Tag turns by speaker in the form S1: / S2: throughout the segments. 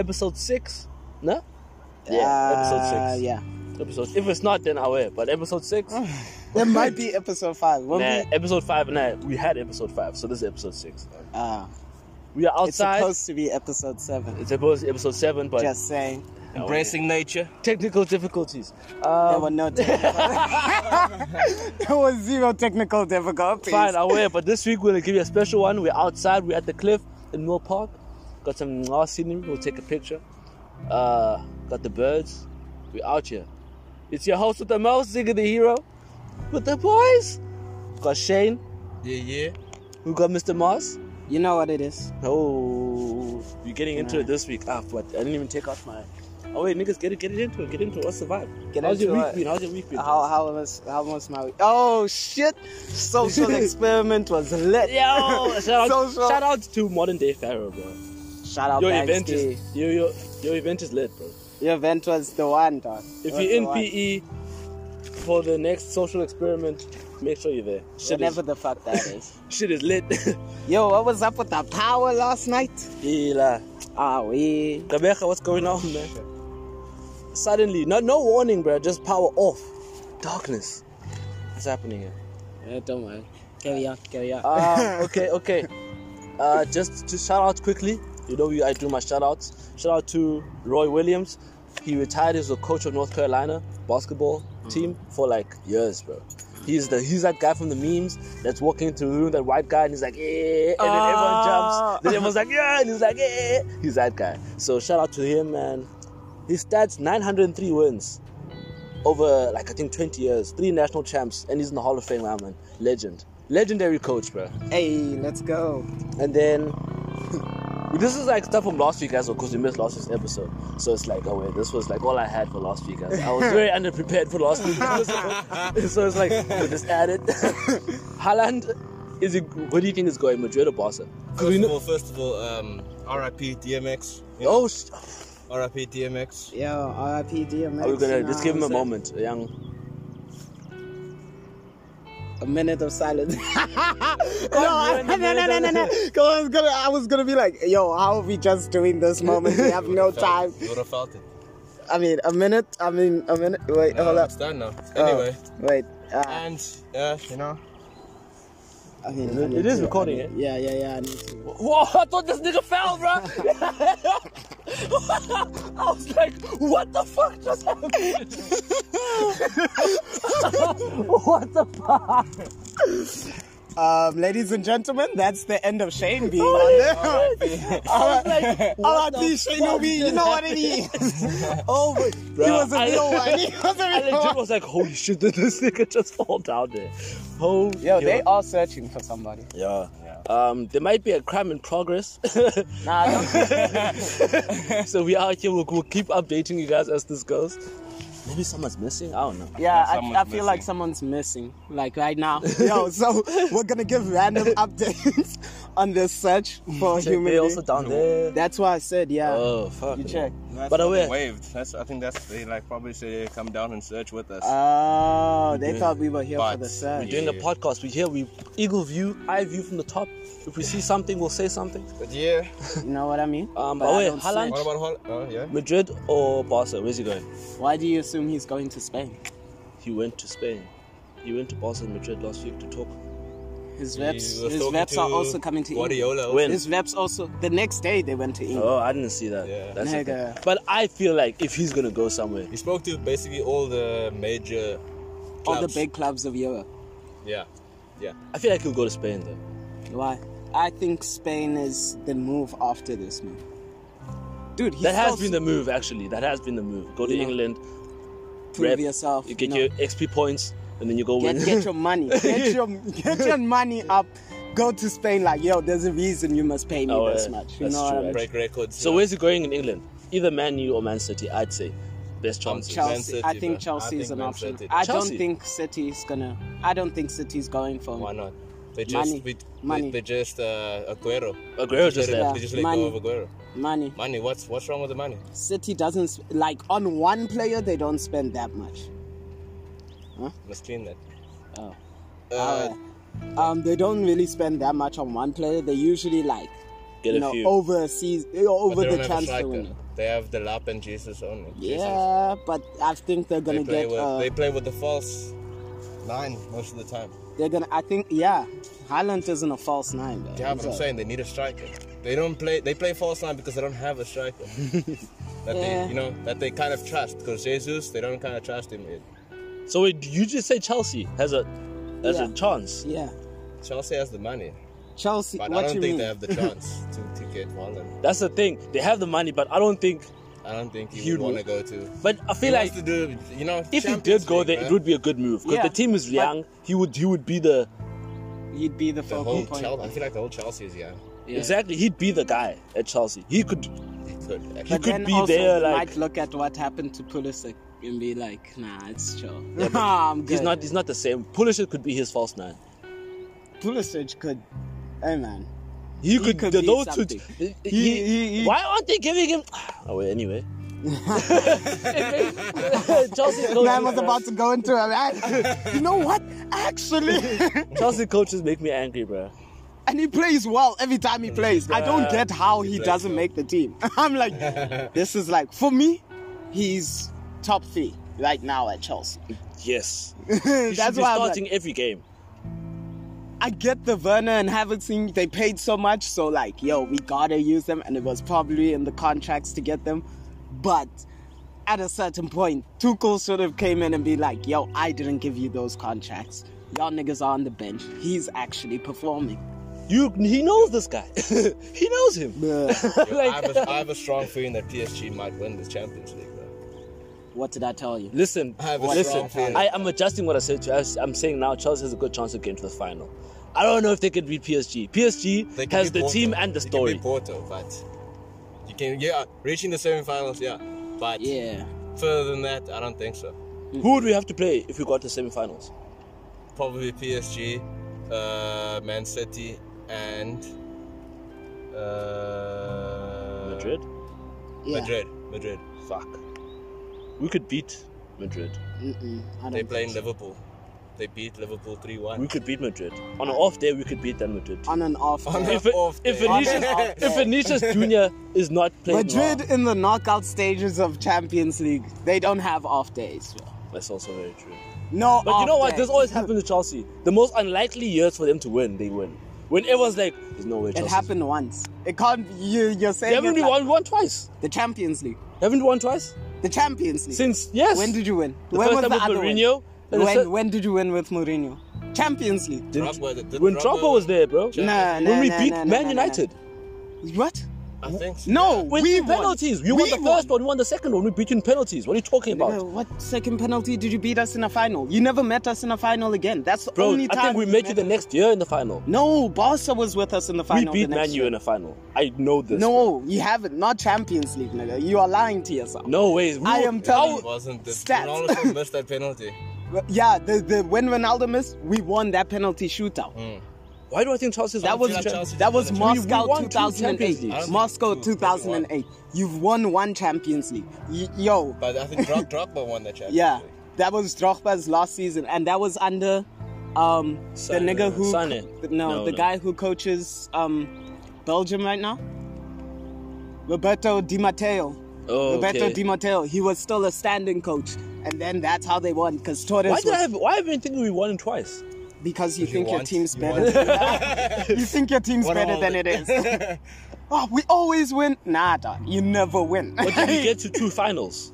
S1: episode six. No,
S2: Uh,
S1: episode six.
S2: Yeah,
S1: episode. If it's not, then I'll wear. But episode six, nah,
S2: that might be episode five. Won't be.
S1: episode five. Nah, we had episode five, so this is episode six.
S2: Uh,
S1: We are
S2: it's
S1: outside.
S2: supposed to be episode seven.
S1: It's supposed to be episode seven, but
S2: Just saying,
S3: Embracing nature.
S1: technical difficulties.
S2: there
S1: Um,
S2: were no. there was zero technical difficulties.
S1: fine, I'll wear. But this week we're gonna give you a special one. We're outside. We're at the cliff in Mill Park. Got some nice scenery. We'll take a picture. Uh, got the birds. We're out here. It's your host with the most, Ziggy the hero, with the boys. Got Shane.
S3: Yeah, yeah.
S1: We got Mr. Moss.
S2: You know what it is.
S1: Oh, you're getting into it this week. Ah, but I didn't even take out my. Oh wait, niggas, get it, get it into it, get into it. What's the vibe?
S2: Get
S1: How's your
S2: into
S1: week
S2: it.
S1: been? How's your week been?
S2: How how was how was my oh shit? Social experiment was lit.
S1: Yo, shout out,
S2: Social-
S1: shout out to modern day Pharaoh, bro.
S2: Shout out
S1: Your
S2: Banksy.
S1: event is your, your your event is lit, bro.
S2: Your event was the one, dog. It
S1: If
S2: was
S1: you're
S2: the
S1: in
S2: one.
S1: PE for the next social experiment, make sure you're there. Shit,
S2: whatever
S1: is,
S2: the fuck that is.
S1: shit is lit.
S2: Yo, what was up with the power last night?
S1: Gila.
S2: Ah, we
S1: Kabeka, what's going on, man? Suddenly, no no warning, bro. Just power off. Darkness. What's happening here?
S2: yeah, Uh, don't worry. Carry on, carry on.
S1: Um, okay, okay. Uh, just to shout out quickly, you know, we- I do my shout outs. Shout out to Roy Williams. He retired as a coach of North Carolina basketball team for like years, bro. He's the he's that guy from the memes that's walking into the room, that white guy, and he's like, yeah, and then everyone
S2: Ah.
S1: jumps. Then everyone's like, yeah, and he's like, yeah. He's that guy. So shout out to him, man. His stats: 903 wins over like I think 20 years, three national champs, and he's in the Hall of Fame now, man. Legend, legendary coach, bro.
S2: hey, let's go.
S1: And then this is like stuff from last week as well, because we missed last week's episode. So it's like, oh wait, this was like all I had for last week. guys. I was very underprepared for last week's episode. so it's like, we just add it. Haaland, is he, where do you think is going? Madrid or Barca? 'Cause we
S3: First of
S1: know-
S3: all, first of all, um, RIP DMX. You know,
S1: Oh, sh-
S3: RIP DMX.
S2: Yo, RIP DMX.
S1: are we gonna
S2: nah.
S1: just give him a moment, a young?
S2: a minute of silence. no, I,
S1: ruin
S2: no,
S1: the
S2: no, no,
S1: minute
S2: no,
S1: of-
S2: no. 'Cause I was gonna, I was gonna be like, yo, how are we just doing this moment? We have no time.
S3: You would have felt it.
S2: I mean, a minute. I mean, a minute. Wait, hold
S3: Uh,
S2: up.
S3: It's done now.
S2: Oh,
S3: Anyway.
S2: wait. Uh,
S3: And, uh, you know.
S2: I mean,
S1: it- it is recording,
S2: it. Yeah, yeah, yeah. I need to.
S1: Whoa! I thought this nigga fell, bro. I was like, what the fuck just happened? what the fuck?
S2: Um, ladies and gentlemen, that's the end of Shane being on there.
S1: I was like,
S2: All
S1: Oh, what
S2: right,
S1: the
S2: please, Shane
S1: fuck
S2: will be. You
S1: just
S2: know what it is. oh, but he was a
S1: I-
S2: real one. He was
S1: I
S2: a real
S1: legit
S2: one.
S1: was like, holy shit, did this nigga just fall down there? Oh,
S2: Yo, they are searching for somebody.
S1: yeah. Um, there might be a crime in progress.
S2: Nah, don't
S1: so we are here. We'll, we'll keep updating you guys as this goes. Maybe someone's missing. I don't know.
S2: Yeah, I,
S3: Someone's
S2: I feel like
S3: missing.
S2: someone's missing, like right now. Yo, so we're gonna give random updates on this search for
S1: Check,
S2: human.
S1: they also
S2: being.
S1: down there.
S2: That's why I said, yeah.
S1: Oh fuck.
S2: you check. uh,
S3: That's
S1: By the
S3: what they
S1: way-
S3: waved. That's, I think that's they like probably say come down and search with us.
S2: Oh, they thought we were here for
S3: But
S2: the
S1: We're
S2: search.
S1: doing a
S3: Yeah.
S1: podcast. We here. We eagle view, eye view from the top. If we see something, we'll say something.
S3: But yeah.
S2: You know what I mean?
S1: Um,
S2: But
S1: but
S2: I
S1: wait,
S2: don't
S1: Haaland,
S3: What about Hol- Oh yeah.
S1: Madrid or Barca? Where's he going?
S2: Why do you assume he's going to Spain?
S1: He went to Spain. He went to Barca and Madrid last week to talk.
S2: His
S3: He
S2: reps,
S3: was
S2: his
S3: talking
S2: reps are
S3: to
S2: also coming to England.
S3: Guardiola.
S1: When?
S2: His reps also. The next day they went to England.
S1: Oh, I didn't see that.
S3: Yeah.
S1: That's the thing.
S2: Nigga.
S1: But I feel like if he's gonna go somewhere,
S3: He spoke to basically all the major.
S2: All the
S3: Uh, clubs.
S2: big clubs of Europe.
S3: Yeah. Yeah.
S1: I feel like he'll go to Spain though.
S2: Why? I think Spain is the move after this man. Dude, he's
S1: that has been the move actually. That has been the move. Go to
S2: No.
S1: England,
S2: prove
S1: rep,
S2: yourself.
S1: you get
S2: No.
S1: your XP points, and then you go
S2: get,
S1: win.
S2: get your money. Get your get your money up. Go to Spain like yo. There's a reason you must pay me
S1: Oh,
S2: this
S1: yeah.
S2: much. You
S1: That's
S2: know what I
S1: true,
S2: mean?
S1: right.
S3: Break records. uh,
S1: so
S3: yeah.
S1: where's he going in England? Either Man U or Man City, I'd say. Best chances.
S3: Chelsea.
S2: Chelsea.
S3: Man
S2: I
S3: City,
S2: think
S3: bro.
S2: Chelsea
S3: I
S2: is
S3: think
S2: an
S3: Man
S2: option.
S3: City.
S2: I
S1: Chelsea?
S2: don't think City's gonna. I don't think City's going for.
S3: Why not? They just
S2: Money.
S3: we- They,
S2: Money.
S3: they just uh, Aguero.
S1: Aguero just
S3: They-
S1: left.
S3: They just
S2: Yeah.
S3: let go
S2: Money.
S3: of Aguero.
S2: Money.
S3: Money. What's what's wrong with the money?
S2: City doesn't sp- like on one player. They don't spend that much.
S3: Let's clean that.
S2: Oh.
S3: Uh,
S2: Um, they don't really spend that much on one player. They usually like
S1: Get
S2: you
S1: a
S2: know
S1: few.
S2: over a season, over the
S3: they don't have a
S2: transfer
S3: striker.
S2: window.
S3: They have the Lap and Jesus on. Jesus.
S2: Yeah, but I think they're
S3: They
S2: gonna
S3: play
S2: get.
S3: with
S2: uh,
S3: they play with the false nine most of the time.
S2: They're gonna. I think. Yeah, Highland isn't a false nine. Though.
S3: Yeah, but I'm
S2: So-
S3: saying they need a striker. They don't play. They play false nine because they don't have a striker
S2: Yeah.
S3: that they, you know, that they kind of trust. Because Jesus, they don't kind of trust him. yet.
S1: So wait, you just say Chelsea has a has a
S2: Yeah.
S1: chance.
S2: Yeah,
S3: Chelsea has the money,
S2: Chelsea.
S3: but
S2: what
S3: I don't
S2: you
S3: think
S2: mean?
S3: they have the chance to, to get Holland.
S1: That's the thing. They have the money, but I don't think.
S3: I don't think he
S1: You'd
S3: would want to
S1: want-
S3: go to.
S1: But I
S3: He
S1: feel like
S3: wants to do, you know,
S1: if he
S3: Champions
S1: did go
S3: League,
S1: there,
S3: man.
S1: it would be a good move because
S2: Yeah,
S1: the team is
S2: but-
S1: young. he would he would be the
S2: You'd be the
S1: Oh,
S3: the
S2: focal
S3: whole
S2: point.
S3: Chelsea. I feel like the whole Chelsea is young.
S2: Yeah.
S1: exactly he'd be the guy at Chelsea. He could
S3: Good, actually.
S1: He
S2: But
S1: could
S2: then
S1: be
S2: also,
S1: there,
S2: you
S1: like-
S2: might look at what happened to Pulisic and be like, nah, it's chill.
S1: Yeah, but
S2: I'm
S1: he's
S2: good.
S1: not he's not the same. Pulisic could be his false nine.
S2: Pulisic could. Hey man,
S1: He, could,
S2: could
S1: the,
S2: be
S1: those
S2: something.
S1: two.
S2: He-
S1: he-
S2: he- he-
S1: why aren't they giving him? Oh wait, anyway. Chelsea coaches,
S2: man was about to go into a man. you know what? Actually,
S1: Chelsea coaches make me angry, bro.
S2: and he plays well every time he plays. I don't
S1: Yeah.
S2: get how he,
S3: He plays
S2: doesn't
S3: well.
S2: make the team. I'm like, this is like for me, he's top three right now at Chelsea.
S1: Yes, he should
S2: That's
S1: be
S2: why I'm like,
S1: starting every game.
S2: I get the Werner and Havertz thing. They paid so much, so like, yo, we gotta use them, and it was probably in the contracts to get them. But at a certain point, Tuchel sort of came in and be like, yo, I didn't give you those contracts. Y'all niggas are on the bench. He's actually performing.
S1: You, he knows this guy. he knows him.
S3: Yo, I, have a, I have a strong feeling that PSG might win the Champions League. Bro.
S2: what did I tell you?
S1: Listen,
S3: I have a strong
S1: listen.
S3: feeling.
S1: I, I'm adjusting what I said to. I, am saying now Chelsea has a good chance of getting to the final. I don't know if they could beat PSG. PSG
S3: They can
S1: has
S3: beat
S1: the team
S3: Porto.
S1: and the
S3: They
S1: story.
S3: Can beat Porto, but you can yeah, reaching the semifinals, yeah. But
S2: Yeah.
S3: further than that, I don't think so.
S1: Who would we have to play if we got to semi-finals?
S3: Probably PSG, uh, Man City, and uh,
S1: Madrid.
S2: yeah.
S3: Madrid, Madrid.
S1: Fuck. We could beat Madrid.
S2: Mm-mm, I don't
S3: They play
S2: think
S3: in
S2: so.
S3: Liverpool. They beat Liverpool three
S1: We
S3: one.
S1: could beat Madrid. On an off day, we could beat them Madrid.
S2: on and off.
S3: On
S2: day.
S3: and
S1: If, it,
S3: Off
S1: if
S3: day.
S1: Vinicius,
S3: Off
S1: if Vinicius Junior is not playing,
S2: Madrid in the knockout stages of Champions League, they don't have off days. bro.
S1: well, that's also very true.
S2: No,
S1: But you know
S2: off
S1: what? This
S2: days.
S1: always happens to Chelsea. The most unlikely years for them to win, they win. When everyone's like, "There's no way."
S2: It
S1: Chelsea's-
S2: happened once. It can't. You,
S1: They
S2: you're saying
S1: haven't
S2: it
S1: we
S2: like-
S1: won, won twice.
S2: the Champions League.
S1: Haven't we won twice
S2: The Champions League.
S1: since? Yes.
S2: when did you win?
S1: The
S2: when
S1: first time with
S2: one?
S1: Mourinho. and the
S2: When,
S1: se-
S2: when did you win with Mourinho? Champions League.
S1: did-
S3: Drogba, the- the
S1: when
S3: Drogba-
S1: Drogba was there, bro.
S3: Champions
S2: Nah,
S1: when
S2: nah,
S1: we
S2: nah,
S1: beat
S2: nah, nah,
S1: Man
S2: nah, nah.
S1: United.
S2: What?
S3: I think so.
S2: No,
S1: With
S2: we won.
S1: penalties, we, won the first one, we won the second one, we beat you in penalties. What are you talking
S2: Nigga,
S1: about?
S2: What second penalty did you beat us in a final? You never met us in a final again. That's the
S1: Bro,
S2: only time.
S1: I think we met you the next year in the final.
S2: No, Barca was with us in the
S1: We
S2: final.
S1: beat
S2: the next
S1: Man
S2: year.
S1: U in a final. I know this.
S2: No, you haven't. Not Champions League, nigga. You are lying to yourself.
S1: No way. We
S2: I
S1: were-
S2: am telling
S1: how-
S2: you.
S3: It wasn't the
S2: Oh, Stats.
S3: Ronaldo missed that penalty.
S2: Yeah, the, the when Ronaldo missed, we won that penalty shootout.
S1: Why do I think Chelsea's
S2: That was
S3: feel like Chelsea
S2: that
S3: did
S2: was
S3: win a
S2: Moscow
S1: Champions League. We won two Champions
S2: 2008.
S1: Leagues.
S3: I don't
S2: Moscow
S3: think we won.
S2: 2008. You've won one Champions League. Y- yo,
S3: But I think Drog- Drogba won that Champions
S2: yeah,
S3: League.
S2: that was Drogba's last season, and that was under um, the
S1: Sane,
S2: nigga who
S1: Sane.
S2: no,
S1: No,
S2: the
S1: no.
S2: guy who coaches um, Belgium right now, Roberto Di Matteo.
S1: Oh,
S2: Roberto
S1: okay.
S2: Di Matteo. He was still a standing coach, and then that's how they won because Torres.
S1: Why did
S2: was-
S1: I have, why have I been thinking we won it twice?
S2: because you
S3: You
S2: think your
S3: want-
S2: team's
S3: you
S2: better.
S3: want-
S2: than- you think your team's
S3: What
S2: better
S3: all
S2: than it
S3: the-
S2: is. oh, we always win. Nah, dog, you never win.
S1: But did we get to two finals?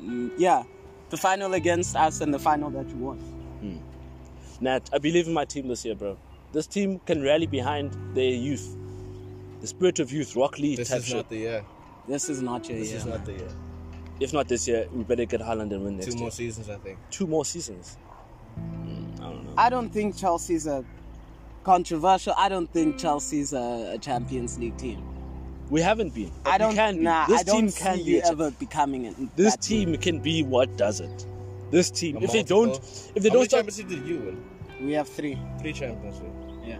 S2: yeah, the final against us and the final that you won.
S1: Nat, I believe in my team this year, bro. This team can rally behind their youth. The spirit of youth, Rock Lee
S3: This
S1: type
S3: is
S1: shit.
S3: not the year.
S2: This is not your
S3: This
S2: year.
S3: is not the year.
S1: If not this year, we better get Haaland and win next
S3: Two
S1: year.
S3: more seasons, I think.
S1: Two more seasons. Mm, I don't know.
S2: I don't think Chelsea's a controversial. I don't think Chelsea's a, a Champions League team.
S1: We haven't been. but
S2: I
S1: we
S2: don't.
S1: Can be.
S2: nah,
S1: this
S2: I don't
S1: team can
S2: see
S1: be.
S2: you
S1: a cha-
S2: ever becoming it.
S1: this team can be what does it. This team.
S3: A
S1: if they
S3: multiple.
S1: don't, if they
S3: How many
S1: don't start,
S3: Champions League did you win?
S2: We have three.
S3: Three Champions League.
S2: Yeah.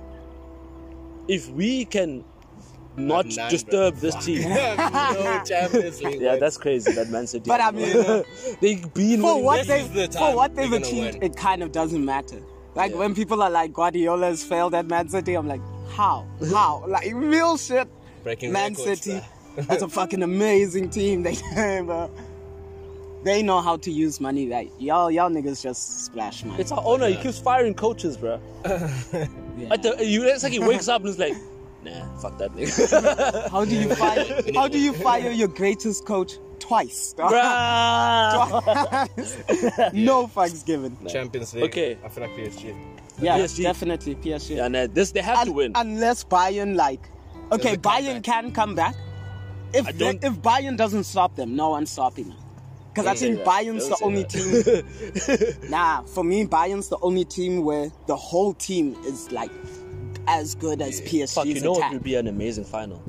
S1: if we can not
S3: Nine, bro.
S1: disturb this
S3: Fuck.
S1: team.
S3: no Champions League.
S1: Yeah,
S3: win.
S1: that's crazy. That Man City.
S2: But I mean, uh,
S1: they've been
S2: for
S1: winning
S2: what
S3: This
S2: they
S3: is the
S2: for
S3: time
S2: what they've
S3: we're gonna
S2: achieved,
S3: win.
S2: it kind of doesn't matter. Like
S1: Yeah.
S2: when people are like Guardiola has failed at Man City, I'm like, how? How? like real shit.
S3: Breaking
S2: Man
S3: records,
S2: City.
S3: bruh.
S2: That's a fucking amazing team. They bro. They know how to use money. Like y'all, y'all niggas just splash money.
S1: It's our owner. He keeps firing coaches, bro.
S2: Yeah.
S1: At the, you, it's like he wakes up and is like, nah, fuck that nigga.
S2: How do you fire? How do you fire your greatest coach twice?
S1: Bruh.
S2: no fucks given.
S3: Champions League.
S1: Okay.
S3: I feel like PSG.
S2: Yeah,
S1: PSG.
S2: definitely PSG.
S1: Yeah, nah, this they have to
S2: Un-
S1: win.
S2: Unless Bayern like, okay,
S3: There's a
S2: Bayern
S3: comeback.
S2: can come back. If
S1: I
S2: they-
S1: don't-
S2: if Bayern doesn't stop them, no one's stopping them. Because I
S1: Don't say
S2: think
S1: that.
S2: Bayern's the
S1: Don't
S2: only team. nah, for me, Bayern's the only team where the whole team is like as good as PSG's
S1: Fuck, you know
S2: attack.
S1: it would be an amazing final.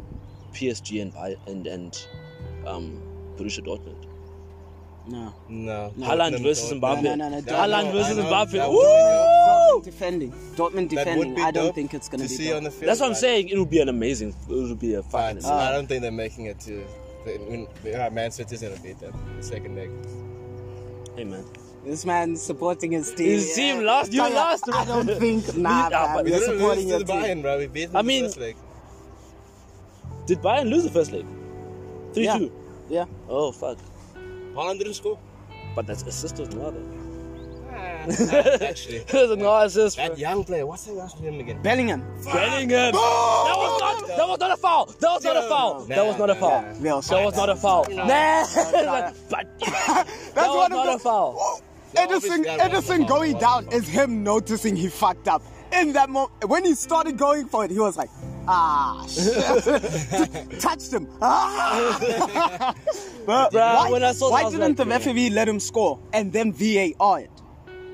S1: PSG and Bay- and and um, Borussia Dortmund.
S2: no,
S3: No.
S1: Haaland
S3: Tottenham,
S1: versus
S3: Tottenham.
S1: Mbappe.
S2: No, no, no,
S3: That-
S1: Haaland
S3: no,
S1: versus
S3: I know,
S1: Mbappe.
S3: that would be dope.
S2: Dortmund
S1: Woo!
S2: defending, Dortmund
S3: That would
S2: defending.
S3: be
S2: I don't
S3: dope
S2: think it's gonna
S3: to
S2: be.
S3: see
S2: dope.
S3: on the field.
S1: That's what I'm
S3: like,
S1: saying. It would be an amazing. It would be a fucking.
S3: But
S1: amazing-
S2: Uh,
S3: I don't think they're making it to. They, I mean, they- uh, Man City's gonna beat them the second leg.
S1: hey man.
S2: This man supporting his team.
S1: His team lost. You
S2: Tell
S1: lost,
S2: I don't
S1: bro.
S2: think. Nah,
S1: You- ah,
S2: man,
S1: but
S3: We
S2: you're
S3: didn't lose
S2: supporting
S3: to
S2: your
S3: the
S2: team.
S3: Bayern, bro. We beat them
S1: I
S3: the
S1: mean-
S3: first leg.
S1: Did Bayern lose the first leg? Three
S2: Yeah.
S1: two.
S2: Yeah.
S1: Oh fuck.
S3: Haaland didn't score.
S1: But that's assist was another.
S3: Actually,
S1: There's another assist. bro.
S3: that young player. What's the last name again?
S2: Bellingham.
S1: Bellingham. That was not. That was not a foul. That was not a foul. That was not a foul.
S3: Nah,
S2: Real
S1: That was not a foul. Nah. But that was
S2: one of
S1: not
S2: the-
S1: a foul.
S3: No,
S2: Edison,
S3: obviously that wasn't
S2: Edison
S3: a foul,
S2: going
S3: that
S2: down
S3: wasn't a
S2: is him noticing he fucked up. In that moment, when he started going for it, he was like, ah, shit. Touched him. Ah. but
S1: Bruh,
S2: why,
S1: when I saw that,
S2: why
S1: I was
S2: didn't the
S1: like,
S2: referee let him score and then VAR it?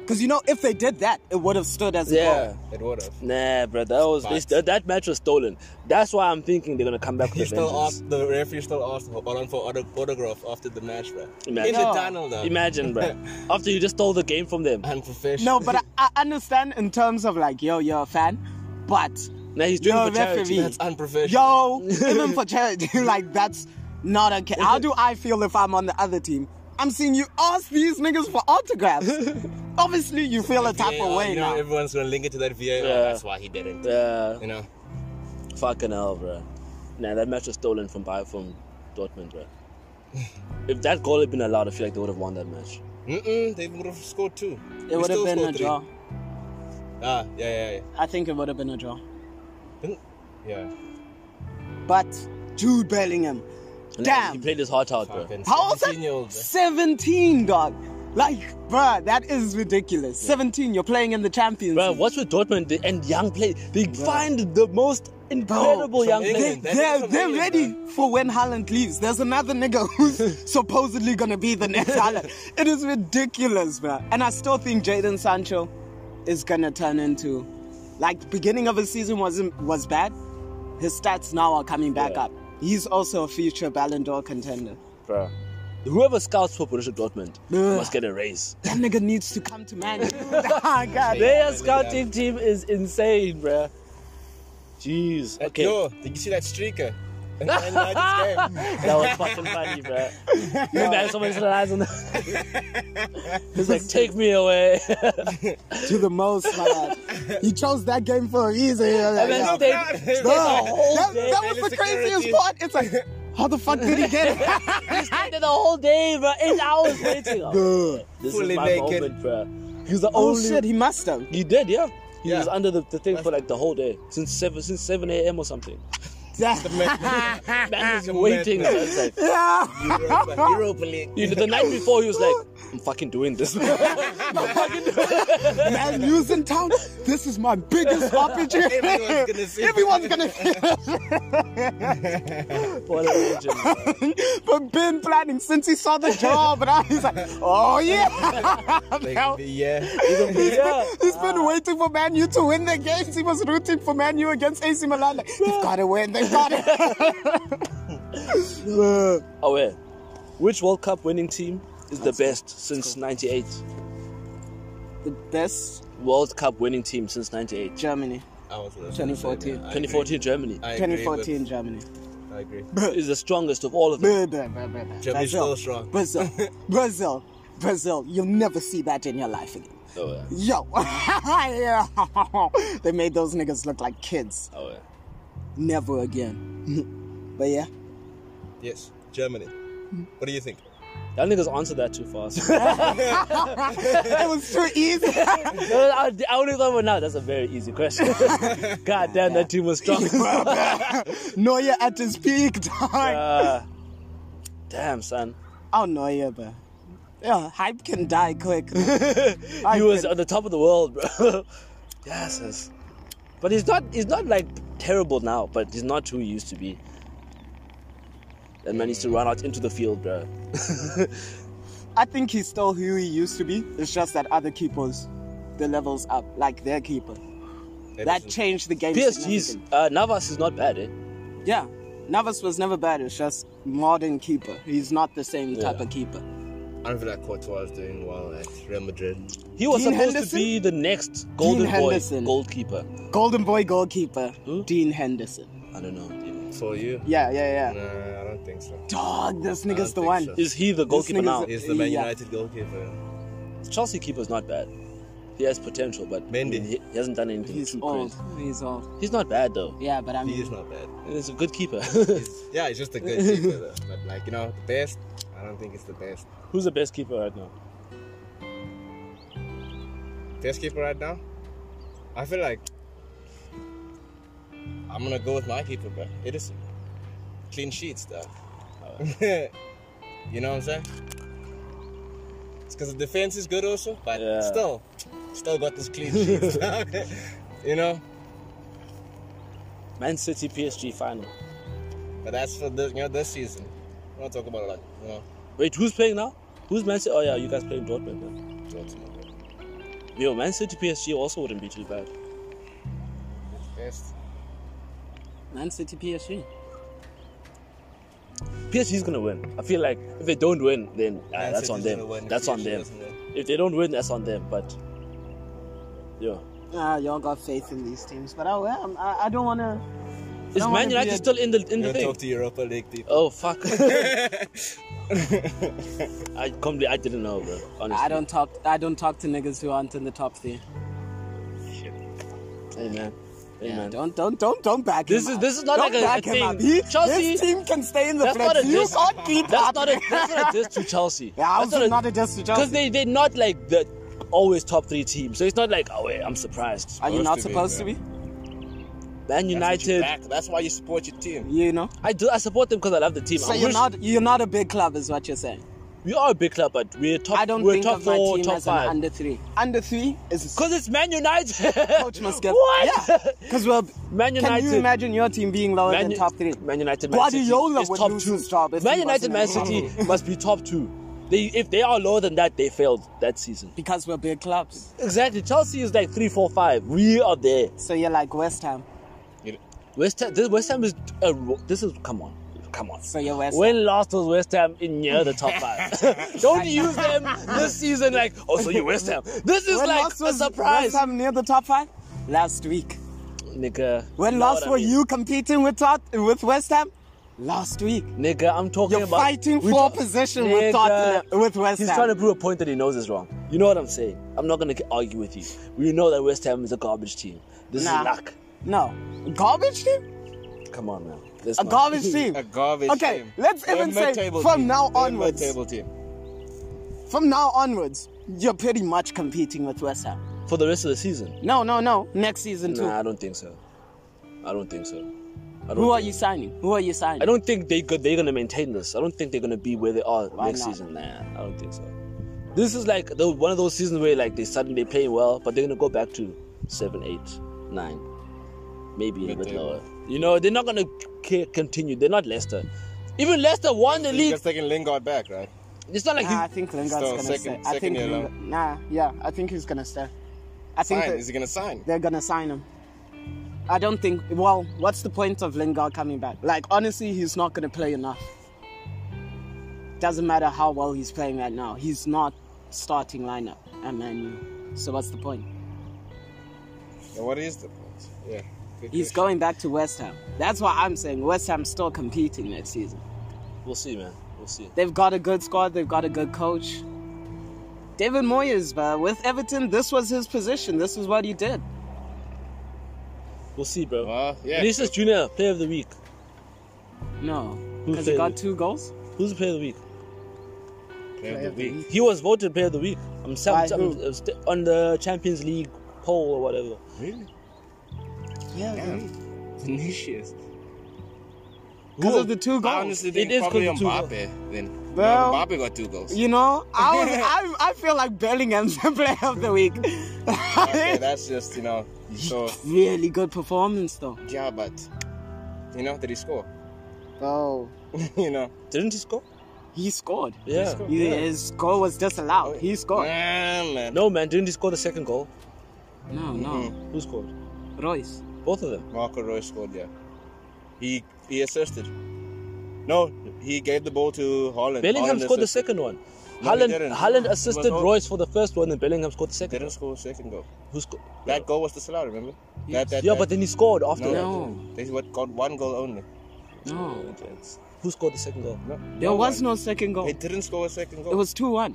S2: Because, you know, if they did that, it would have stood as a
S1: Yeah.
S2: goal.
S3: It would have.
S1: Nah, bro, that was
S3: But-
S1: that, that match was stolen. That's why I'm thinking they're gonna come back
S3: He
S1: with a
S3: still
S1: vengeance.
S3: asked the referee still asked for Haaland for auto- autograph after the match, bro.
S1: Imagine.
S3: In the
S2: No.
S3: tunnel, though.
S1: Imagine, bro, after you just stole the game from them.
S3: Unprofessional.
S2: No, but I, I understand in terms of like, yo, you're a fan, but
S1: Now he's doing
S2: Yo,
S1: it for charity.
S2: referee.
S3: That's unprofessional.
S2: yo, even for charity, like that's not okay. How do I feel if I'm on the other team? I'm seeing you ask these niggas for autographs. Obviously, you feel a type of
S3: VAR,
S2: way
S3: you know,
S2: now.
S3: everyone's gonna link it to that VAR.
S1: Yeah.
S3: That's why he didn't.
S1: Yeah,
S3: You know.
S1: Uh, fucking hell, bro. Nah, that match was stolen from Bayern from Dortmund, bro. If that goal had been allowed, I feel like they would have won that match.
S3: Mm-mm, they would have scored two.
S2: It would have been a draw.
S3: Ah, yeah, yeah, yeah.
S2: I think it would have been a draw.
S3: Didn't- Yeah.
S2: But Jude Bellingham,
S1: And He
S2: damn,
S1: played his heart out, bro.
S3: Fucking
S2: how old
S3: 17-year-old,
S2: is that?
S3: bro.
S2: Seventeen, dog. Like, bruh, that is ridiculous. Seventeen, you're playing in the Champions.
S1: Bro,
S2: League.
S1: what's with Dortmund They- and young players? They find the most incredible
S3: from
S1: young
S3: England.
S1: players.
S2: They,
S3: That
S2: they're,
S3: is from
S2: they're
S3: England,
S2: ready for when Haaland leaves. There's another nigga who's supposedly going to be the next Haaland. It is ridiculous, bro. And I still think Jadon Sancho is going to turn into. Like, the beginning of his season wasn't, was bad. His stats now are coming back
S1: Yeah.
S2: up. He's also a future Ballon d'Or contender.
S1: Bro. Whoever scouts for Borussia Dortmund
S2: Ugh.
S1: must get a raise.
S2: That nigga needs to come to man. Ah, God.
S1: Their
S3: yeah.
S1: scouting team is insane, bro. Jeez.
S3: That-
S1: Okay.
S3: Yo, did you see that streaker? In the United's game.
S1: That was fucking funny, bro. Remember someone's eyes on the He's like, take me away.
S2: to the most, my lad. He chose that game for a reason. you know, like,
S1: And then
S2: yeah.
S1: stayed,
S3: no.
S1: stayed the
S2: Bro,
S1: whole
S2: that,
S1: day.
S2: that was the
S3: Security.
S2: craziest part. It's like, how the fuck did he get it?
S1: He stayed there the whole day, bro. Eight hours waiting.
S2: Bro.
S1: this
S3: Fully
S1: is my
S3: naked.
S1: moment, bro. He was the
S2: Oh
S1: only.
S2: shit, he must have.
S1: He did, yeah. He
S3: Yeah.
S1: was under the, the thing for like the whole day since seven since seven a.m. or something. Man was waiting. bro. It's like,
S2: Yeah.
S3: Europa, Europa League.
S1: you know, the night before he was like, "I'm fucking doing this."
S2: Man, news in town. This is my biggest opportunity.
S3: Everyone's gonna see.
S2: Everyone's gonna see.
S1: what a legend! bro.
S2: but been planning since he saw the job, and I, he's like, oh yeah. Now,
S3: Like, yeah.
S1: Yeah.
S2: He's been waiting for Man U to win the games. He was rooting for Man U against AC Milan. Like, they've got to win. They've got to.
S1: Oh wait, which World Cup winning team is the best since '98?
S2: the best
S1: World Cup winning team since '98.
S2: Germany.
S3: I was gonna say,
S2: 2014.
S3: man, I agree.
S1: 2014 Germany
S3: I agree with-
S2: 2014 Germany.
S3: I agree.
S1: is the strongest of all of them.
S2: Blah, blah, blah, blah, blah.
S3: Germany's
S2: Brazil,
S3: still strong.
S2: Brazil, Brazil, Brazil. You'll never see that in your life again.
S1: Oh, yeah.
S2: Yo, they made those niggas look like kids.
S1: Oh, yeah.
S2: Never again. but yeah,
S3: Yes, Germany. What do you think?
S1: Y'all niggas answered that too fast.
S2: it was too easy.
S1: I, I only thought, well, now that's a very easy question. God damn, that team was strong.
S2: Neuer at his peak, dog.
S1: uh, damn, son.
S2: Oh, Neuer, bro. Yeah, hype can die quick.
S1: he was on the top of the world, bro. yes, yes. But he's not. He's not like terrible now. But he's not who he used to be. That man needs to run out into the field, bro.
S2: I think he's still who he used to be. It's just that other keepers, the levels up, like their keeper. That
S3: Edison.
S2: changed the game.
S1: PSG's
S2: significantly.
S1: uh, Navas is not bad, eh?
S2: Yeah. Navas was never bad. It's just modern keeper. He's not the same type
S1: Yeah.
S2: of keeper.
S3: I don't feel like Courtois is doing well at Real Madrid.
S1: He was
S2: Dean
S1: supposed to
S2: Henderson?
S1: be the next Golden Boy
S2: Henderson.
S1: goalkeeper.
S2: Golden boy goalkeeper,
S1: Who?
S2: Dean Henderson.
S1: I don't know. dude.
S3: For you?
S2: Yeah, yeah, yeah.
S3: Nah, I don't think so.
S2: Dog, this
S3: don't
S2: nigga's the
S3: think
S2: one.
S3: so.
S1: Is he the goalkeeper
S2: nigga's
S1: now?
S2: a-
S3: He's the Man
S2: Yeah.
S3: United goalkeeper.
S1: Chelsea keeper's not bad. He has potential, but I
S3: Mendy.
S1: mean, he, he hasn't done anything
S2: He's
S1: too
S2: old.
S1: crazy.
S2: He's old.
S1: He's not bad though.
S2: Yeah, but I
S3: He
S2: mean,
S3: is not bad.
S1: He's a good keeper.
S3: He's- yeah, he's just a good keeper, though. but like you know, the best. I don't think it's the best.
S1: Who's the best keeper right now?
S3: Best keeper right now. I feel like I'm gonna go with my keeper, bro. Edison. Clean sheets, though. you know what I'm saying? It's because the defense is good also, but
S1: Yeah.
S3: still, still got this clean sheets. dog. you know.
S1: Man City PSG final.
S3: But that's for this, you know, this season. We're not talking about it like, you know,
S1: Wait, who's playing now? Who's Man City? Oh yeah, you guys playing Dortmund. Man.
S3: Dortmund.
S1: Yo, Man City PSG also wouldn't be too bad.
S3: Best.
S2: Man City PSG.
S1: PSG's gonna win. I feel like if they don't win, then ah,
S3: Man
S1: that's
S3: City's
S1: on
S3: gonna
S1: them.
S3: win if
S1: That's on
S3: PSG
S1: them.
S3: doesn't win.
S1: If they don't win, that's on them. But yeah,
S2: Ah, y'all got faith in these teams, but I, well, I, I don't want to.
S1: is
S2: don't
S1: Man
S2: wanna be
S1: United
S2: a-
S1: still in the in the
S3: You don't
S1: thing?
S3: talk to Europa League people.
S1: Oh fuck! I completely I didn't know, bro. Honestly,
S2: I don't talk. I don't talk to niggas who aren't in the top three.
S1: Hey man, hey
S2: Yeah,
S1: man.
S2: don't don't don't don't back
S1: This
S2: him
S1: is-
S2: up.
S1: this is not
S2: Don't
S1: like a- a
S2: back him
S1: thing.
S2: up. He,
S1: Chelsea-
S2: this team can stay in the
S1: That's not a
S2: flex. You
S1: diss.
S2: can't keep
S1: That's
S2: up.
S1: not a that's not a diss to Chelsea.
S2: Yeah, I
S1: That's
S2: was not a diss to
S1: because
S2: Chelsea.
S1: they they're not like the always top three teams. So it's not like oh wait, I'm surprised.
S2: Are you not supposed
S3: Supposed to
S2: to
S3: be,
S2: be?
S1: Man
S3: That's what you
S1: United,
S3: back- That's why you support your team.
S2: You know.
S1: I do I support them because I love the team.
S2: So
S1: I
S2: you're
S1: wish-
S2: not you're not a big club, is what you're saying.
S1: we are a big club, but we're top.
S2: I don't
S1: we're
S2: think
S1: top
S2: of
S1: four,
S2: my team
S1: top
S2: as
S1: five.
S2: an under three. Under three is
S1: Because it's Man United.
S2: coach must get
S1: What?
S2: Yeah, because we're
S1: Man
S2: Can you
S1: United-
S2: imagine your team being lower
S1: Man,
S2: than top three?
S1: Man United, Man City
S2: Guardiola
S1: is
S2: would
S1: top
S2: lose
S1: two.
S2: his job if
S1: Man
S2: he
S1: United,
S2: wasn't
S1: Man
S2: in the
S1: City must be top two. They, if they are lower than that, they failed that season.
S2: Because we're big clubs.
S1: Exactly. Chelsea is like three, four, five. We are there.
S2: So you're like West Ham.
S1: West Ham. This West Ham is. A, ro- this is. Come on. Come on.
S2: So you're West.
S1: When last was West Ham in near the top five? Don't use them this season like, oh, so you're West Ham. This is
S2: When
S1: like
S2: last
S1: a
S2: was
S1: surprise.
S2: West Ham near the top five? Last week.
S1: Nigga.
S2: When
S1: know
S2: last
S1: what I
S2: were
S1: mean?
S2: you competing with Tot- with West Ham? Last week.
S1: Nigga, I'm talking
S2: You're
S1: about.
S2: fighting
S1: we
S2: for
S1: ta-
S2: possession with Tottenham- with West
S1: He's
S2: Ham.
S1: trying to prove a point that he knows is wrong. You know what I'm saying? I'm not going to argue with you. We know that West Ham is a garbage team. This
S2: Nah.
S1: is luck.
S2: No. Garbage team?
S1: Come on, man. Let's
S2: A
S1: not-
S2: garbage team.
S3: A garbage
S2: Okay,
S3: team.
S2: let's
S3: They're
S2: even say
S3: mid-table
S2: from
S3: team.
S2: now
S3: They're
S2: onwards.
S3: mid-table team.
S2: From now onwards, you're pretty much competing with West Ham.
S1: For the rest of the season?
S2: No, no, no. Next season too.
S1: Nah, I don't think so. I don't think so. I don't
S2: Who are
S1: think-
S2: you signing? Who are you signing?
S1: I don't think they go, they're going to maintain this. I don't think they're going to be where they are next
S2: not?
S1: season. Nah, I don't think so. This is like the, one of those seasons where like they suddenly they play well, but they're going to go back to seven, eight, nine, maybe a bit
S3: Mid-table.
S1: lower. You know, they're not going to continue. They're not Leicester. Even Leicester won the league.
S3: Just taking Lingard back, right?
S1: It's not like
S2: Nah, Ah, I
S1: he,
S2: think Lingard's
S3: Still,
S2: gonna
S3: second-
S2: stay. I
S3: second
S2: think
S3: year
S2: Lingard, nah, yeah, I think he's gonna stay. I think
S3: Sign.
S2: that
S3: Is he gonna sign?
S2: they're gonna sign him. I don't think. Well, what's the point of Lingard coming back? Like honestly, he's not gonna play enough. Doesn't matter how well he's playing right now. He's not starting lineup at Man U. So what's the point?
S3: Yeah, What is the point? Yeah. good
S2: He's
S3: question.
S2: going back to West Ham. That's why I'm saying West Ham's still competing next season.
S1: we'll see, man. We'll see.
S2: They've got a good squad. They've got a good coach. David Moyes, but with Everton, this was his position. This is what he did.
S1: We'll see, bro.
S3: Well, yeah.
S1: Vinicius Junior, Player of the Week.
S2: No,
S1: Who's player
S2: because he
S1: of
S2: got
S1: the-
S2: two goals.
S1: Who's the player of the week?
S3: Player of the week.
S1: He was voted player of the week. I'm, some,
S2: By
S1: some-
S2: who?
S1: uh, st- on the Champions League poll or whatever.
S3: Really?
S2: Yeah,
S3: Damn. Vinicius.
S2: because of the two
S3: I
S2: goals.
S3: honestly
S1: It
S3: think
S1: is
S3: probably
S1: good to go.
S3: Mbappe then.
S2: Well-
S3: no, Mbappe got two goals.
S2: You know, I, was, I I feel like Bellingham's the player of the week.
S3: okay, that's just, you know, so,
S2: really good performance though.
S3: yeah, but, you know, did he score?
S2: Oh,
S3: you know?
S1: Didn't he score?
S2: he scored.
S1: Yeah.
S3: scored.
S2: He-
S3: Yeah.
S2: His goal was disallowed. He scored.
S3: Nah, man.
S1: Oh, No, man. Didn't he score the second goal?
S2: No, no,
S3: Mm-hmm.
S1: Who scored?
S2: Royce.
S1: Both of them.
S3: Marco Roy scored, yeah. He he assisted. No, he gave the ball to Holland.
S1: Bellingham
S3: Haaland
S1: scored the
S3: assisted.
S1: second one.
S3: No, he
S1: Holland
S3: didn't.
S1: Holland
S3: He was
S1: assisted
S3: all-
S1: Royce for the first one, and Bellingham scored the second.
S3: Didn't score a second goal.
S1: Who scored?
S3: That goal was disallowed, remember?
S2: Yes.
S3: That, that,
S1: Yeah,
S3: that-
S1: but then he scored after
S3: no,
S1: that.
S2: No.
S3: They what, got one goal only.
S2: No,
S1: Who scored the second goal?
S3: No,
S2: there
S3: no
S2: was
S3: one.
S2: no second goal.
S3: They
S2: It
S3: didn't score a second goal.
S2: was two one.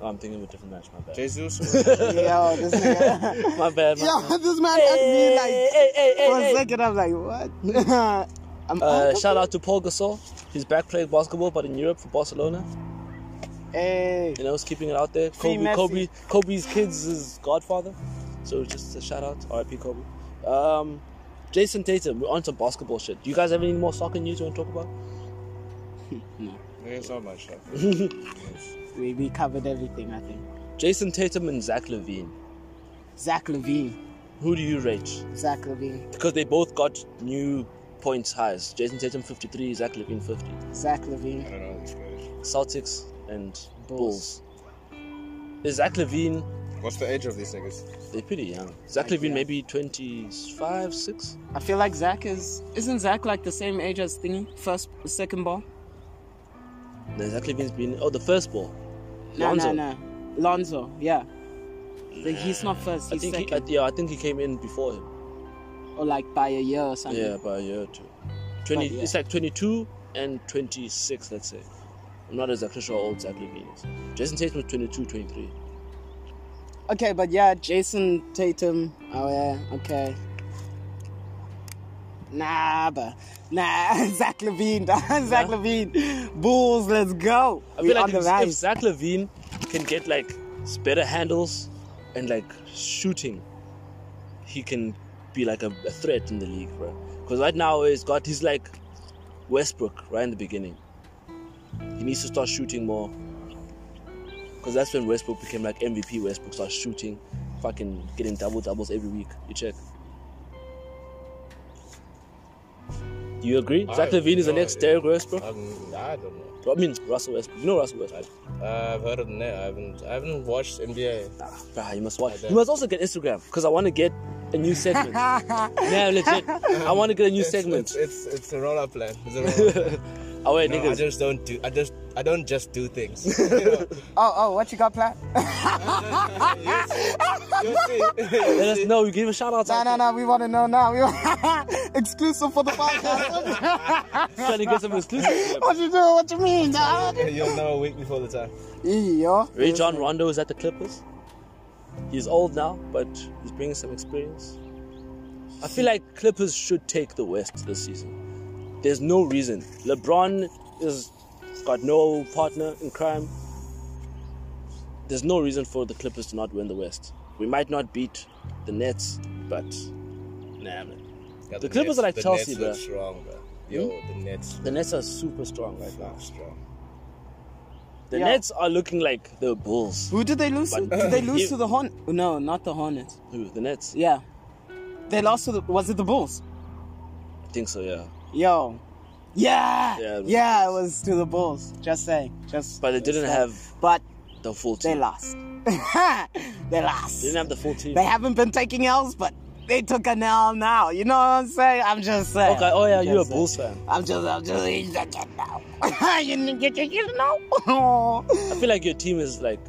S1: Oh, I'm thinking of a different match. My bad.
S3: Jesus. scored.
S2: Yo, this nigga.
S1: my bad. My
S2: Yo,
S1: bad.
S2: this man
S1: Hey,
S2: asked me like
S1: hey, hey, hey,
S2: for a
S1: hey.
S2: second. I'm like, what? I'm
S1: Uh, shout out to Paul Gasol. He's back playing basketball, but in Europe for Barcelona.
S2: Hey.
S1: You know, he's keeping it out there.
S2: Free
S1: Kobe,
S2: Messi.
S1: Kobe, Kobe's kids is godfather. So just a shout out, RIP Kobe. Um, Jason Tatum, we're on some basketball shit. Do you guys have any more soccer news you want to talk about?
S3: There's so much stuff.
S2: We, we covered everything, I think.
S1: Jason Tatum and Zach Levine.
S2: Zach Levine.
S1: Who do you rate?
S2: Zach Levine.
S1: Because they both got new points highs. Jason Tatum 53, Zach Levine 50.
S2: Zach
S3: I
S2: Levine.
S3: don't know these guys.
S1: Celtics and Bulls.
S2: Bulls.
S1: Is Zach Levine?
S3: What's the age of these niggas?
S1: They're pretty young. Zach
S2: Like,
S1: Levine
S2: yeah.
S1: maybe 25, 6.
S2: I feel like Zach is isn't Zach like the same age as Thingy? First second ball?
S1: No, Zach Levine's been oh the first ball.
S2: No
S1: Lonzo.
S2: no no. Lonzo, yeah. Like he's not first,
S1: I
S2: he's
S1: think he, I,
S2: second.
S1: yeah, I think he came in before him.
S2: or like by a year or something.
S1: Yeah, by a year or two. 20,
S2: But, yeah.
S1: It's like 22 and 26, let's say. I'm not exactly sure how old Zach Levine is. Jason Tatum was 22, 23.
S2: Okay, but yeah, Jason Tatum. Oh yeah, okay. Nah, but nah, Zach Levine, Zach
S1: Nah.
S2: Levine, Bulls, let's go.
S1: I
S2: We
S1: feel like
S2: on the
S1: if, if
S2: rise.
S1: Zach Levine can get like s- better handles and like shooting, he can be like a, a threat in the league, bro. Because right now he's got he's like Westbrook right in the beginning. He needs to start shooting more. Because that's when Westbrook became like MVP. Westbrook starts shooting, fucking getting double doubles every week. You check. Do you agree?
S3: I
S1: Zach
S3: have
S1: Levine is the
S3: no
S1: next
S3: idea.
S1: Derrick Westbrook.
S3: Um, I don't know.
S1: I mean Russell Westbrook. You know Russell Westbrook.
S3: Uh, I've heard of the name. I haven't. I haven't watched NBA.
S1: Ah, bruh, you must watch.
S3: Okay.
S1: You must also get Instagram because I want to get a new segment. yeah, legit. I want to get a new
S3: It's-
S1: segment.
S3: It's, it's it's a roll up plan. It's a roll-up plan.
S1: Oh wait,
S3: No, I
S1: niggas.
S3: just don't do. I just I don't just do things. You know?
S2: Oh, oh, what you got planned?
S3: You'll see.
S1: Let us know. You give a shout out.
S2: No,
S1: out
S2: no,
S1: there.
S2: no. We want to know now. We want... exclusive for the podcast.
S1: Trying to get some exclusive.
S2: what you doing? What you mean? dawg?
S3: You'll know a week before the time.
S2: Yo.
S1: Ray John Rondo is at the Clippers. He's old now, but he's bringing some experience. I feel like Clippers should take the West this season. There's no reason. LeBron is got no partner in crime. There's no reason for the Clippers to not win the West. We might not beat the Nets, but nah, man.
S3: Yeah,
S1: The Clippers are like
S3: the
S1: Chelsea,
S3: Nets
S1: bro. Hmm?
S3: look strong, bro. Yo, the Nets
S1: The Nets are super strong right now.
S3: look strong.
S1: The
S2: Yeah.
S1: Nets are looking like the Bulls.
S2: Who did they lose? to?
S1: But- uh,
S2: Did they
S1: You-
S2: lose to the Hornets? No, not the Hornets.
S1: Who? The Nets?
S2: Yeah, they lost to the. Was it the Bulls?
S1: I think so, yeah.
S2: Yo. Yeah.
S1: Yeah,
S2: Yeah,
S1: it was-
S2: it was to the Bulls. Just saying. Just
S1: But they didn't
S2: just saying.
S1: have-
S2: but
S1: The full team.
S2: they lost. they lost.
S1: Didn't have the full team.
S2: They haven't been taking L's, but they took an L now. You know what I'm saying? I'm just saying.
S1: Okay, oh yeah,
S2: I'm
S1: you're a
S2: just saying.
S1: Bulls fan.
S2: I'm just, I'm just, he's like, you know. you, you, you, you know.
S1: I feel like your team is like,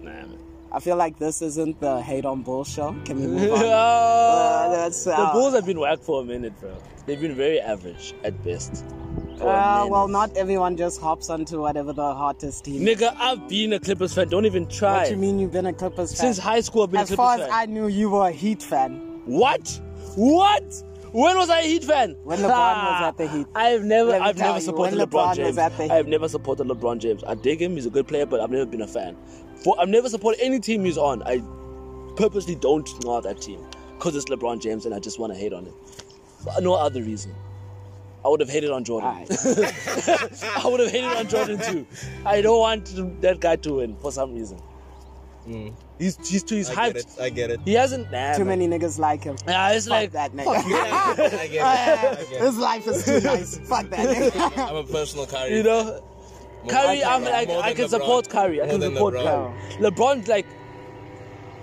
S1: nah. Man.
S2: I feel like this isn't the hate on Bull show. Can we move on?
S1: Ah,
S2: that's,
S1: the
S2: uh,
S1: Bulls have been whack for a minute, bro. They've been very average at best. For a
S2: Uh, well,
S1: minute.
S2: not everyone just hops onto whatever the hottest team. is.
S1: Nigga, I've been a Clippers fan. Don't even try.
S2: What you mean you've been a Clippers fan?
S1: Since high school, I've been
S2: as
S1: a
S2: far
S1: Clippers
S2: as
S1: fan.
S2: I knew, you were a Heat fan.
S1: What? What? When was I a Heat fan?
S2: When LeBron was at the Heat.
S1: I've never,
S2: Let me
S1: I've
S2: tell
S1: never
S2: you,
S1: supported
S2: when LeBron
S1: LeBron,
S2: was
S1: James.
S2: at the Heat.
S1: I've never supported LeBron James. I dig him; he's a good player, but I've never been a fan. For I've never supported any team he's on. I purposely don't know that team because it's LeBron James, and I just want to hate on it. For no other reason. I would have hated on Jordan.
S2: Alright.
S1: I would have hated on Jordan too. I don't want that guy to win for some reason. He's he's too he's
S3: Hmm. I
S1: hyped.
S3: get it. I get it.
S1: He hasn't nah,
S2: Too
S1: man.
S2: many niggas like him.
S1: Nah, it's
S2: Fuck
S1: like
S2: that nigga.
S3: I get it. I get it.
S2: His life is too nice. Fuck that nigga.
S3: I'm a personal Kyrie.
S1: you know.
S3: More-
S1: Curry, I'm
S3: more
S1: like,
S3: than
S1: I can
S3: LeBron.
S1: support Curry. I
S3: More
S1: can
S3: than
S1: support
S3: LeBron.
S1: Curry. LeBron's like,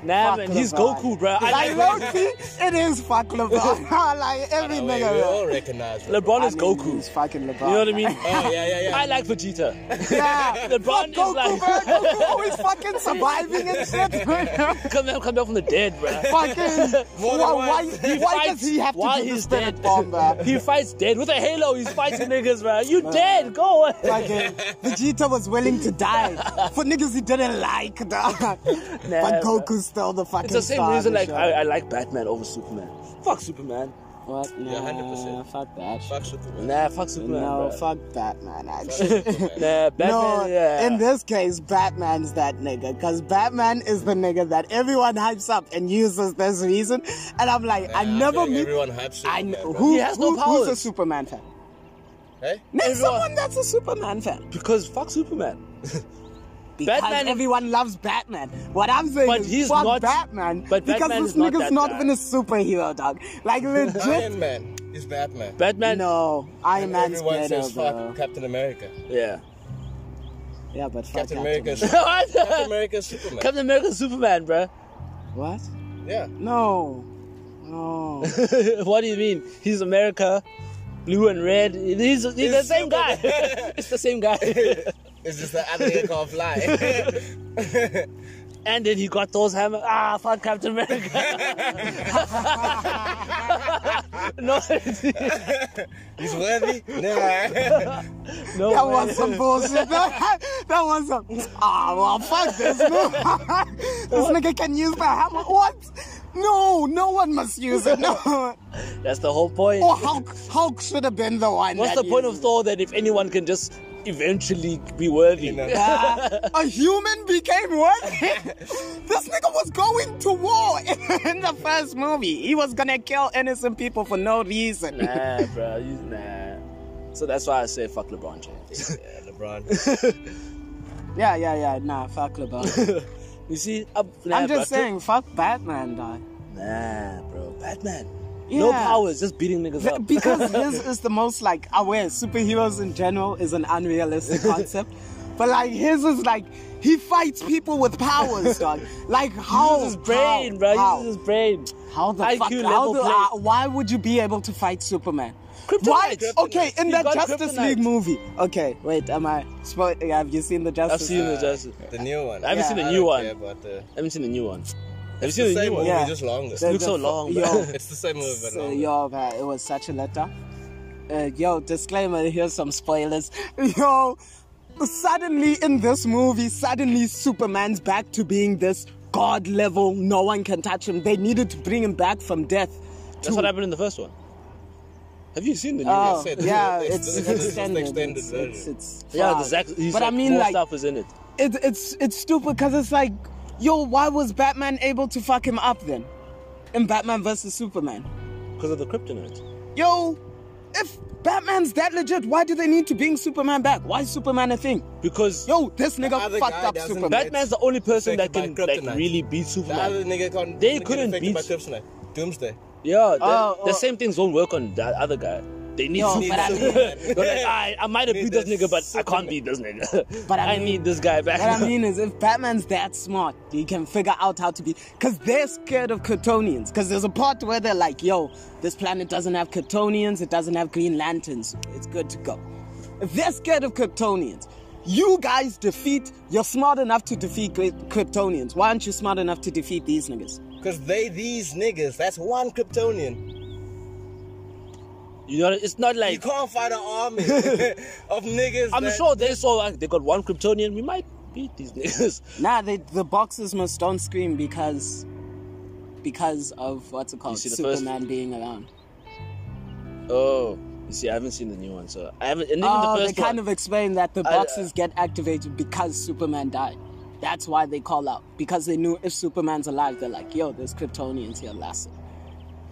S1: nah,
S2: Fuck
S1: man, he's
S2: LeBron.
S1: Goku, bro. I,
S2: Like,
S1: like-
S2: low key, it is fuck LeBron. like, every
S3: Oh, wait,
S2: nigga.
S3: we
S2: bro.
S3: all recognize LeBron.
S1: LeBron
S2: I
S1: is
S2: mean, He's
S1: Goku.
S2: fucking LeBron.
S1: You know what I mean?
S3: Oh yeah, yeah, yeah.
S1: I like Vegeta.
S2: Yeah.
S1: LeBron
S2: Goku,
S1: is like,
S2: bro. Goku always fucking surviving and shit.
S1: come down, come down from the dead, bro.
S2: fucking. why,
S3: More than
S2: why,
S3: once.
S1: He
S2: why
S1: fights
S2: does he have to
S1: while
S2: do the
S1: he's
S2: spirit
S1: dead.
S2: bomb, bro?
S1: He fights dead with a halo. He's fighting niggas, bro. You dead? Go away.
S2: Fucking Vegeta was willing to die for niggas he didn't like, dog. but
S1: bro.
S2: Goku's still the fucking.
S1: It's the same
S2: star of
S1: reason
S2: the
S1: like
S2: show.
S1: I, I like Batman over Superman. Fuck Superman.
S2: What? Nah,
S3: 100%.
S2: Fuck that. shit.
S3: Fuck Superman.
S1: Nah, fuck Superman.
S2: No,
S1: bruh.
S2: fuck Batman. Actually.
S3: Fuck Superman.
S1: Nah, Batman.
S2: no,
S1: yeah.
S2: in this case, Batman's that nigga because Batman is the nigga that everyone hypes up and uses this reason. And I'm like, I
S3: I'm
S2: never
S3: kidding.
S2: meet.
S3: Everyone hypes Superman.
S2: I know
S3: bro.
S2: who,
S1: He has no
S2: who- who's a
S1: powers.
S2: Superman fan.
S3: Hey?
S2: Name
S1: Everyone-
S2: someone that's a Superman fan.
S1: because fuck Superman.
S2: Because
S1: Batman-
S2: everyone loves Batman. What I'm saying
S1: But
S2: is
S1: he's
S2: fuck
S1: not-
S2: Batman.
S1: but
S2: because
S1: Batman
S2: this
S1: is not
S2: nigga's
S1: that
S2: not
S1: guy.
S2: even a superhero, dog. Like legit.
S3: Iron Man is Batman.
S1: Batman.
S2: no, Iron
S3: And
S2: Man's
S3: Everyone
S2: better,
S3: says
S2: bro.
S3: fuck Captain America.
S1: Yeah.
S2: Yeah, but fuck
S3: Captain America. is-
S1: What?
S3: Captain America is Superman.
S1: Captain America, Superman, bruh.
S2: What?
S3: yeah.
S2: No, no.
S1: what do you mean? He's America, blue and red. He's, he's, the
S3: He's
S1: same guy. it's the same guy.
S3: It's just the other nigga can't fly.
S1: and then he got those hammer. Ah, fuck Captain America. no,
S3: He's worthy. Nah.
S1: no.
S2: That
S1: way.
S2: was some bullshit. that was some. Ah, well, fuck this. No. this nigga can use the hammer. What? No, no one must use it. No.
S1: That's the whole point.
S2: Or Hulk. Hulk should have been the one.
S1: What's
S2: that
S1: the point
S2: used
S1: of Thor that if anyone can just eventually be worthy?
S3: You know.
S2: it. Uh, a human became worthy. this nigga was going to war in the first movie. He was gonna kill innocent people for no reason.
S1: nah, bro. You, nah. So that's why I say fuck LeBron James.
S3: yeah, LeBron.
S2: Yeah, yeah, yeah. Nah, fuck LeBron.
S1: you see, I'm, nah,
S2: I'm just
S1: bro.
S2: saying, fuck Batman, dog.
S1: Nah, bro. Batman. No
S2: Yeah.
S1: powers, just beating niggas
S2: Th-
S1: up.
S2: because his is the most like aware. Superheroes in general is an unrealistic concept, but like his is like he fights people with powers, dog. Like how
S1: uses his brain,
S2: how,
S1: bro. He
S2: How,
S1: uses his brain.
S2: how the
S1: IQ
S2: fuck? How
S1: level
S2: the,
S1: play.
S2: uh, why would you be able to fight Superman? Why?
S1: Kryptonite.
S2: Okay, in
S1: He
S2: that
S1: got
S2: Justice
S1: kryptonite.
S2: League movie. Okay, wait, am I? Spo- have you seen the
S1: I've
S2: Justice?
S1: seen
S2: League?
S1: the Justice. I
S3: The new one.
S1: I haven't
S2: seen the
S3: I
S1: new
S3: don't
S1: one.
S3: Care about the,
S1: haven't seen the new one. Have you
S3: the
S1: seen the
S3: same
S1: new one?
S3: movie,
S2: Yeah.
S3: just longer.
S2: The-
S1: looks so
S2: the-
S1: long,
S2: yo,
S1: bro.
S3: It's the same movie, but
S2: So,
S3: longer.
S2: yo, man, it was such a letdown. Uh, yo, disclaimer, here's some spoilers. Yo, suddenly in this movie, suddenly Superman's back to being this god level. No one can touch him. They needed to bring him back from death.
S1: That's what happened in the first one. Have you seen the new
S2: Oh,
S1: one?
S3: said,
S2: yeah,
S3: this-
S2: it's,
S3: this-
S2: it's
S3: this is the
S2: extended.
S3: extended
S2: It's- it's-
S3: version.
S2: it's
S1: Yeah,
S2: far.
S1: the Zack. He's
S2: But
S1: like,
S2: I mean,
S1: more
S2: like,
S1: stuff is in it.
S2: it, it's it's stupid because it's like, yo, why was Batman able to fuck him up then, in Batman versus Superman?
S1: Because of the kryptonite.
S2: yo, if Batman's that legit, why do they need to bring Superman back? Why is Superman a thing?
S1: Because
S2: Yo, this
S3: The
S2: nigga
S3: other
S2: fucked
S3: guy
S2: up
S3: doesn't
S2: Superman.
S3: bat-
S1: Batman's the only person that
S3: affected
S1: can
S3: by
S1: like
S3: kryptonite.
S1: really beat
S3: The other
S1: Superman.
S3: nigga can't.
S1: They
S3: nigga
S1: couldn't
S3: affected
S1: beat-
S3: by Kryptonite. Doomsday.
S1: Yeah, the,
S2: Oh, oh.
S1: the same things won't work on that other guy. They need
S2: Yo,
S1: to beat
S2: but I mean-
S1: Superman. They're like, I, I might have
S3: Need
S1: beat this
S3: this
S1: nigga, but I
S3: Superman.
S1: can't beat this nigga.
S2: But I mean-
S1: need this guy back.
S2: What I mean is, if Batman's that smart, he can figure out how to be. Because they're scared of Kryptonians. Because there's a part where they're like, yo, this planet doesn't have Kryptonians, it doesn't have Green Lanterns, it's good to go. If they're scared of Kryptonians, you guys defeat, you're smart enough to defeat Kry- Kryptonians. Why aren't you smart enough to defeat these niggas?
S3: Because they, these niggas, that's one Kryptonian.
S1: you know, it's not
S3: You
S1: like
S3: can't fight an army of niggas.
S1: I'm
S3: that-
S1: sure they saw like, they got one Kryptonian. We might beat these niggas.
S2: Nah, they, the boxers must don't scream because because of what's it called
S1: see the first-
S2: Superman being around.
S1: Oh, you see, I haven't seen the new one, so I haven't. And even
S2: Oh,
S1: the
S2: they
S1: first
S2: kind
S1: one.
S2: of explain that the
S1: I- uh,
S2: boxes get activated because Superman died. That's why they call out because they knew if Superman's alive, they're like, "Yo, there's Kryptonians here, Lasso."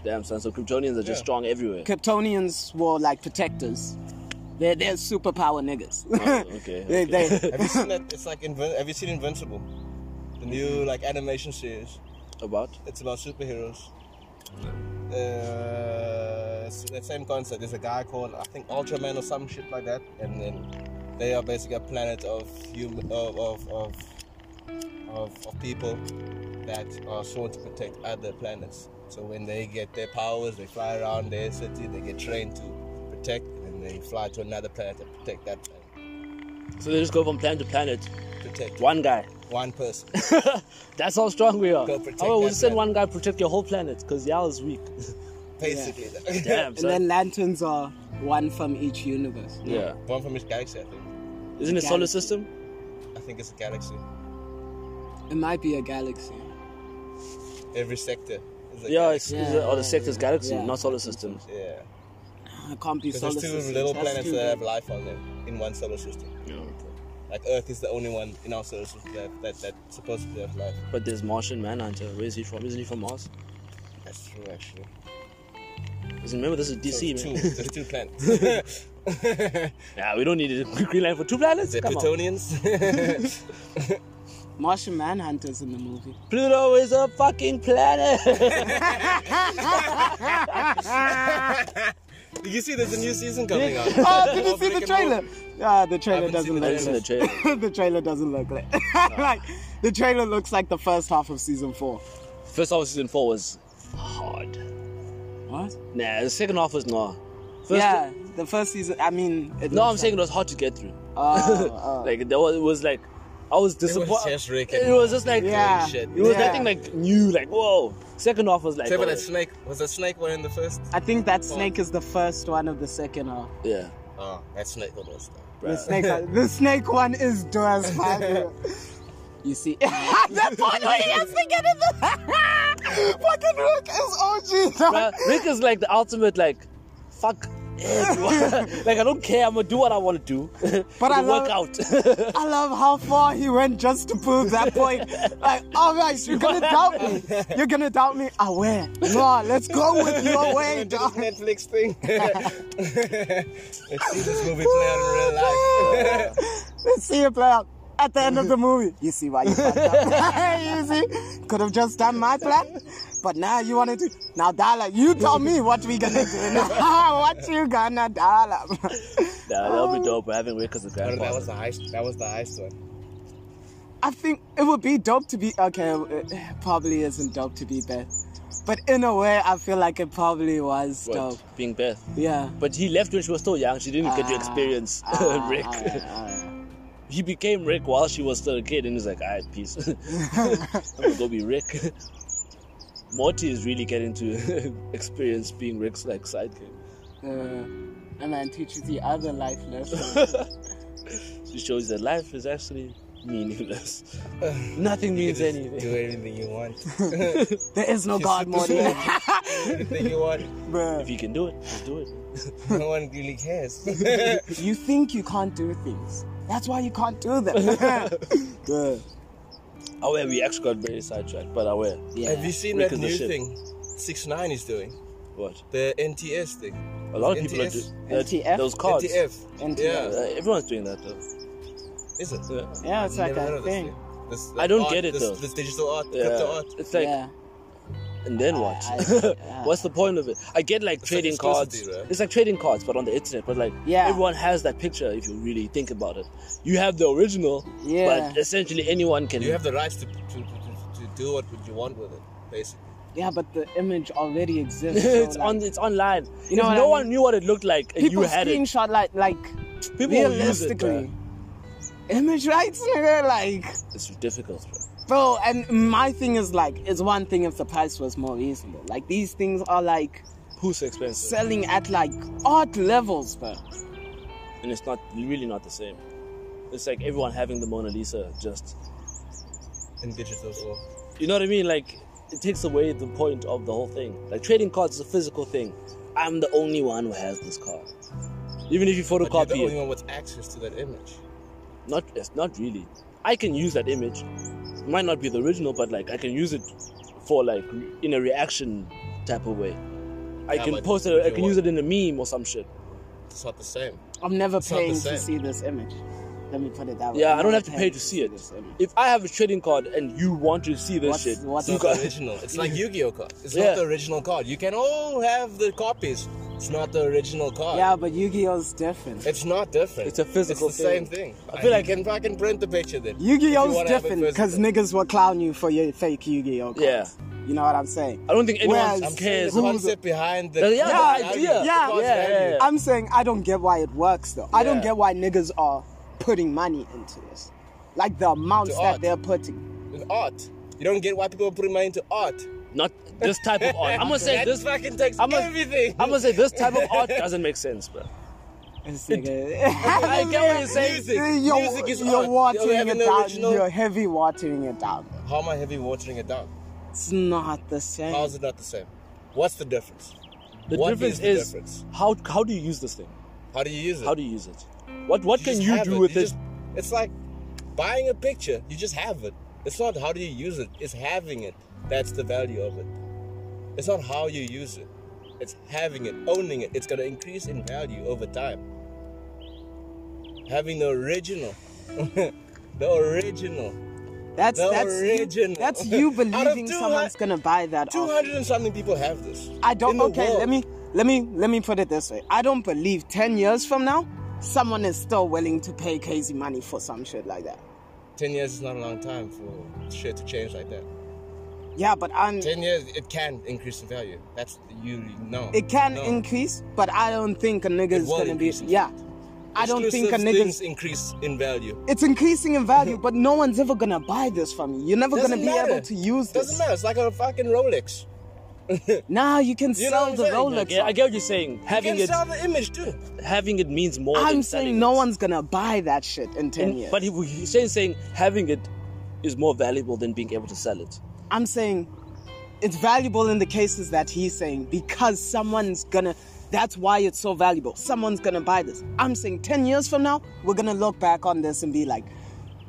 S1: Damn, son. So Kryptonians are just
S3: Yeah.
S1: strong everywhere.
S2: Kryptonians were like protectors. They're they're superpower niggas.
S1: Oh, okay,
S2: they,
S1: okay.
S2: they
S3: Have you seen that? It's like Invin- Have you seen Invincible? The new like animation series.
S1: About
S3: It's about superheroes. Uh, it's the same concept. There's a guy called I think Ultraman or some shit like that, and then they are basically a planet of human of of of, of, of people that are sworn to protect other planets. So when they get their powers, they fly around their city. They get trained to protect, and they fly to another planet to protect that planet.
S1: so they just go from planet to planet.
S3: Protect
S1: One guy.
S3: one person.
S1: That's how strong we are.
S3: Go protect
S1: However, we
S3: that
S1: send one
S3: planet.
S1: guy protect your whole planet because Yao is weak.
S3: basically.
S1: Damn,
S2: and
S1: son.
S2: then lanterns are one from each universe.
S1: yeah.
S3: One from each galaxy, I think.
S1: Isn't it solar
S2: Galaxy.
S1: system?
S3: I think it's a galaxy.
S2: It might be a galaxy.
S3: Every sector is a
S1: Yeah,
S3: galaxy.
S1: it's, it's
S2: Yeah,
S1: or
S2: yeah,
S1: the sector's
S2: yeah.
S1: galaxy,
S2: Yeah.
S1: not solar system.
S3: Yeah.
S2: It can't be solar
S3: Because there's two
S2: systems.
S3: little
S2: That's
S3: planets
S2: too
S3: that
S2: big.
S3: have life on them in one solar system. Like Earth is the only one in our solar system that that, that supposedly has life.
S1: But there's Martian Manhunter. Where's he from? Isn't he from Mars?
S3: That's true, actually.
S1: Because remember, this is
S3: So
S1: DC,
S3: it's two,
S1: man.
S3: there's two planets.
S1: Nah, we don't need a Green Lantern for two planets.
S3: the
S1: Come on.
S3: Plutonians.
S2: Martian Manhunter's in the movie.
S1: Pluto is a fucking planet.
S3: Did you see there's a new season coming out?
S2: Oh, did you see the
S3: Rick and
S2: trailer?
S3: Morty.
S2: Ah, the trailer
S3: I haven't
S2: doesn't
S3: seen
S2: look.
S3: the
S1: That's in the trailer.
S2: the trailer doesn't look like. like the trailer looks like the first half of season four.
S1: First half of season four was hard.
S2: What?
S1: Nah, the second half was nah. First
S2: yeah, the first season. I mean, it
S1: No,
S2: looks
S1: I'm saying it was hard to get through.
S2: Oh, oh.
S1: like there was, it was like I was disappointed.
S3: just Rick and
S1: It was just like
S3: Morty
S2: Yeah.
S3: shit.
S1: It was
S2: Yeah.
S1: nothing like new. Like whoa. Second half was like
S3: Except for
S1: oh,
S3: that snake. Was that snake one in the first?
S2: I think that snake is the first one of the second half.
S1: yeah.
S3: Oh, that snake almost.
S2: The
S1: bruh.
S2: snake, uh, the snake one is Doors Five. You see, that part where he has to get in the fucking Rick is OG. dog.
S1: Bruh, Rick is like the ultimate like fuck. everyone. like I don't care. I'm gonna do what I want to do.
S2: But I
S1: It'll work
S2: love-
S1: out.
S2: I love how far he went just to prove that point. Like, all right, you're gonna doubt me. You're gonna doubt me. I will. No, let's go with your way,
S3: This
S2: dog.
S3: Netflix thing. Let's see this movie play out in real life.
S2: Let's see it play out at the end of the movie. You see why you fucked up. you see, could have just done my plan, but now you wanted to. Now, Dala, you tell me what we gonna do. Now. what you gonna, Dala?
S1: nah, that'll be dope. We're having Rick as a
S3: Oh, no, that was
S1: grandfather.
S3: the heist. That was the heist one.
S2: I think it would be dope to be okay. It probably isn't dope to be Beth, but in a way, I feel like it probably was
S1: What?
S2: dope.
S1: Being Beth.
S2: Yeah.
S1: But he left when she was still young. She didn't get to
S2: Ah,
S1: experience
S2: ah,
S1: Rick.
S2: alright, alright.
S1: He became Rick while she was still a kid, and he's like, "Alright, peace. I'm gonna go be Rick." Morty is really getting to experience being Rick's like sidekick.
S2: Uh, and then teaches the other life lesson.
S1: She shows that life is actually meaningless. Nothing
S3: You
S1: means
S3: just
S1: anything.
S3: Do anything you want.
S2: there is no God, Morty.
S3: anything you want.
S1: If
S2: Bruh.
S1: you can do it, just do it.
S3: No one really cares.
S2: You think you can't do things. That's why you can't do them. Bruh.
S1: Aware, Oh, we actually got very sidetracked, but aware.
S2: Yeah.
S3: Have you seen
S1: Rick
S3: that
S1: is the
S3: new
S1: shit.
S3: thing? Six Nine is doing
S1: What?
S3: the NTS thing.
S1: A lot of people are
S3: NTF?
S1: doing
S2: NTF?
S1: those cards.
S3: NTF.
S1: Uh,
S2: NTF.
S3: Yeah.
S1: everyone's doing that though.
S3: Is it?
S1: Yeah.
S2: yeah, it's like
S3: Never heard
S2: a
S3: of this
S2: thing.
S3: This,
S1: I don't
S3: art-
S1: get it,
S3: this,
S1: though.
S3: This digital art,
S1: Yeah.
S3: crypto art.
S1: It's like,
S2: yeah.
S1: and then what?
S2: I- I-
S1: What's the point of it? I get like
S3: It's like
S1: trading cards.
S3: exclusivity, right?
S1: It's like trading cards, but on the internet. But like,
S2: Yeah.
S1: everyone has that picture if you really think about it. You have the original,
S2: Yeah.
S1: but essentially anyone can.
S3: You have the rights to, to, to, to, to do what you want with it, basically.
S2: Yeah, but the image already exists. so,
S1: it's
S2: like,
S1: on. It's online.
S2: You know
S1: if no
S2: what I mean?
S1: one knew what it looked like and you
S2: people
S1: had it,
S2: screenshot like like
S1: people will use it. Bro.
S2: realistically. Image rights, nigga, like
S1: It's difficult. Bro.
S2: bro. And my thing is like, it's one thing if the price was more reasonable. Like these things are like
S1: Who's expensive?
S2: selling at like art levels, bro.
S1: and it's not really not the same. It's like everyone having the Mona Lisa just
S3: In digital as well.
S1: You know what I mean? Like it takes away the point of the whole thing. Like trading cards is a physical thing. I'm the only one who has this card. Even if you
S3: But you're the
S1: photocopy
S3: only
S1: it,
S3: one with access to that image.
S1: not it's not really. I can use that image. It might not be the original, but like I can use it for like re- in a reaction type of way. I
S3: Yeah,
S1: can
S3: but
S1: post
S3: you
S1: it. I can
S3: want-
S1: use it in a meme or some shit.
S3: It's not the same.
S2: I'm never
S3: not the
S2: paying to
S3: same.
S2: see this image. Let me put it that way.
S1: Yeah,
S2: I'm
S1: I don't have
S2: never
S1: to pay
S2: paying
S1: to see it.
S2: this image.
S1: If I have a trading card and you want to see this
S2: What's-
S1: shit,
S2: what's
S1: you
S3: It's not the
S1: got,
S3: original. It's like Yu-Gi-Oh card. It's
S1: Yeah.
S3: not the original card. You can all have the copies. It's not the original card.
S2: Yeah, but Yu-Gi-Oh's different.
S3: It's not different.
S1: It's a physical
S3: It's the same
S1: thing.
S3: thing.
S1: I feel
S3: You
S1: like-
S3: can fucking print the picture then. If you
S2: Yu-Gi-Oh's
S3: wanna have it
S2: different because
S3: physical.
S2: niggas will clown you for your fake Yu-Gi-Oh cards.
S1: Yeah.
S2: You know what I'm saying?
S1: I don't think anyone
S2: Whereas-
S3: I'm saying
S1: cares.
S3: the
S2: Who's-
S3: concept behind the
S1: The- yeah,
S2: the
S3: value,
S1: idea.
S3: the
S2: Yeah,
S3: card's
S1: yeah,
S3: value.
S1: yeah.
S2: I'm saying I don't get why it works though. I don't
S1: Yeah.
S2: get why niggas are putting money into this. Like the amounts
S3: To
S2: that
S3: art.
S2: they're putting.
S3: With art. You don't get why people put money into art.
S1: Not this type of art. I'm gonna say
S3: That
S1: this.
S3: fucking takes
S1: I'm gonna-
S3: everything.
S1: I'm gonna say this type of art doesn't make sense, bro.
S2: This nigga-
S1: I get what you're saying.
S3: Music.
S2: You're,
S3: Music is
S2: you're
S3: art.
S2: watering
S3: You have
S2: it
S3: an
S2: down.
S3: original-
S2: You're heavy watering it down.
S3: How am I heavy watering it down?
S2: It's not the same.
S3: How is it not the same? What's the difference?
S1: The
S3: What
S1: difference
S3: is
S1: is,
S3: the difference?
S1: how how do you use this thing?
S3: How do you use it?
S1: How do you use it? What what can
S3: just
S1: you
S3: have
S1: do with it?
S3: just- it's like buying a picture. You just have it. It's not how do you use it. It's having it. That's the value of it. It's not how you use it. It's having it, owning it. It's gonna increase in value over time. Having the original, the original,
S2: Oh. That's
S3: The
S2: that's You,
S3: original.
S2: that's you
S3: Out of
S2: believing
S3: 200
S2: someone's gonna buy that.
S3: two
S2: off.
S3: hundred and something people have this.
S2: I don't.
S3: in the
S2: Okay,
S3: world.
S2: let me let me let me put it this way. I don't believe ten years from now, someone is still willing to pay crazy money for some shit like that.
S3: Ten years is not a long time for shit to change like that.
S2: Yeah, but I'm.
S3: Ten years, it can increase in value. That's you know.
S2: It can
S3: No.
S2: increase, but I don't think a nigga's
S3: will
S2: gonna be.
S3: increase in
S2: Yeah, I don't think a
S3: Exclusive
S2: nigga's.
S3: things increase in value.
S2: It's increasing in value, but no one's ever gonna buy this from you. You're never gonna
S3: Doesn't
S2: be
S3: matter.
S2: able to use
S3: Doesn't
S2: this.
S3: matter. It's like a fucking Rolex.
S2: Now you can
S3: You know
S2: sell
S3: what I'm
S2: the
S3: saying?
S1: I
S2: Rolex.
S1: get, I get what you're saying.
S3: You
S1: Having
S3: can
S1: it,
S3: sell the image too.
S1: having it means more.
S2: I'm
S1: than
S2: saying
S1: selling
S2: no
S1: it.
S2: one's gonna buy that shit in ten
S1: And-
S2: years.
S1: But he, he's saying, saying having it is more valuable than being able to sell it.
S2: I'm saying it's valuable in the cases that he's saying because someone's gonna. That's why it's so valuable. Someone's gonna buy this. I'm saying 10 years from now, we're gonna look back on this and be like,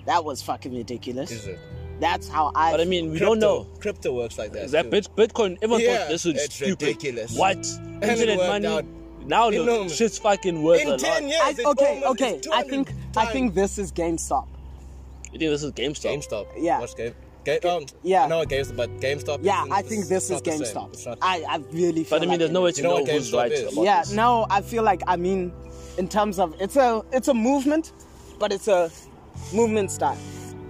S2: that was fucking ridiculous.
S3: Is it?
S2: That's how I.
S1: But I mean, we
S3: Crypto-
S1: don't know.
S3: Crypto works like that.
S1: Is that
S3: too.
S1: bit, Bitcoin? Everyone
S3: Yeah,
S1: thought this was
S3: it's
S1: stupid.
S3: ridiculous.
S1: What?
S3: it
S1: Internet
S3: worked
S1: money.
S3: out
S1: Now look,
S3: enormous.
S1: shit's fucking worth a
S3: In
S1: lot.
S3: ten years,
S2: I-
S3: it's
S2: okay,
S3: almost-
S2: okay.
S3: it's
S2: I think
S3: 200
S2: I think
S3: times
S2: this is GameStop.
S1: You think this is GameStop?
S3: GameStop.
S2: Yeah.
S3: What's Game? Ga- um,
S2: Yeah.
S3: I know what GameStop, but GameStop.
S2: Yeah,
S3: isn't-
S2: I think
S3: it's
S2: this is
S3: not the same.
S2: GameStop.
S3: It's not-
S2: I, I really feel
S1: But I mean,
S2: like
S1: there's no way
S2: it
S1: to
S3: You know
S1: know,
S3: what
S1: who's
S3: GameStop
S1: right.
S3: is?
S1: About
S2: Yeah,
S1: this.
S2: no, I feel like I mean, in terms of it's a it's a movement, but it's a movement style.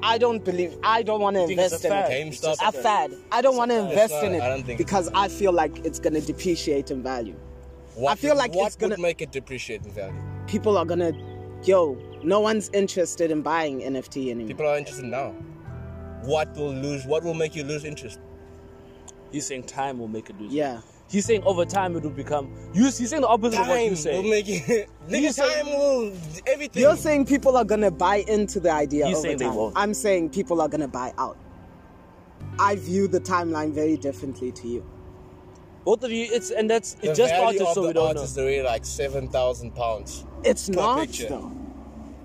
S2: I don't believe I don't want to
S1: think it's
S2: invest
S1: a
S2: in
S1: fad?
S2: it.
S1: It's
S3: GameStop.
S2: A fad. I don't want to
S3: fad.
S2: invest
S3: It's
S2: in
S3: not-
S2: it
S3: I don't think it's
S2: because I feel like it's gonna depreciate in value.
S3: What
S2: I feel
S3: would-
S2: like
S3: what
S2: it's gonna-
S3: would make it depreciate in value.
S2: People are gonna, yo, no one's interested in buying NFT anymore.
S3: People are interested now. What will lose? What will make you lose interest?
S1: He's saying time will make it lose.
S2: Yeah.
S1: He's saying over time it will become. You, he's saying the opposite of what
S3: Time
S1: you
S3: will
S1: say.
S3: make you. Nigga,
S1: say-
S3: time will everything.
S2: You're saying people are gonna buy into the idea
S1: He's
S2: over
S1: saying they
S2: time.
S1: won't.
S2: I'm saying people are gonna buy out. I view the timeline very differently to you.
S1: Both of you, it's and that's it
S3: the
S1: just
S3: value
S1: started,
S3: of
S1: so
S3: the
S1: we don't
S3: art
S1: know.
S3: is really like seven thousand pounds.
S2: It's not
S3: picture.
S2: though.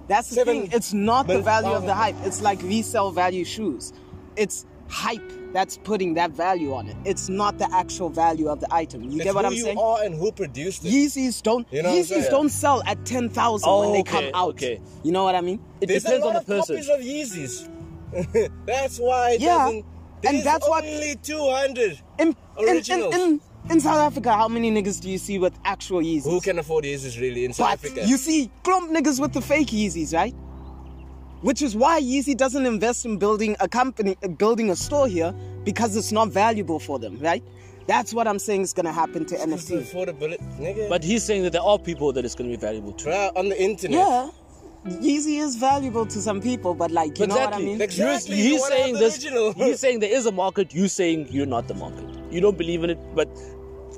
S2: That's the
S3: Seven
S2: thing. It's not the
S3: million
S2: value of the
S3: thousand.
S2: hype. It's like resale value shoes. It's hype that's putting that value on it. It's not the actual value of the item. You
S3: It's
S2: get what
S3: who
S2: I'm
S3: you
S2: saying?
S3: are and who produced it.
S2: Yeezys don't
S3: You know what I'm
S2: Yeezys
S3: saying?
S2: don't sell at ten thousand when
S1: Oh,
S2: they come
S1: okay,
S2: out.
S1: okay.
S2: You know what I mean?
S1: It
S3: There's
S1: depends
S3: a
S1: on
S3: lot
S1: the person.
S3: of copies of Yeezys. that's why it
S2: Yeah,
S3: doesn't.
S2: and
S3: there's
S2: that's why-
S3: only two hundred.
S2: In, in, in,
S3: Originals.
S2: in, in South Africa, how many niggas do you see with actual Yeezys?
S3: Who can afford Yeezys really in South
S2: But
S3: Africa?
S2: you see clump niggas with the fake Yeezys, right? Which is why Yeezy doesn't invest in building a company, uh, building a store here, because it's not valuable for them, right? That's what I'm saying is gonna happen to
S3: It's the
S2: NFT.
S3: affordability, nigga.
S1: But he's saying that there are people that it's going to be valuable to.
S3: Bruh, on the internet.
S2: Yeah, Yeezy is valuable to some people, but like, you know what I mean?
S3: Like- Exactly,
S1: You're-
S3: you
S1: he's
S3: wanna
S1: saying
S3: have the
S1: this.
S3: original.
S1: He's saying there is a market. You saying you're not the market. You don't believe in it, but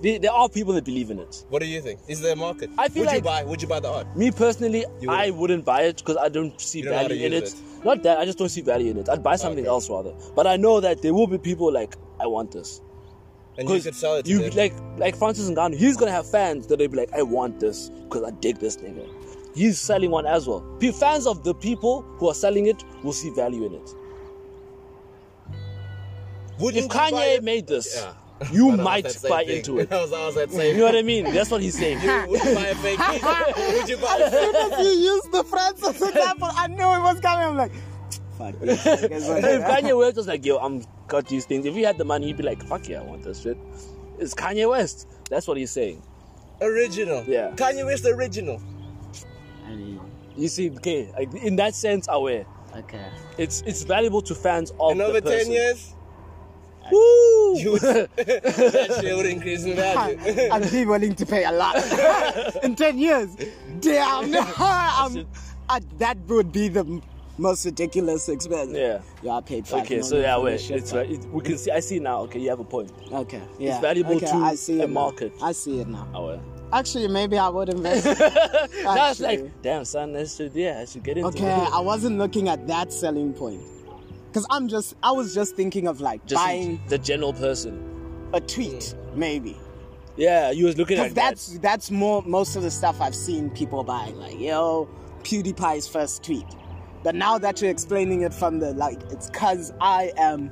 S1: there, there are people that believe in it.
S3: What do you think? Is there a market?
S1: I feel
S3: would you
S1: like-
S3: buy? Would you buy the art?
S1: Me personally,
S3: You
S1: I
S3: wouldn't.
S1: wouldn't buy it because I don't see
S3: You don't know how to
S1: value in
S3: use
S1: it. Not that I just don't see value in it. I'd buy something else rather. But I know that there will be people like I want this.
S3: And you
S1: 'Cause
S3: could sell it to
S1: you-
S3: them.
S1: like like Francis Ngannou, he's gonna have fans that they be like, I want this because I dig this nigga. He's selling one as well. P- fans of the people who are selling it will see value in it.
S3: Wouldn't
S1: If
S3: you buy
S1: Kanye
S3: it?
S1: made this,
S3: Yeah.
S1: you
S3: I was
S1: might
S3: that same
S1: buy
S3: thing.
S1: into it.
S3: I was, I was that
S1: You
S3: same.
S1: know what I mean? That's what he's saying.
S3: Would you buy a fake piece? Would you buy a
S2: As
S3: fake
S2: soon as you used the Francis example, I knew it was coming. I'm like, fuck. these niggas
S1: if
S2: right here.
S1: Kanye West was like, yo, I'm got these things. If he had the money, he'd be like, fuck yeah, I want this shit. It's Kanye West. That's what he's saying.
S3: Original.
S1: Yeah.
S3: Kanye West original.
S2: I mean,
S1: You see, okay, like, in that sense, aware.
S2: okay.
S1: It's it's valuable to fans of
S3: In over
S1: the person.
S3: ten years,
S1: Woo!
S3: you would, that shit would increase in value.
S2: I'd be willing to pay a lot in 10 years. Damn. um, I, that would be the m- most ridiculous expense.
S1: Yeah.
S2: Yeah, I paid five
S1: okay, so
S2: million
S1: yeah,
S2: for
S1: wait,
S2: this shit,
S1: it's
S2: but-
S1: right. It, we can see. I see now. Okay, you have a point.
S2: Okay. Yeah.
S1: valuable
S2: okay,
S1: to
S2: I see
S1: a
S2: it now.
S1: market.
S2: I see it now.
S1: Aware.
S2: Actually, maybe I would invest.
S1: That's
S2: Actually.
S1: like, damn son, that should yeah, I should get into
S2: Okay,
S1: it.
S2: I wasn't looking at that selling point. Because I'm just, I was just thinking of like
S1: Just
S2: buying
S1: the general person.
S2: a tweet, maybe.
S1: Yeah, you was looking
S2: Because
S1: at
S2: that's that's more most of the stuff I've seen people buying, like yo, PewDiePie's first tweet. But now that you're explaining it from the like, it's cause I am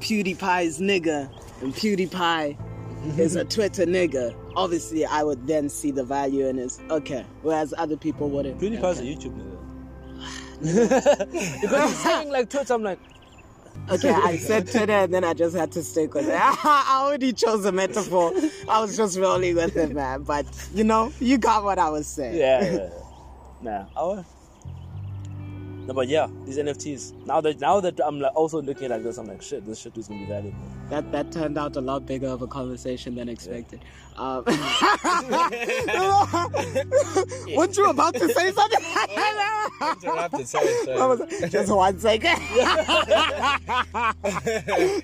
S2: PewDiePie's nigga, and PewDiePie is a Twitter nigga. Obviously, I would then see the value in it. Okay, whereas other people wouldn't.
S1: that. PewDiePie's a
S2: Okay.
S1: YouTube nigga. because he's saying like Twitch, I'm like,
S2: Okay, I said Twitter, and then I just had to stick with it. I already chose a metaphor. I was just rolling with it, man. But you know, you got what I was saying.
S1: yeah, yeah, yeah. nah. Oh. No, but yeah, these NFTs. Now that now that I'm like also looking at like this, I'm like, shit, this shit is gonna be valuable.
S2: That that turned out a lot bigger of a conversation than expected. Um, weren't you about to say something?
S3: Interrupted. Sorry,
S2: I
S3: sorry.
S2: was like, just one second. just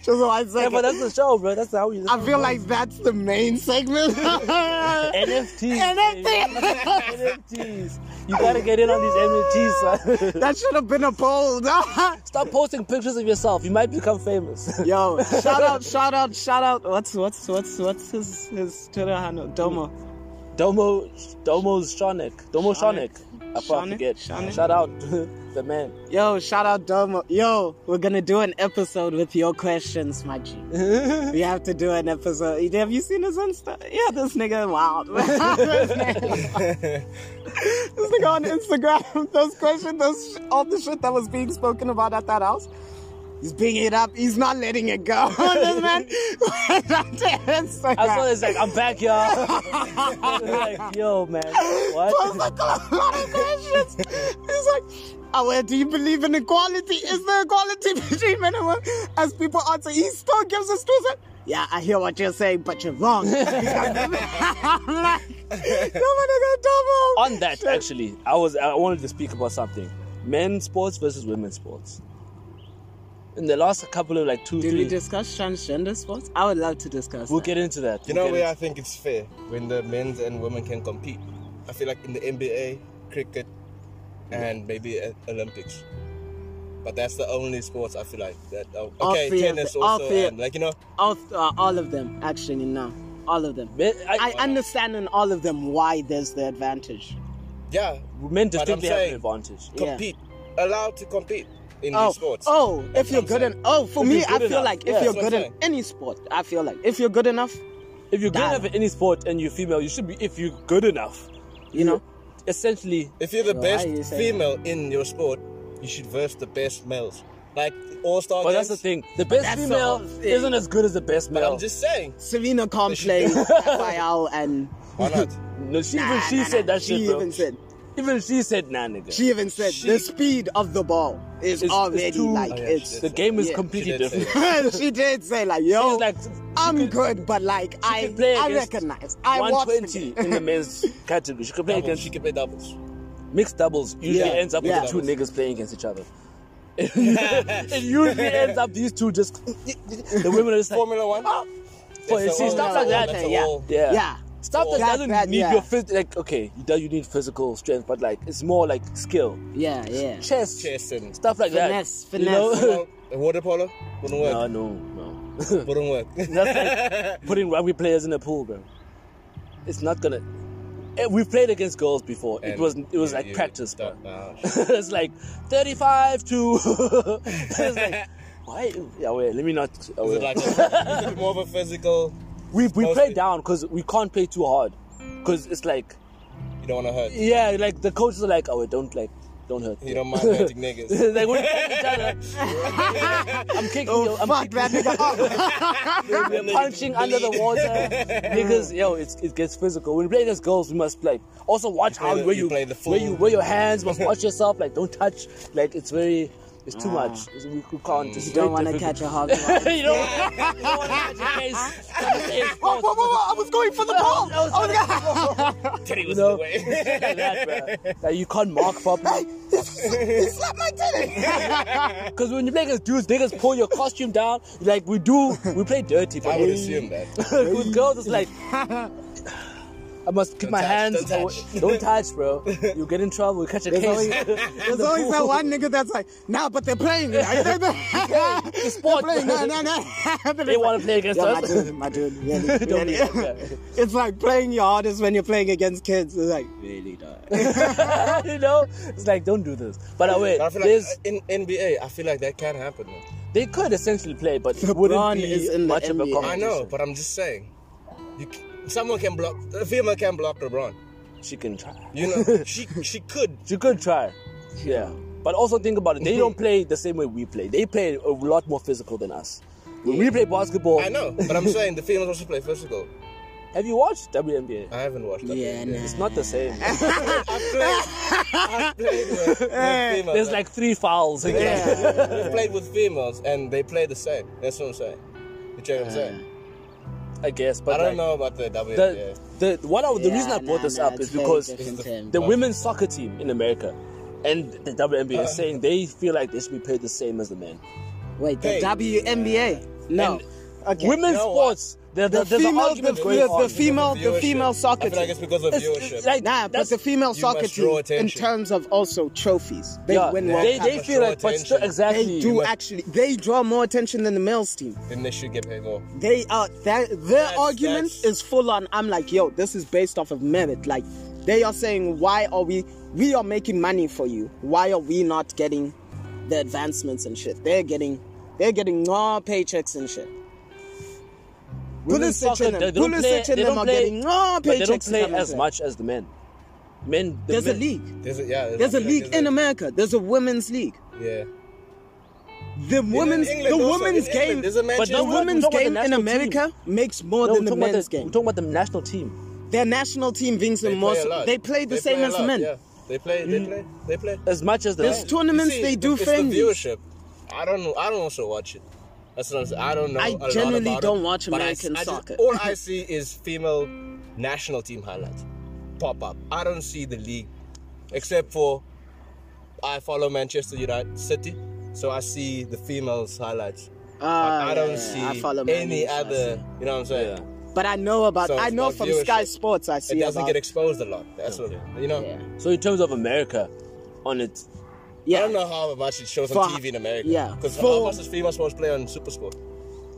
S2: one
S1: Yeah, but
S2: second.
S1: that's the show, bro. That's how you.
S2: I feel like that's the main segment.
S1: NFTs.
S2: NFTs.
S1: NFTs. You gotta get in on these NFTs, son.
S2: that should have been a poll.
S1: Stop posting pictures of yourself. You might become famous.
S2: Yo, shout out, shout out, shout out. What's what's what's what's his his Twitter handle? Domo.
S1: Domo, Domo's Shonik. Domo Shonik.
S2: Shonik.
S1: I probably
S2: Shonik,
S1: forget.
S2: Shonik.
S1: Shout out to the man.
S2: Yo, shout out Domo. Yo, we're gonna do an episode with your questions, my G. we have to do an episode. Have you seen his Insta? Yeah, this nigga wild. this nigga this nigga on Instagram, those questions, those sh- all the shit that was being spoken about at that house. He's being it up. He's not letting it go. this man went on to Instagram.
S1: I saw this like, I'm back, y'all. like, yo, man,
S2: posed
S1: what?
S2: like a lot of questions. He's like, oh, well, do you believe in equality? Is there equality between men and women? As people answer, he still gives us two cents. Yeah, I hear what you're saying, but you're wrong. I'm like, no one is a double.
S1: On that, actually, I was I wanted to speak about something: men's sports versus women's sports. In the last couple of like two,
S2: Did
S1: three,
S2: we discuss transgender sports? I would love to discuss.
S1: we'll
S2: that.
S1: get into that.
S3: You
S1: We'll
S3: know
S1: get
S3: where I think it's fair when the men's and women can compete. I feel like in the NBA, cricket, and maybe uh, Olympics. But that's the only sports I feel like that. oh,
S2: All
S3: okay,
S2: three of
S3: tennis
S2: the- all
S3: also.
S2: three-
S3: And like you know,
S2: all, uh, all of them actually now, all of them.
S1: Men, I,
S2: I understand in all of them why there's the advantage.
S3: yeah,
S1: men distinctly have an
S3: saying-
S1: advantage.
S2: Yeah.
S3: compete, allowed to compete in
S2: oh,
S3: these sports.
S2: Oh, if
S3: That's
S2: you're
S3: what
S2: good
S3: I'm
S2: in oh, for
S1: If
S2: me,
S1: you're good
S2: I feel
S1: enough.
S2: like
S1: Yeah,
S2: if you're
S3: that's what
S2: good
S3: I'm
S2: in any sport, I feel like if you're good enough,
S1: If you're good
S2: Nah.
S1: enough at any sport and you female, you should be. If you're good enough,
S2: you know.
S1: essentially,
S2: Oh,
S3: If you're the
S2: Yo, why
S3: best
S2: are you saying
S3: female in your sport, you should verse the best males. Like all star.
S1: but that's the thing. The best
S2: that's the
S1: female
S2: whole thing.
S1: isn't as good as the best
S3: But
S1: male.
S3: I'm just saying.
S2: Serena can't play Rafael and
S3: Why not?
S1: no, she
S2: Nah,
S1: even she
S2: nah, nah.
S1: said that
S2: She
S1: shit, bro.
S2: even said
S1: Even she said, nah, nigga.
S2: she even said
S3: She-
S2: the speed of the ball
S1: It's-
S2: is
S1: it's
S2: already
S1: too-
S2: like
S1: Oh,
S3: yeah,
S2: it's.
S1: the game is
S2: Yeah.
S1: completely
S3: She did say
S1: different.
S2: she did say like yo,
S1: She's like,
S2: I'm
S1: she could-
S2: good, but like I
S1: could play
S2: I
S1: against
S2: recognize I watched the
S1: 120
S2: game.
S1: in the men's category. She could play
S3: Doubles.
S1: against
S3: She can play doubles.
S1: mixed doubles. Usually
S2: Yeah,
S1: ends up
S2: yeah.
S1: with two niggas playing against each other. it usually ends up these two just the women are just like,
S3: Formula One.
S1: for it.
S3: That's
S1: See,
S3: a
S1: stuff
S3: whole-
S1: like
S3: that's
S1: that.
S3: a
S2: yeah.
S3: whole-
S1: Yeah.
S2: Yeah.
S1: Stuff that
S2: That-
S1: doesn't
S2: that-
S1: need
S2: yeah.
S1: your phys- like okay, you do you need physical strength, but like it's more like skill,
S2: Yeah, yeah.
S1: chess,
S3: Chess and
S1: stuff like
S2: Finesse,
S1: that. You know?
S2: finesse.
S3: The water polo wouldn't work.
S1: no, no, no.
S3: Wouldn't work.
S1: That's like putting rugby players in a pool, bro. It's not gonna. Eh, We've played against girls before. it
S3: And
S1: was it was
S3: you-
S1: like
S3: you
S1: practice, bro.
S3: don't know.
S1: it's like 35 to. it's like, why? Yeah, wait, let me not. oh,
S3: Is
S1: wait.
S3: it like a, is it more of a physical?
S1: we we
S3: supposed
S1: play
S3: to-
S1: down because we can't play too hard. Because it's like,
S3: You don't want to hurt.
S1: yeah, like the coaches are like, oh, wait, don't like, don't hurt.
S3: You don't mind hurting niggas.
S1: like, we kick each other. I'm kicking
S2: Oh,
S1: you. I'm
S2: fuck that nigga up.
S1: We're punching under the water, niggas. Yo, it's, it gets physical. When we play against girls, we must like also watch how
S3: play the-
S1: where
S3: you
S1: you
S3: play the
S1: where you
S3: fool.
S1: wear your hands. Must watch yourself. Like don't touch. Like it's very, it's too much. It's- we, we can't. It's
S2: Mm. You don't
S1: want
S2: want to catch a hog.
S1: you don't. you don't want to catch a case. Come to AS
S2: Whoa, whoa, whoa,
S1: Sports.
S2: whoa, I was going for the ball.
S1: That was-
S2: Oh, my God.
S3: Teddy
S1: You
S3: was
S1: know,
S3: in the way.
S1: shit like that, bruh. Like, you can't mark properly.
S2: He slapped my titty.
S1: Because when you play against dudes, niggas pull your costume down. Like we do, we play dirty. But
S3: I would
S1: we-
S3: assume that.
S1: with girls, it's like I must keep
S3: Don't
S1: my
S3: touch,
S1: hands.
S3: don't touch.
S1: away- Don't touch, bro. You get in trouble. You catch a case.
S2: always-
S1: There's
S2: There's always that one nigga that's like, nah, but they're playing. They're, they're, they're
S1: sport.
S2: playing. Nah, nah, nah.
S1: They want to play against
S2: Yeah, my
S1: us.
S2: dude, my dude, really,
S1: Don't be
S2: really.
S1: like that.
S2: It's like playing your hardest when you're playing against kids. It's like, really, dog.
S1: you know, it's like don't do this. But uh, wait,
S3: But I feel like
S1: there's,
S3: in NBA, I feel like that can happen. man.
S1: they could essentially play, but it
S2: LeBron
S1: wouldn't
S2: is
S1: be
S2: in the
S1: much of a
S2: NBA.
S1: competition.
S3: I know, but I'm just saying. You, c- someone can block. A female can block LeBron.
S1: she can try.
S3: You know, she she could.
S1: She could try. Yeah. But also think about it. They don't play the same way we play. They play a lot more physical than us. When we play basketball,
S3: I know, but I'm saying the females also play physical.
S1: have you watched WNBA?
S3: I haven't watched that.
S2: Yeah, nah.
S1: It's not the same.
S3: I've played, I've played with, with females.
S1: There's like three fouls. again.
S3: I've played with females and they play the same. That's what I'm saying. You check what I'm saying?
S1: I guess, but
S3: I don't
S1: like,
S3: know about the WNBA.
S1: The, the one of the
S2: Yeah,
S1: reason I brought
S2: nah,
S1: this
S2: nah,
S1: up
S2: it's
S1: is
S2: very
S1: because
S2: different
S1: the,
S2: term.
S1: the women's soccer team in America and the WNBA
S2: Uh.
S1: is saying they feel like they should be paid the same as the men.
S2: Wait, the
S3: Hey.
S2: WNBA? No. Okay.
S1: Women's
S3: know what?
S1: sports, there, there,
S2: the
S1: there's an
S2: female, the,
S1: argument going
S2: the-
S1: on.
S2: the female,
S3: Because of
S2: the female
S3: viewership.
S2: soccer
S3: I feel like
S2: team.
S3: it's because of
S1: It's-
S3: viewership.
S1: it's like-
S2: Nah, but
S1: that's-
S2: the female
S3: you
S2: soccer
S3: must draw
S2: team, in
S3: attention.
S2: terms of also trophies, they
S1: yeah,
S2: win
S1: they,
S2: World Cup.
S1: they feel
S3: Draw
S1: like, but still,
S3: attention.
S1: exactly.
S2: They do
S3: You must-
S2: actually. They draw more attention than the males team.
S3: then they should get paid more.
S2: They are their their
S3: That's-
S2: argument
S3: that's-
S2: is full on. I'm like, yo, this is based off of merit. Like, they are saying, why are we? We are making money for you. Why are we not getting the advancements and shit? They're getting, they're getting no paychecks and shit.
S1: Women's
S2: Pulisic and
S1: soccer,
S2: them-
S1: they don't
S2: Pulisic
S1: play,
S2: and
S1: they
S2: them
S1: don't
S2: are
S1: play,
S2: getting no
S1: but they don't
S2: paychecks
S1: play
S2: coming
S1: as
S2: to-
S1: much as the men. Men, the
S2: There's a
S1: men-
S2: league.
S3: There's a, yeah,
S2: There's
S3: I
S2: a
S3: feel
S2: league
S3: like
S2: in America. There's a women's league.
S3: Yeah.
S2: The women's
S3: England
S2: the
S3: also, in
S2: women's
S3: England,
S2: game.
S3: there's a match
S1: But
S2: the
S1: no,
S3: in-
S1: we're not-
S2: women's
S1: we're talking
S2: game
S1: about
S2: in
S1: the national
S2: America makes more
S1: No, we're
S2: than the
S1: talking, about
S2: men's
S1: the, we're
S2: game.
S1: talking about the national team.
S2: Their national team brings
S3: They
S2: them more.
S3: play a lot.
S2: They play the same
S3: a
S2: as
S3: lot,
S2: men. Mm.
S3: Yeah. They play, they play, they play.
S1: As much as the
S2: There's
S1: men.
S2: tournaments
S3: You see,
S2: they do
S3: it's
S2: friendlies.
S3: The viewership. I don't know. I don't also watch it. That's what I'm saying. I don't know.
S2: I
S3: a lot
S2: generally
S3: about
S2: don't
S3: it,
S2: watch
S3: but I-
S2: American
S3: I just-
S2: soccer.
S3: all I see is female national team highlights pop up. I don't see the league, except for I follow Manchester United City, so I see the females highlights. But
S2: Ah,
S3: I
S2: yeah,
S3: don't
S2: yeah,
S3: see
S2: I follow Man
S3: any
S2: United, I
S3: other. You know what I'm saying?
S1: Yeah.
S2: But I know about.
S3: So
S2: I
S3: it's
S2: know
S3: more
S2: from Sky
S3: viewership.
S2: Sports. I see
S3: It doesn't
S2: about.
S3: get exposed a lot. That's what you know.
S2: yeah.
S1: So in terms of America, on its
S2: yeah.
S3: I don't know how much it shows
S2: For-
S3: on TV in America.
S2: yeah.
S3: Because
S2: For-
S3: how much does female sports play on SuperSport?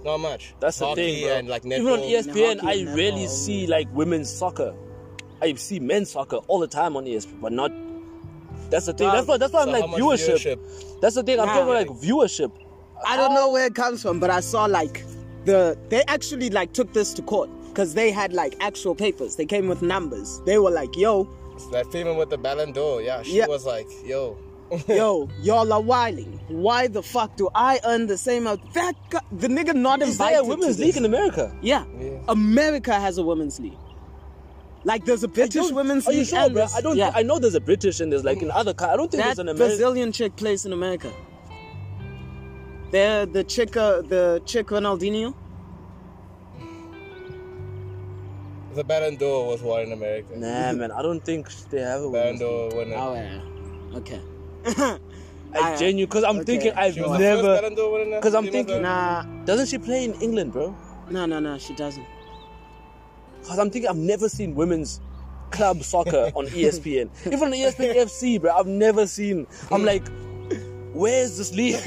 S3: Not much.
S1: That's the
S3: Hockey
S1: thing, bro.
S3: and like netball.
S1: Even on E ESPN,
S2: Hockey
S1: I
S2: and
S1: rarely
S2: netball.
S1: see like women's soccer. I see men's soccer all the time on E ESPN, but not. That's the thing.
S2: Wow.
S1: That's why. That's why I'm
S3: So
S1: like
S3: how much
S1: viewership.
S3: viewership?
S1: That's the thing. I'm
S2: Nah.
S1: talking about like viewership.
S2: I don't know where it comes from, but I saw like the they actually like took this to court because they had like actual papers. They came with numbers. They were like, "Yo,
S3: That female with the Ballon d'Or, yeah, she
S2: Yeah.
S3: was like, yo.
S2: yo, y'all are wilding. Why the fuck do I earn the same amount?" That guy, the nigga not
S1: Is
S2: invited
S1: there a women's
S2: to this.
S1: league in America?
S2: Yeah.
S3: Yeah.
S2: America has a women's league. Like there's a
S1: I
S2: British
S1: don't-
S2: women's
S1: Are
S2: league.
S1: you sure,
S2: and
S1: bro?
S2: there's-
S1: I don't.
S2: yeah.
S1: I know there's a British and there's like in other. coun- I don't think
S2: that
S1: there's an American.
S2: Brazilian chick plays in America. They're the chick, uh, the chick Ronaldinho.
S3: The Ballon d'Or was won in America.
S1: Nah, man. I don't think they have a
S3: Ballon
S1: women's league.
S3: d'or winner.
S2: Oh yeah. Okay.
S1: I
S2: I-
S1: genuinely, because I'm
S2: okay.
S1: thinking I've
S3: She was the first
S1: never.
S3: Ballon d'Or winner.
S1: 'Cause I'm
S3: female
S1: thinking-
S3: Ballon
S2: Nah,
S1: Doesn't she play in England, bro?
S2: no, no, no. She doesn't.
S1: Because I'm thinking I've never seen women's club soccer on E ESPN. Even on ESPN FC, bro, I've never seen. I'm like, where's this league?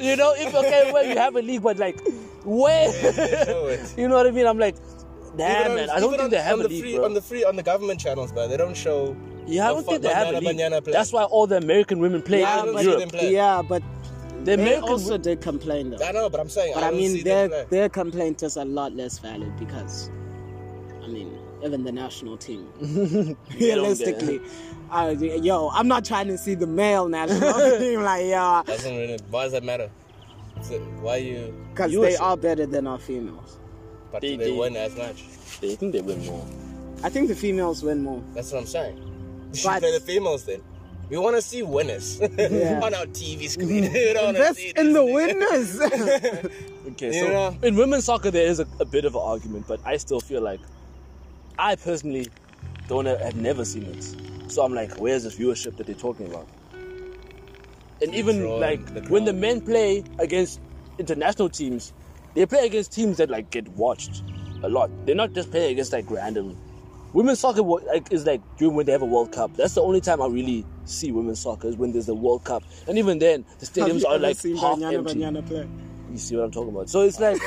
S1: you know, if okay, well you have a league, but like way.
S3: Show it.
S1: you know what I mean? I'm like,
S3: Even
S1: damn
S3: on-
S1: man, I don't
S3: even
S1: think
S3: on-
S1: they have
S3: on
S1: a
S3: the
S1: league,
S3: free,
S1: bro.
S3: on the free on the government channels, but they don't show.
S1: yeah, I
S3: the
S1: don't
S3: fu-
S1: think they have a
S3: banana-
S1: league.
S3: banana play.
S1: That's why all the American women play
S3: Yeah,
S1: in
S3: but-
S1: Europe.
S3: play.
S2: Yeah, but
S1: The
S2: they
S1: American
S2: also did complain though.
S3: I know, but I'm saying.
S2: But
S3: I,
S2: I
S3: don't see
S2: mean,
S3: them
S2: their
S3: play.
S2: their complaint is a lot less valid because, I mean, even the national team, realistically, uh, yo, I'm not trying to see the male national team like yeah,
S3: doesn't really. Why does that matter? So why you?
S2: because
S1: You
S2: they
S1: should-
S2: are better than our females.
S3: But
S1: They-
S3: they,
S1: they-
S3: win as much.
S1: they think they win more.
S2: I think the females win more.
S3: That's what I'm saying. We should
S2: But-
S3: play the females then. We want to see winners
S2: Yeah.
S3: on our TV screen. We don't wanna
S2: Invest
S3: see
S2: in the
S3: this.
S2: winners.
S1: Okay,
S3: You
S1: so
S3: know?
S1: in women's soccer there is a, a bit of an argument, but I still feel like I personally don't have never seen it. So I'm like, where's the viewership that they're talking about? And even
S3: Drawing
S1: like
S3: the
S1: when the
S3: crowd.
S1: men play against international teams, they play against teams that like get watched a lot. They're not just playing against like random. Women's soccer wa- like, is like during when they have a World Cup. That's the only time I really see women's soccer is when there's a World Cup, and even then the
S2: Have you
S1: stadiums are
S2: ever
S1: like
S2: seen
S1: half
S2: Banyana
S1: empty.
S2: Banyana play?
S1: You see what I'm talking about? So it's like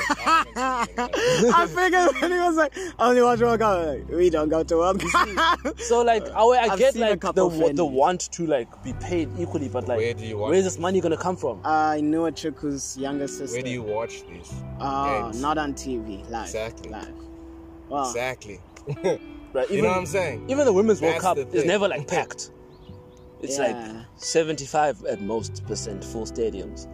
S2: I figured when he was like, I only watch World Cup, I'm like, we don't go to World Cup.
S1: So like I, I
S2: I've
S1: get
S2: seen a
S1: like the
S2: couple
S1: wa- the
S2: friendlies.
S1: want to like be paid equally, but like
S3: Where do you want
S1: where's
S3: it?
S1: this money gonna come from?
S2: I knew a chick whose younger sister.
S3: Where do you watch these?
S2: Uh,
S3: games?
S2: not uh, on TV, live.
S3: Exactly.
S2: Live. Wow.
S3: Exactly.
S1: Right? Even,
S3: you know what I'm saying?
S1: even the women's World
S3: That's
S1: Cup
S3: the
S1: is
S3: thing.
S1: never like packed. It's
S2: Yeah.
S1: like 75 at most percent full stadiums.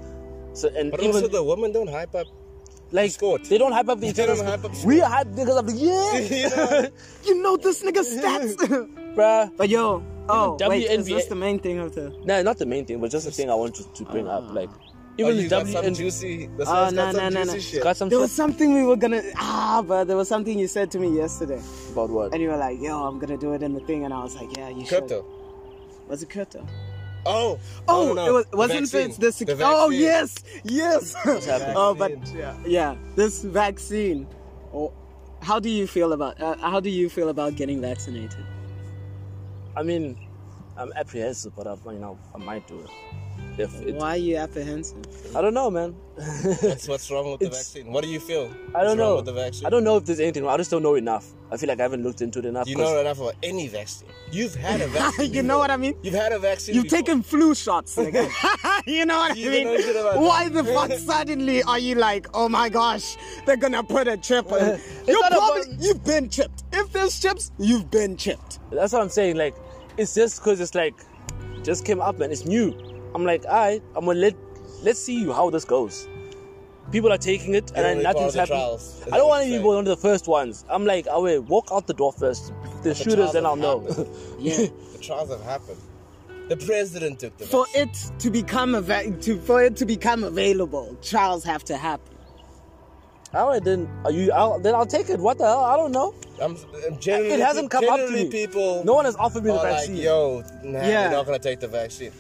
S1: So and
S3: But
S1: even
S3: also the women don't hype up. Oh,
S1: like
S3: scored.
S1: they don't hype up the
S3: They don't
S1: international.
S3: hype up
S1: we
S3: score.
S1: are hyped because of the
S3: You
S1: yeah,
S3: know?
S2: You know this nigga's stats.
S1: bruh.
S2: but yo, oh, wait, is
S1: WNBA
S2: this the main thing of the.
S1: Nah, not the main thing, but just the thing I want to, to bring up. Like
S3: Oh,
S1: even
S3: you
S1: the
S3: got some
S1: WNBA
S3: juicy. That's
S2: Oh,
S3: why
S2: no,
S3: got
S2: no,
S3: some
S2: no,
S3: juicy
S2: no.
S3: shit.
S1: got some
S2: There
S1: shit
S2: was something we were gonna. Ah, but there was something you said to me yesterday.
S1: about what?
S2: And you were like, yo, I'm gonna do it in the thing. And I was like, yeah, you
S3: Crypto.
S2: should. Was it crypto?
S3: Oh.
S2: Oh,
S3: no, no,
S2: it was,
S3: the
S2: wasn't
S3: vaccine.
S2: it the sec-
S3: The
S2: Oh
S3: vaccine.
S2: yes, yes.
S1: happening?
S2: oh, but
S3: Vaccine.
S2: yeah, yeah, this vaccine. Oh, how do you feel about? Uh, how do you feel about getting vaccinated?
S1: I mean, I'm apprehensive, but I, you know, I might do it. If it
S2: Why are you apprehensive?
S1: I don't know, man.
S3: That's what's wrong with the
S1: It's-
S3: vaccine. What do you feel?
S1: I
S3: is
S1: don't
S3: wrong
S1: know.
S3: With the vaccine?
S1: I don't know if there's anything. wrong. I just don't know enough. I feel like I haven't looked into it enough.
S3: You
S1: 'cause-
S3: know enough about any vaccine. You've had a vaccine.
S2: You know
S3: before.
S2: what I mean?
S3: You've had a vaccine.
S2: You've
S3: before.
S2: taken flu shots. nigga. you know what
S3: You
S2: I
S3: don't know shit about
S2: mean? Why the fuck suddenly are you like, oh my gosh, they're gonna put a chip on? You're
S1: not
S2: probably
S1: about-
S2: you've been chipped. If there's chips, you've been chipped.
S1: that's what I'm saying. Like, it's just because it's like just came up, man. It's new. I'm like, I, I'm gonna let let's see how this goes. People are taking it, and
S3: don't
S1: then
S3: wanna be part
S1: nothing's
S3: of the
S1: happening.
S3: trials, is
S1: I don't
S3: what
S1: want to
S3: you're
S1: be
S3: saying.
S1: one of the first ones. I'm like, I will walk out the door first. If The shooters,
S3: trials
S1: then I'll
S3: have
S1: know.
S2: Yeah.
S3: The trials have happened. The president took the
S2: for
S3: vaccine.
S2: it to become ava- to for it to become available, trials have to happen.
S1: All right, then are you? I'll, then I'll take it. What the hell? I don't know.
S3: I'm, I'm generally,
S1: It hasn't come up to
S3: generally
S1: me.
S3: people
S1: No one has offered me the
S3: are
S1: vaccine.
S3: Like, Yo, nah,
S2: Yeah.
S3: they're not gonna take the vaccine.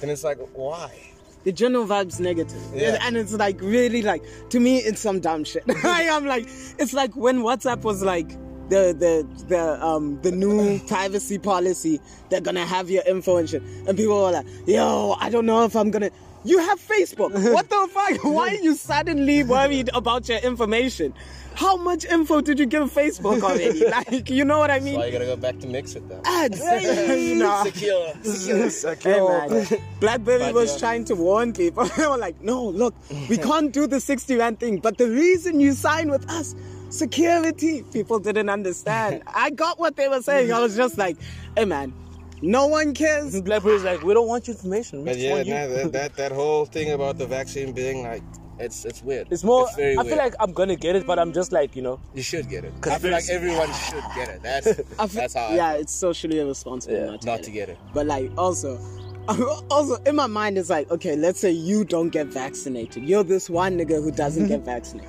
S3: And it's like, why?
S2: The general vibe's negative,
S3: Yeah.
S2: and it's like really like to me, it's some dumb shit. I am like, it's like when WhatsApp was like the the the um the new privacy policy. They're gonna have your info and shit, and people were like, "Yo, I don't know if I'm gonna." You have Facebook. What the fuck? Why are you suddenly worried about your information? How much info did you give Facebook already? Like, you know what I mean?
S3: Why you gotta go back to mix it though?
S2: ads. you
S1: Ah.
S2: know.
S3: Secure.
S2: Hey, man. BlackBerry
S3: But,
S2: was
S3: yeah.
S2: trying to warn people. they were like, no, look, we can't do the 60 rand thing. But the reason you sign with us, security. People didn't understand. I got what they were saying. I was just like, hey, man, no one cares.
S1: Blackberry's like, we don't want your information. We
S3: But
S1: just
S3: yeah,
S1: want you.
S3: nah, that, that that whole thing about the vaccine being like, it's it's weird.
S1: It's more.
S3: It's very
S1: I
S3: weird.
S1: feel like I'm gonna get it, but I'm just like you know.
S3: you should get it. I feel like everyone should get it. That's
S2: I fe-
S3: that's how. I
S2: yeah, it's socially irresponsible
S1: Yeah,
S2: not, to,
S3: not
S2: get
S3: to
S2: it.
S3: get it.
S2: But like also, also in my mind it's like, okay, let's say you don't get vaccinated. You're this one nigga who doesn't get vaccinated.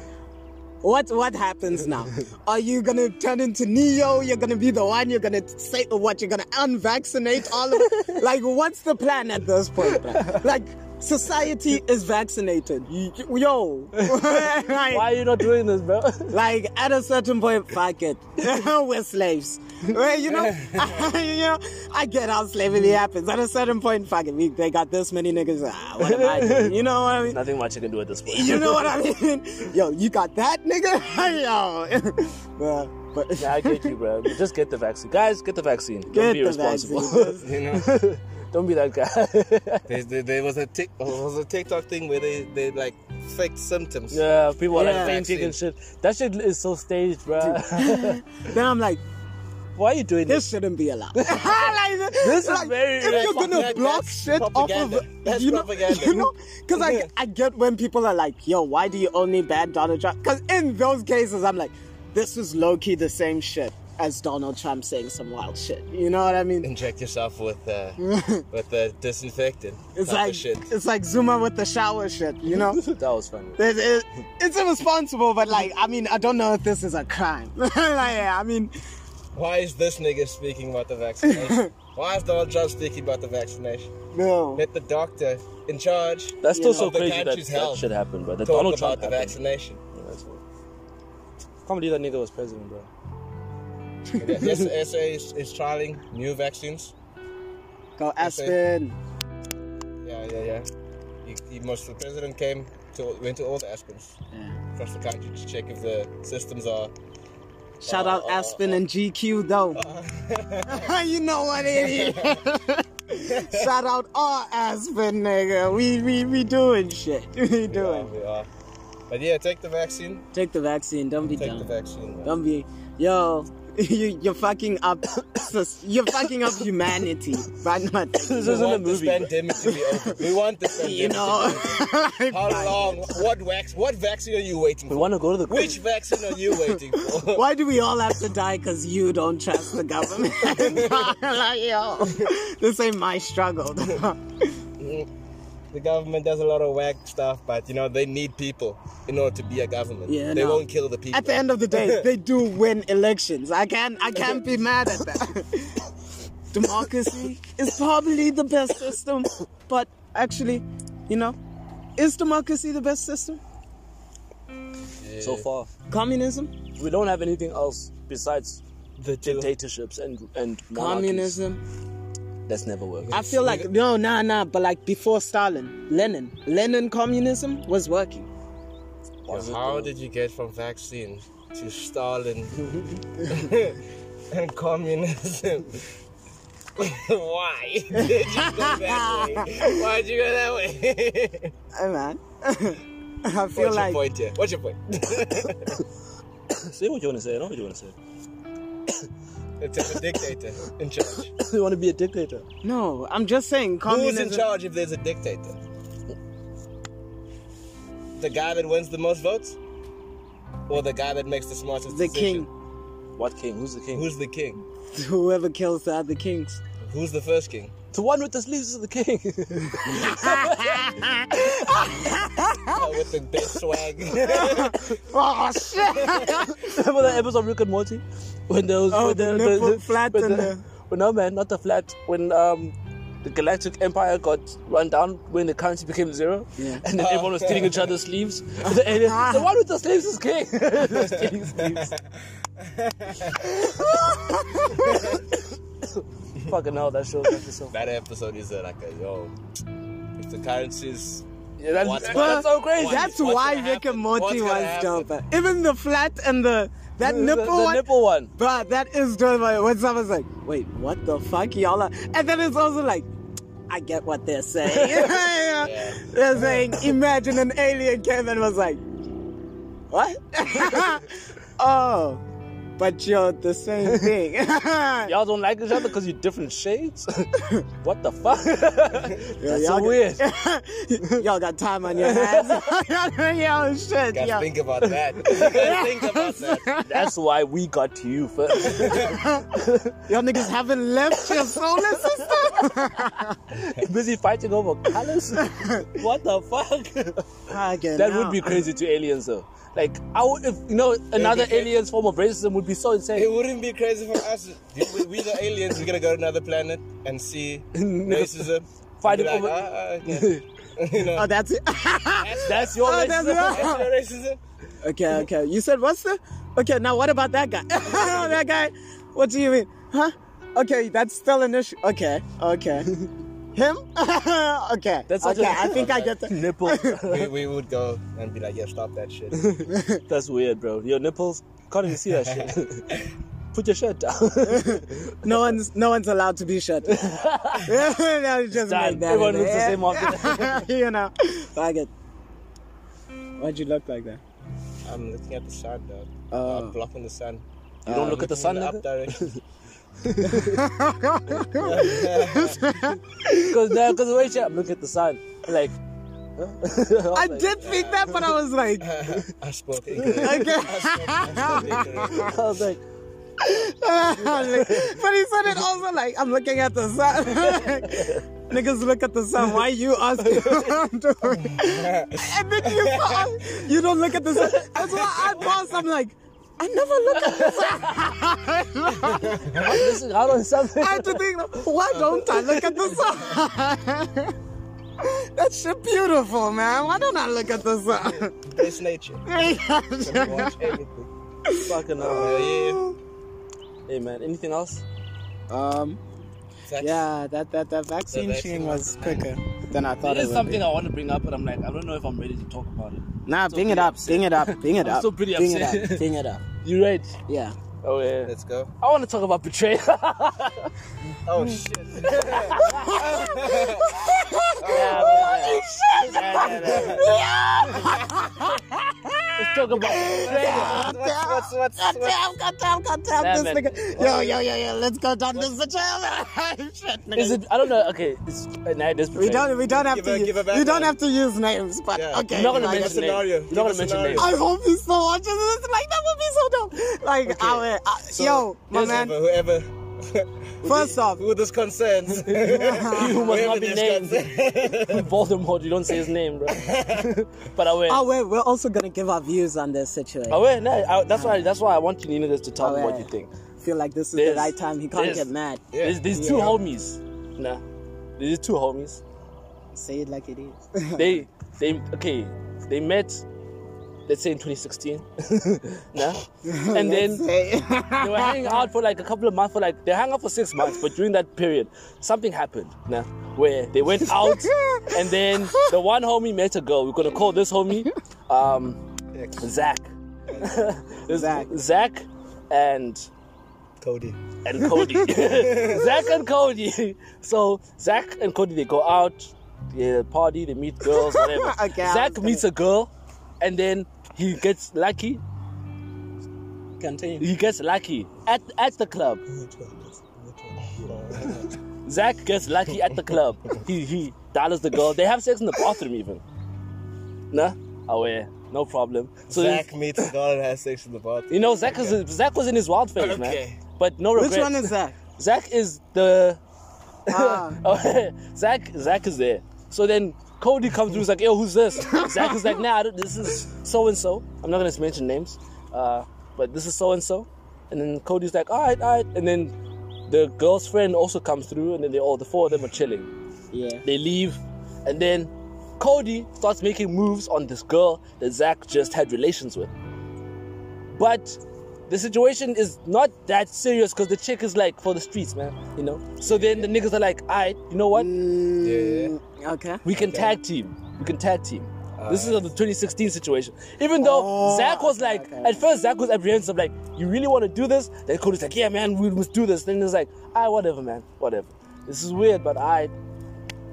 S2: What what happens now? Are you gonna turn into Neo? You're gonna be the one. You're gonna say what? You're gonna unvaccinate all of. like, what's the plan at this point? bruh? Like, Society is vaccinated. You- Yo,
S1: Why
S2: like,
S1: are you not doing this, bro?
S2: like, at a certain point, fuck it, we're slaves. Well, you know, you know, I get how slavery happens. At a certain point, fuck it, we, they got this many niggas. Ah, what am I doing? You know what I mean?
S1: Nothing much you can do at this point.
S2: You know what I mean? Yo, you got that, nigga? Yo, Bruh, but
S1: Yeah, I get you, bro. Just get the vaccine, guys. Get the vaccine. Don't
S2: Get
S1: be
S2: the
S1: responsible.
S2: vaccine.
S3: You know,
S1: Don't be that guy.
S3: there, there, there was a tic, there was a TikTok thing where they, they like faked symptoms.
S1: yeah, people are
S2: Yeah.
S1: like fainting and shit. That shit is so staged, bro.
S2: then I'm like,
S1: Why are you doing this?
S2: this shouldn't be allowed. Like,
S1: This is
S2: like,
S1: very
S2: if you're
S1: irresponsible.
S2: gonna
S3: That-
S2: block
S3: that's
S2: shit off of
S3: propaganda. That's
S2: you know,
S3: propaganda.
S2: you know, because I I get when people are like, yo, why do you only ban Donald Trump? Because in those cases, I'm like, this is low key the same shit as Donald Trump saying some wild shit. You know what I mean?
S3: Inject yourself with uh, with uh, disinfectant.
S2: It's
S3: type of
S2: like
S3: shit.
S2: it's like Zuma with the shower shit. You know.
S1: That was funny.
S2: It- it- it's irresponsible, but like, I mean, I don't know if this is a crime. like, I mean,
S3: Why is this nigga speaking about the vaccination? Why is Donald Trump speaking about the vaccination?
S2: no.
S3: Let the doctor in charge
S1: That's still
S2: Yeah.
S1: so
S3: Of the
S1: crazy that
S3: country's
S1: that
S3: health.
S1: shit happened, bro. That
S3: talk
S1: Donald
S3: about
S1: Trump
S3: the
S1: happened.
S3: vaccination.
S1: Yeah, that's what- Can't believe that nigga was president, bro.
S3: yes, SA is, is trialing new vaccines.
S2: Go Aspen.
S3: Yeah, yeah, yeah. He, he must. The president came to went to all the aspens across the country to check if the systems are.
S2: Shout out Aspen and GQ though. you know what it is. Shout out all Aspen nigga. We we we doing shit. We
S3: We are,
S2: doing.
S3: we are. But yeah, take the vaccine.
S2: Take the vaccine. Don't be
S3: Take
S2: dumb.
S3: the vaccine. man.
S2: Don't be yo. You, you're fucking up. You're fucking up humanity, but not
S1: This
S3: We
S1: isn't a
S3: want this
S1: movie. bro.
S3: pandemic to be over. We want this pandemic.
S2: you know.
S3: to be over. How long? What vax? What vaccine are you waiting
S1: We
S3: for?
S1: want to go to the
S3: Which vaccine are you waiting for?
S2: Why do we all have to die because you don't trust the government? Like, yo, this ain't my struggle.
S3: The government does a lot of whack stuff, but you know they need people in order to be a government.
S2: Yeah,
S3: they
S2: no.
S3: won't kill the people.
S2: at the end of the day, they do win elections. I can't I can't be mad at that. Democracy is probably the best system, but actually, you know, is democracy the best system?
S1: so far.
S2: Communism,
S1: We don't have anything else besides
S3: the
S1: dictatorships and and monarchies.
S2: communism.
S1: That's never worked.
S2: I feel like no, nah, nah. But like before Stalin, Lenin, Lenin communism was working.
S1: Was it
S3: How
S1: though?
S3: did you get from vaccine to Stalin and communism? Why did you go that way? Why did you go that way?
S2: Hey man, I feel
S3: What's your
S2: like
S3: point here? What's your point?
S1: Say what you want to say. I know what you want to say.
S3: it's a dictator in charge.
S1: you want to be a dictator.
S2: no. I'm just saying
S3: Who's
S2: communism.
S3: in charge if there's a dictator? The guy that wins the most votes? Or the guy that makes the smartest
S2: The
S3: decision?
S2: king,
S1: What king? Who's the king?
S3: Who's the king?
S2: whoever kills the other kings.
S3: Who's the first king?
S1: the one with the sleeves is the king.
S3: Oh, with the best swag.
S2: Oh shit!
S1: Remember that episode of Rick and Morty when there was
S2: Oh,
S1: when
S2: the
S1: there-
S2: nipple
S1: there-
S2: flat
S1: when
S2: and
S1: there-
S2: the-
S1: well, no man, not the flat. When um, the Galactic Empire got run down when the currency became zero,
S2: Yeah. Oh,
S1: and then everyone was stealing each other's sleeves. And the, aliens, the one with the sleeves is king. Stealing sleeves. Fucking hell, that show was actually so.
S3: that episode is uh, like a yo. If the currency's
S1: Yeah, that-
S3: What's-
S1: that's so crazy.
S3: What-
S2: That's
S3: what's
S2: why
S3: gonna
S2: Rick and
S3: happen?
S2: Morty
S3: What's gonna
S2: was
S3: happen?
S2: dope. Even the flat and the that
S1: the,
S2: nipple
S1: the
S2: one.
S1: nipple one.
S2: Bruh, that is dope. Like, when someone's like, wait, what the fuck, y'all are? And then it's also like, I get what they're saying. They're saying, imagine an alien came and was like, what? oh, but you're the same thing.
S1: Y'all don't like each other because you're different shades? what the fuck? That's
S2: y'all
S1: so
S2: get-
S1: weird.
S2: y'all got time on your hands. Yo, shit.
S3: guys
S2: yo.
S3: think about that. You gotta think about that.
S1: That's why we got to you first.
S2: Y'all niggas haven't left your solar system.
S1: Busy fighting over colors? what the fuck?
S2: Fucking
S1: that
S2: hell.
S1: would be crazy to aliens though. Like, I would, if, you know, another
S3: crazy.
S1: alien's form of racism would be so
S3: It
S1: insane.
S3: wouldn't be crazy for us. We, we the aliens, we're gonna go to another planet and see racism.
S1: Fighting
S3: Be like,
S1: over-
S3: "Ah, ah, okay." you know,
S2: Oh, that's it.
S1: That's your
S2: Oh,
S1: racism.
S2: that's-
S3: that's the racism.
S2: okay, okay. You said what's the? Okay, now what about that guy? that guy. What do you mean? Huh? Okay, that's still an issue. Okay, okay. Him? okay.
S1: That's such
S2: okay.
S1: a-
S2: I think I get the.
S1: Nipple.
S3: We, we would go and be like, yeah, stop that shit.
S1: That's weird, bro. Your nipples. Can't even see that shit. Put your shirt down.
S2: No one's no one's allowed to be shut. No, you just
S1: Done.
S2: make that
S1: Everyone
S2: in
S1: looks the
S2: there.
S1: same after
S2: you know, like it. Why'd you look like that?
S3: I'm looking at the sun, dog.
S2: Oh.
S3: I'm blocking the sun.
S1: You don't
S3: I'm
S1: look at the sun,
S3: looking in the up
S1: because
S3: direction.
S1: because the way she look at the sun, like. huh? was
S2: I
S1: like,
S2: did think that, but I was like,
S3: I spoke English.
S2: okay.
S1: I was like,
S2: but he said it also like, I'm looking at the sun. Niggas look at the sun. Why you asking what I'm doing? And then you fall, you don't look at the sun. That's why I paused. I'm like, I never look at the sun.
S1: this is out on something.
S2: I had to think, why don't I look at the sun? That shit beautiful, man. Why don't I look at the sun?
S3: It's nature. You watch everything.
S1: Fucking hell.
S3: Yeah, yeah,
S1: Hey, man. Anything else?
S2: um,
S3: yeah.
S2: yeah, that that that vaccine
S3: vaccine
S2: shooting
S3: was
S2: was quicker than I thought
S1: That
S2: it
S1: is
S2: would be.
S1: something I want to bring up, but I'm like, I don't know if I'm ready to talk about it.
S2: Nah,
S1: so
S2: bring it
S1: pretty
S2: up, bring it up, bring it
S1: I'm
S2: up.
S1: so pretty
S2: bring
S1: upset.
S2: it up, bring it up.
S1: You ready?
S2: Yeah.
S1: Oh yeah.
S3: Let's go.
S1: I want to talk about betrayal. Hmm.
S3: Oh, shit.
S1: Let's talk about betrayal.
S3: What's, what's, what's,
S2: God
S3: what's,
S2: damn, god damn, god damn,
S1: Damn
S2: this
S1: it.
S2: nigga. Yo, yo, yo, yo, let's go down this betrayal. Shit, nigga.
S1: Is it? I don't know. Okay, it's uh, nah, it is
S2: we
S1: betrayal.
S2: don't, we don't have
S3: Give
S2: to.
S3: a-
S2: use,
S3: give a
S2: we don't
S3: background.
S2: have to use names, but
S3: Yeah.
S2: okay.
S1: I'm not gonna
S2: like,
S1: mention names.
S3: scenario.
S1: You're not gonna
S3: Give a
S1: mention
S3: scenario.
S1: names.
S2: I hope he still watches this. Like that would be so dope. Like, our, uh, yo, my man.
S3: Whoever, whoever
S2: First off,
S3: who this concerns, who
S1: must not be named. Voldemort. You don't say his name, bro. but I will.
S2: oh wait, we're also gonna give our views on this situation.
S1: I will. Nah, I, that's why. That's why I want you niggas to tell me what
S2: Awe.
S1: you think.
S2: Feel like this is
S1: There's-
S2: the right time. He can't
S1: there's-
S2: get mad.
S1: There's, there's two homies. Nah, there's two homies.
S2: Say it like it is.
S1: they they okay they met let's say in 2016 nah? and then they were hanging out for like a couple of months for like they hung out for six months but during that period something happened nah? where they went out and then the one homie met a girl we're gonna call this homie um zach This-
S2: Zach.
S1: zach and
S3: Cody.
S1: and Cody. Zach and Cody. So Zach and Cody they go out, they party, they meet girls, whatever.
S2: Okay, I
S1: Zach
S2: was
S1: meets a girl and then he gets lucky.
S2: Continue.
S1: He gets lucky at, at the club. Zach gets lucky at the club. He he dollars the girl. They have sex in the bathroom even. Nah? Oh yeah, no problem. So
S3: Zach meets a girl and has sex in the bathroom.
S1: you know Zach is Zach was in his wild phase,
S3: Okay.
S1: man. But no
S2: Which
S1: regrets.
S2: one is that?
S1: Zach is the
S2: Ah.
S1: Oh, Zach, Zach is there. So then Cody comes through. He's like, "Yo, who's this?" Zach is like, "Nah, I don't- this is so and so. I'm not gonna mention names, uh, but this is so and so." And then Cody's like, "All right, all right." And then the girl's friend also comes through, and then they all the four of them are chilling.
S2: Yeah.
S1: They leave, and then Cody starts making moves on this girl that Zach just had relations with. But the situation is not that serious because the chick is like for the streets, man. You know. So then the niggas are like, alright, you know what?
S2: Mm, Okay.
S1: We can tag team. We can tag team. this is the 2016 situation. Even though
S2: Oh,
S1: Zach was
S2: okay,
S1: like,
S2: okay.
S1: at first Zach was apprehensive, like, you really want to do this? Then Cody's like, yeah, man, we must do this. Then he's like, ah, whatever, man, whatever. This is weird, but I,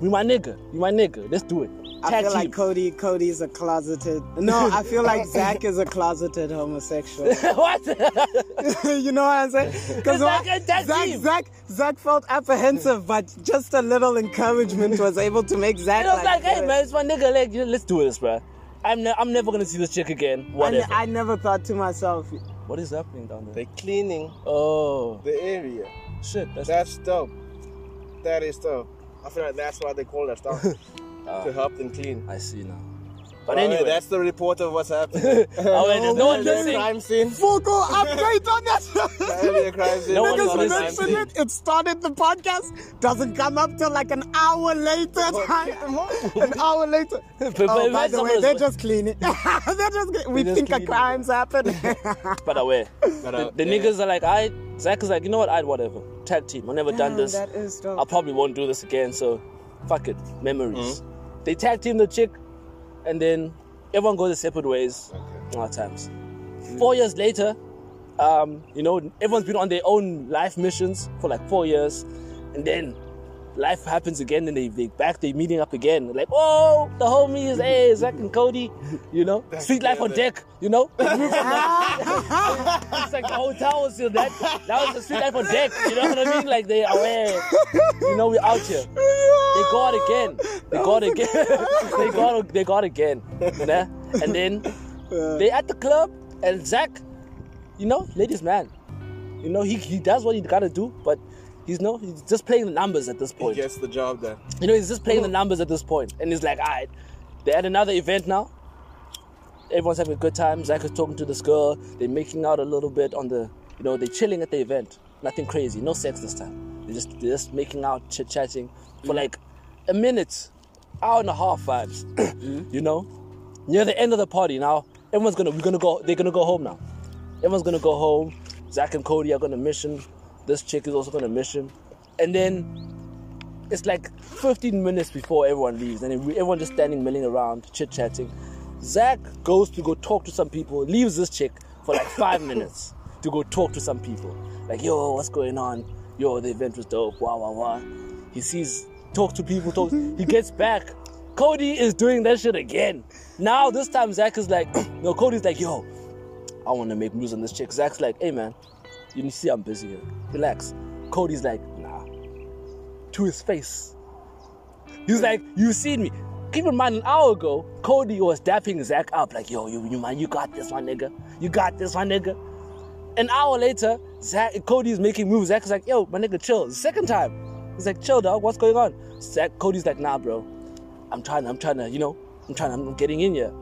S1: we my nigga, you my nigga. Let's do it. Tag
S2: I feel
S1: team.
S2: like Cody. Cody's a closeted. No, I feel like Zach is a closeted homosexual.
S1: what?
S2: you know what I'm saying?
S1: It's
S2: Because
S1: like a tag
S2: Zach,
S1: team.
S2: Zach, Zach felt apprehensive, but just a little encouragement was able to make Zach.
S1: And I was like,
S2: do
S1: hey,
S2: it."
S1: man, it's my nigga. Like, you know, let's do this, bruh. I'm, ne- I'm never gonna see this chick again.
S2: I,
S1: Whatever.
S2: ne- I never thought to myself.
S1: what is happening down there?
S3: They're cleaning
S1: Oh
S3: the area.
S1: shit! That's
S3: That's dope. That is dope. I feel like that's why they call that stuff. to help them clean.
S1: I see now. But
S3: Well,
S1: anyway,
S3: that's the report of what's happening.
S1: Oh, wait, there's no one
S3: Earlier
S1: listening.
S3: crime scene.
S2: Fugo update on
S3: Earlier
S2: that.
S3: crime scene.
S1: No one
S3: earlier
S1: listening.
S2: Niggas
S3: crime
S1: listening.
S2: mentioned
S3: scene.
S2: it. It started the podcast. Doesn't come up till like an hour later. an hour later. Oh, by the way, they're just cleaning. they're just. clean- We
S3: They're
S2: think
S3: just
S2: a
S3: cleaning,
S2: crime's happened.
S1: by the way,
S3: But,
S1: the,
S3: uh,
S1: the
S3: yeah.
S1: niggas are like, I. Zach is like, you know what? I'd whatever. Tag team. I've never done
S2: Damn,
S1: this.
S2: that is dope.
S1: I probably won't do this again. So, fuck it. Memories.
S2: Mm-hmm.
S1: They tag team the chick, and then everyone goes their separate ways.
S3: Okay.
S1: A lot of times. Four years later, um, you know, everyone's been on their own life missions for like four years, and then life happens again, and they they back, they meeting up again. Like, oh, the homies, hey, Zach and Cody, you know,
S3: Back
S1: street life on
S3: together.
S1: deck, you know. It's like the hotel was still that. That was the street life on deck. You know what I mean? Like they aware. You know we're out here. They go out again. They go out again. they go out. They go out again. Nah? And then they at the club and Zach, you know, ladies man. You know he, he does what he gotta do, but he's no he's just playing the numbers at this
S3: He
S1: point.
S3: gets the job done.
S1: You know he's just playing the numbers at this point, and he's like, alright, they're at another event now. Everyone's having a good time. Zach is talking to this girl. They're making out a little bit on the, you know, they're chilling at the event. Nothing crazy. No sex this time. They're just, they're just making out, chit chatting for like a minute, hour and a half vibes. You know, near the end of the party now, everyone's gonna, we're gonna go, they're gonna go home now. Everyone's gonna go home. Zach and Cody are gonna mission. This chick is also gonna mission. And then it's like 15 minutes before everyone leaves, and everyone just standing milling around, chit chatting. Zach goes to go talk to some people, leaves this chick for like five minutes to go talk to some people. Like, yo, what's going on? Yo, the event was dope. Wow, wow, wow. He sees, talks to people, talks. he gets back. Cody is doing that shit again. Now, this time, Zach is like, no, Cody's like, yo, I want to make moves on this chick. Zach's like, hey man, you see I'm busy here. Relax. Cody's like, nah. To his face. He's like, you seen me. Keep in mind, an hour ago, Cody was dapping Zach up, like, yo, you, you man, you got this one, nigga. You got this one, nigga. An hour later, Zach, Cody's making moves. Zach's like, yo, my nigga, chill. Second time. He's like, chill, dog. What's going on? Zach, Cody's like, nah, bro. I'm trying, I'm trying to, you know, I'm trying, I'm getting in here.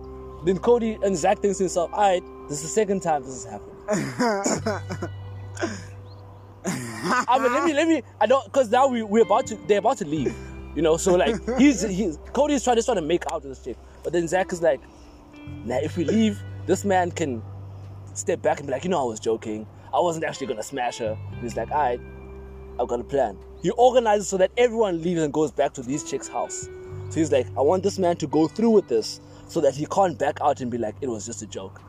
S1: Then Cody and Zach thinks to himself, all right, this is the second time this has happened. I mean, let me, let me, I don't, because now we, we're about to, they're about to leave, you know, so like, he's, he's, Cody's trying to try to make out with this chick. But then Zach is like, now if we leave, this man can step back and be like, you know, I was joking. I wasn't actually gonna smash her. And he's like, all right, I've got a plan. He organizes so that everyone leaves and goes back to these chicks' house. So he's like, I want this man to go through with this so that he can't back out and be like, it was just a joke.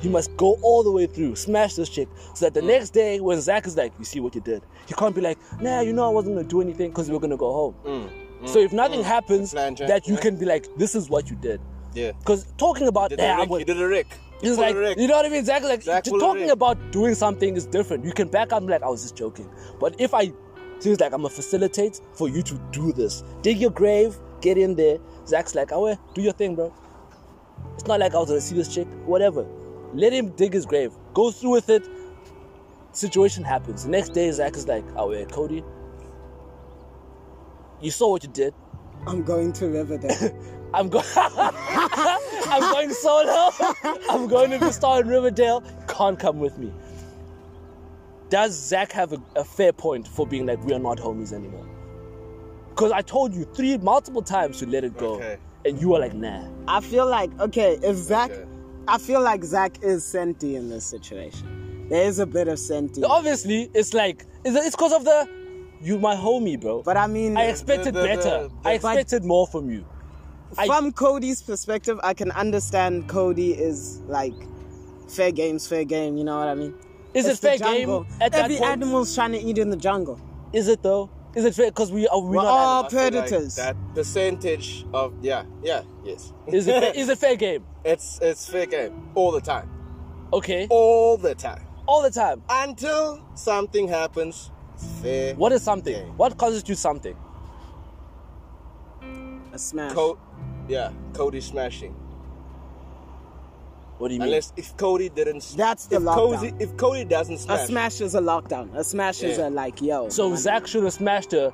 S1: He must go all the way through, smash this chick, so that the next day when Zach is like, you see what you did, he can't be like, nah, you know, I wasn't gonna do anything because we were gonna go home.
S3: Mm,
S1: so if nothing happens,
S3: plan, Jack,
S1: that you
S3: yeah.
S1: can be like, this is what you did.
S3: Yeah.
S1: Because talking about
S3: Did
S1: "Nah,
S3: a
S1: I'm
S3: Rick.
S1: gonna-"
S3: He did a Rick.
S1: He's
S3: Full
S1: like,
S3: Rick.
S1: you know what I mean? Exactly. Like,
S3: Zach
S1: t-
S3: full of
S1: talking
S3: Rick.
S1: about doing something is different. You can back up and be like, I was just joking. But if I, seems like I'm a facilitate for you to do this. Dig your grave, get in there. Zach's like, oh, yeah, do your thing, bro. It's not like I was gonna see this chick, whatever. Let him dig his grave. Go through with it. Situation happens. The next day, Zach is like, oh, yeah, Cody, you saw what you did.
S2: I'm going to Riverdale.
S1: I'm going. I'm going solo. I'm going to be star in Riverdale. Can't come with me. Does Zach have a, a fair point for being like we are not homies anymore? Because I told you three multiple times to let it go,
S3: Okay.
S1: and you were like, nah.
S2: I feel like okay, if Zach,
S3: Okay.
S2: I feel like Zach is senti in this situation. There is a bit of senti,
S1: Oh. Obviously, it's like it's because of the you my homie, bro.
S2: but I mean,
S1: I expected
S3: The- the- the-
S1: better.
S3: the-
S1: I expected more from you. I-
S2: from Cody's perspective, I can understand Cody is like fair game's fair game. You know what I mean?
S1: Is
S2: It's
S1: it
S2: the
S1: fair
S2: jungle.
S1: game at that
S2: Every
S1: point?
S2: animal's trying to eat in the jungle.
S1: Is it though? Is it fair? Because we are we
S2: We're
S1: not.
S2: all
S1: animals.
S3: I feel like
S2: predators.
S3: that percentage of yeah, yeah, yes.
S1: Is it fair, is it fair game?
S3: it's it's fair game all the time,
S1: Okay,
S3: all the time
S1: all the time.
S3: until something happens. It's fair.
S1: What is something?
S3: game.
S1: What constitutes something?
S2: A smash.
S3: Co- yeah, Cody smashing.
S1: What do you mean?
S3: Unless if Cody didn't. s-
S2: That's the
S3: if
S2: lockdown.
S3: Cody, if Cody doesn't
S2: a
S3: smash,
S2: smash is a lockdown. A smash is
S3: Yeah.
S2: a like yo.
S1: so
S2: man.
S1: Zach should have smashed her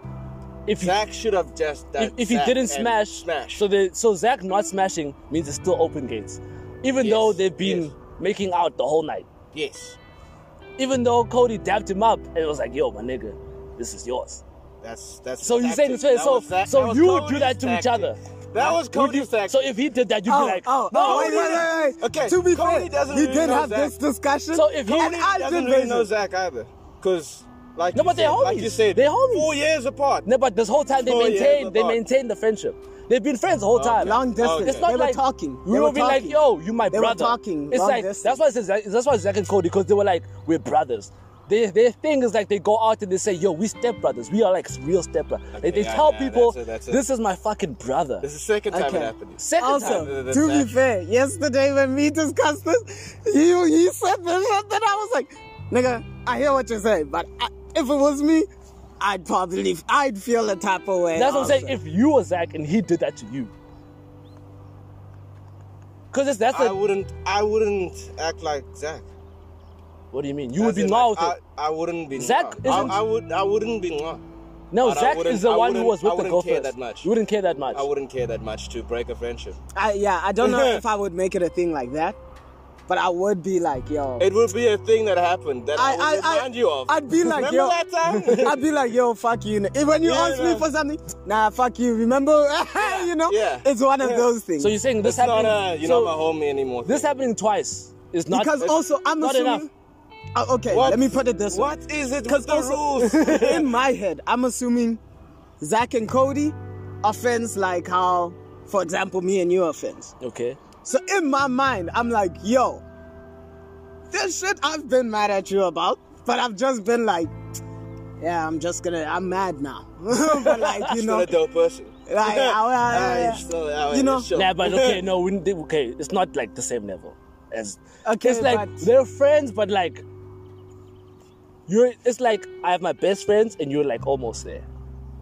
S1: if he,
S3: Zach should have just done
S1: if, if he
S3: Zach
S1: didn't
S3: and
S1: smash,
S3: smash.
S1: so the so Zach not smashing means it's still open gates, even
S3: Yes,
S1: though they've been
S3: yes.
S1: making out the whole night.
S3: yes,
S1: Even though Cody dapped him up and was like, "Yo, my nigga, this is yours."
S3: that's that's.
S1: So
S3: his
S1: you're saying so
S3: tactic. That
S1: so,
S3: was Zach- that
S1: so
S3: was
S1: you would do
S3: Cody's
S1: that to each
S3: tactic.
S1: other.
S3: That was
S1: Would you-
S3: Cody's tactic.
S1: So if he did that, you'd
S2: Oh,
S1: be like,
S2: oh,
S1: "No,
S2: oh, wait,
S1: we
S2: wait,
S1: didn't."
S2: wait, wait.
S3: Okay,
S2: To be
S3: Cody
S2: fair,
S3: doesn't
S2: he
S3: really
S2: did
S3: know
S2: have
S3: Zach.
S2: this discussion.
S1: So if he-
S2: and
S1: Cody
S2: I did
S3: doesn't really
S2: visit.
S3: know Zach either, because like
S1: No,
S3: you
S1: but they're
S3: said, like you
S1: homies.
S3: said,
S1: They're homies.
S3: Four years apart.
S1: No, but this whole time they
S3: Four years
S1: maintain they
S3: apart.
S1: maintain the friendship. They've been friends the whole time.
S2: Long distance.
S3: Okay.
S1: It's
S2: They
S1: not
S2: were
S1: like
S2: talking.
S1: We
S2: They
S1: will
S2: were
S1: be
S2: talking.
S1: like, yo, you my
S2: They were
S1: brother.
S2: talking.
S1: It's
S2: Long
S1: like
S2: distance.
S1: that's why it's, that's why Zach and Cody because they were like we're brothers. They, their thing is like they go out and they say, yo, we step brothers. We are like real step brothers. they
S3: Okay,
S1: they
S3: yeah,
S1: tell
S3: yeah,
S1: people,
S3: that's it, that's it.
S1: this is my fucking brother.
S3: This is the second time
S2: Okay.
S3: it happened.
S1: Second
S2: Also,
S1: time.
S3: Other than
S2: to
S3: that.
S2: be fair, yesterday when we discussed this, you you said this shit that I was like, nigga, I hear what you're saying, but I, if it was me, I'd probably I'd feel a type of way.
S1: That's what I'm
S2: also.
S1: saying. If you were Zach and he did that to you, because that's
S3: I
S1: the.
S3: wouldn't. I wouldn't act like Zach.
S1: What do you mean? You would
S3: As
S1: be
S3: in,
S1: now
S3: like,
S1: with it.
S3: I, I wouldn't be.
S1: Zach
S3: now.
S1: isn't-
S3: I, I would. I wouldn't be. Now.
S1: No,
S3: but I
S1: Zach
S3: wouldn't-
S1: is the
S3: I
S1: one who
S3: wouldn't-
S1: was with
S3: I
S1: the
S3: wouldn't
S1: girl
S3: care
S1: first.
S3: that much.
S1: You wouldn't care that much.
S3: I wouldn't care that much to break a friendship.
S2: I, yeah, I don't know if I would make it a thing like that, but I would be like, yo,
S3: It would be a thing that happened that I,
S2: I,
S3: would
S2: I,
S3: remind you of.
S2: I'd be like,
S3: Remember
S2: yo,
S3: that time?
S2: I'd be like, yo, fuck you. If when you
S3: Yeah,
S2: ask
S3: no.
S2: me for something, nah, fuck you. Remember, you know,
S3: yeah,
S2: it's one of
S3: yeah.
S2: those things.
S1: So you're saying this
S3: it's not
S1: happened?
S3: a you
S1: so
S3: know my homie anymore.
S1: this
S3: thing.
S1: happening twice is not
S2: because
S1: it's
S2: also I'm
S1: not
S2: assuming.
S1: enough.
S2: Uh, okay,
S3: What-
S2: let me put it this way.
S3: What is it with
S2: Because
S3: the rules?
S2: in my head, I'm assuming Zach and Cody are friends like how, for example, me and you are friends.
S1: Okay.
S2: So in my mind, I'm like, yo, this shit I've been mad at you about, but I've just been like, yeah, I'm just gonna, I'm mad now. but like, you
S3: Still
S2: know,
S3: a dope person.
S2: Like, I- I-
S3: Ah,
S2: I-
S3: you still- ah,
S2: you know.
S3: sure.
S1: Nah, but okay, no, we, didn't- okay, it's not like the same level as.
S2: Okay,
S1: it's like
S2: but-
S1: they're friends, but like you're. It's like I have my best friends, and you're like almost there.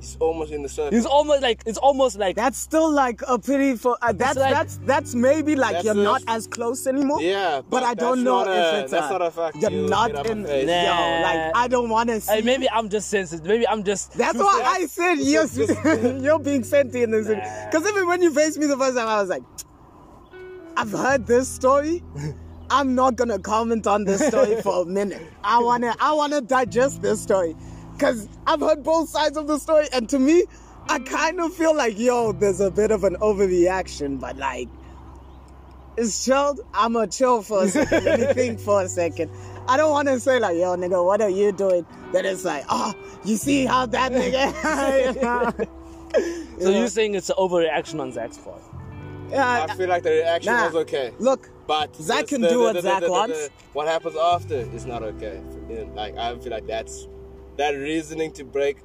S3: He's almost in the circle.
S1: It's almost like it's almost like
S2: that's still like a pity for, uh, that's,
S1: like-
S2: that's, that's maybe like
S3: That's
S2: you're
S3: a-
S2: not as close anymore.
S3: Yeah,
S2: But,
S3: but
S2: I don't
S3: that's
S2: know
S3: not a-
S2: if it's
S3: that's
S2: a,
S3: not a fact.
S2: You're
S3: You get
S2: not
S3: up
S2: in,
S3: and face.
S2: yo, like,
S1: Nah.
S2: I don't want to see.
S1: Hey, maybe I'm just sensitive. Maybe I'm just.
S2: That's
S1: too
S2: why
S1: sen-
S2: I said yes. you're being senti in this. Because even when you faced me the first time, I was like, I've heard this story. I'm not gonna comment on this story for a minute. I wanna, I wanna digest this story, because I've heard both sides of the story, and to me, I kind of feel like, yo, there's a bit of an overreaction, but like, it's chilled. I'm a chill for a second. Let me think for a second. I don't want to say like, yo, nigga, what are you doing? Then it's like, oh, you see how that nigga.
S1: So you're saying it's an overreaction on Zach's part?
S2: yeah,
S3: I feel like the reaction
S2: nah.
S3: was okay.
S2: Look,
S3: But
S2: Zach
S3: that's
S2: can
S3: the-
S2: do
S3: the-
S2: what
S3: the-
S2: Zach
S3: the- the-
S2: wants.
S3: the- What happens after is not okay. Yeah, Like I feel like that's that reasoning to break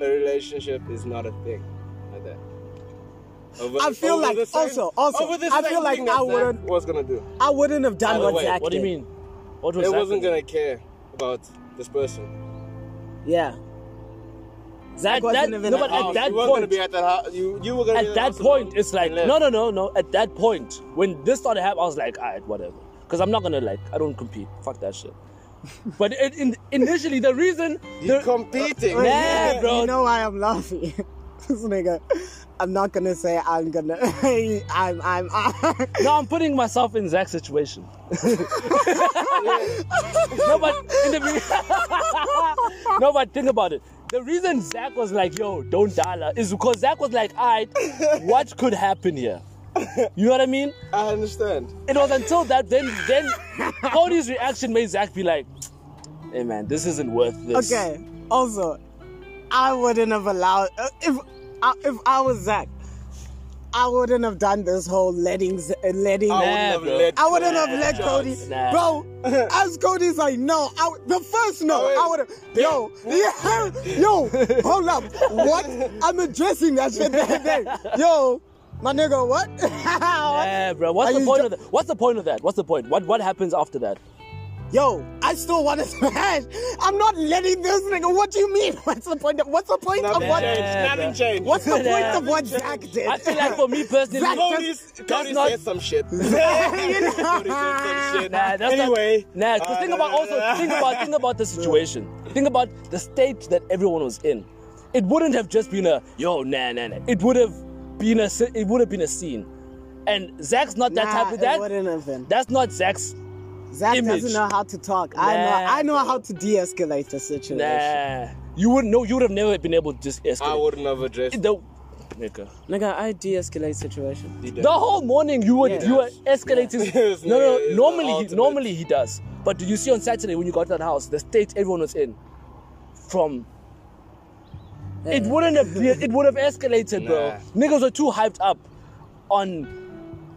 S3: a relationship is not a thing. Like that. Over-
S2: I feel
S3: over
S2: like
S3: the same-
S2: also- also,
S3: over the
S2: I
S3: same
S2: feel like
S3: thing that
S2: I wouldn't-
S3: Zach was gonna do.
S2: I wouldn't have done
S3: Either
S2: what
S3: way,
S2: Zach
S1: What do you
S2: did.
S1: mean? What was
S3: It
S1: Zach
S3: wasn't
S1: doing?
S3: gonna care about this person.
S2: Yeah.
S1: Zach,
S2: wasn't
S1: that,
S2: even
S1: no,
S2: at
S1: but
S2: house.
S1: at that
S3: you weren't gonna
S1: point,
S3: be at that house. You, you were gonna be
S1: at that
S3: house
S1: point,
S3: alone
S1: it's like
S3: and left.
S1: no, no, no, no. At that point, when this started happening, I was like, alright, whatever, because I'm not gonna like, I don't compete. Fuck that shit. but it, in, initially, the reason
S3: You're
S1: the-
S3: competing.
S1: Nah,
S2: Wait, you-
S1: bro.
S2: You know why I'm laughing? this nigga. I'm not gonna say I'm gonna. I'm. I'm.
S1: no, I'm putting myself in Zach's situation. no, but in the be- no, but think about it. The reason Zach was like, "Yo, don't dial her," is because Zach was like, "Alright, what could happen here?" You know what I mean?
S3: I understand.
S1: it was until that then then Cody's reaction made Zach be like, "Hey man, this isn't worth this."
S2: Okay. Also, I wouldn't have allowed uh, if I, if I was Zach, I wouldn't have done this whole letting Z- uh, letting.
S3: I
S1: Nah,
S3: wouldn't have
S1: bro.
S3: let.
S2: I wouldn't
S1: nah,
S2: have let
S1: nah,
S2: Cody,
S1: nah.
S2: bro. As Cody's like, no, I, w- the first no,
S3: Wait.
S2: I would have, yo, yeah, yo, hold up, what? I'm addressing that shit that day, yo, my nigga, what?
S1: Yeah, bro. What's
S2: Are
S1: the
S2: you
S1: point
S2: jo-
S1: of that? What's the point of that? What's the point? What what happens after that?
S2: Yo, I still want to smash. I'm not letting this nigga. What do you mean? What's the point? Of, what's the point of
S3: Nothing
S2: what?
S1: Yeah.
S3: changed. Nothing changed.
S2: What's the point
S1: Yeah.
S2: of what Zach did?
S1: I feel like for me personally,
S2: Zach,
S1: nah,
S3: Cody's,
S1: That's
S3: Cody
S1: not-
S3: said some shit. Cody
S2: know.
S3: said some shit.
S1: that's not-
S3: anyway,
S1: nah. 'cause
S3: uh,
S1: think
S3: da,
S1: about
S3: da, da,
S1: also
S3: da.
S1: think about think about the situation. Think about the state that everyone was in. it wouldn't have just been a yo nah nah nah. It would have been a se- it would have been a scene, and Zach's not that
S2: Nah,
S1: type of
S2: it
S1: that.
S2: wouldn't have been.
S1: That's not Zach's.
S2: Zach
S1: image.
S2: doesn't know how to talk. I know.
S1: Nah,
S2: I know how to de-escalate the situation.
S1: Nah, you wouldn't know. You would have never been able to just
S3: I
S1: escalate.
S3: wouldn't have addressed
S1: The, nigga.
S2: Nigga, I de-escalate situation.
S3: it.
S1: The whole morning you were
S2: Yeah.
S1: you were escalating.
S3: Yes,
S1: no,
S3: nigga,
S1: no,
S3: it's the
S1: no. Normally, he,
S3: ultimate.
S1: normally he does. But did you see on Saturday when you got to that house, the state everyone was in, from. It wouldn't have been- it would have escalated, bro. Niggas were too hyped up on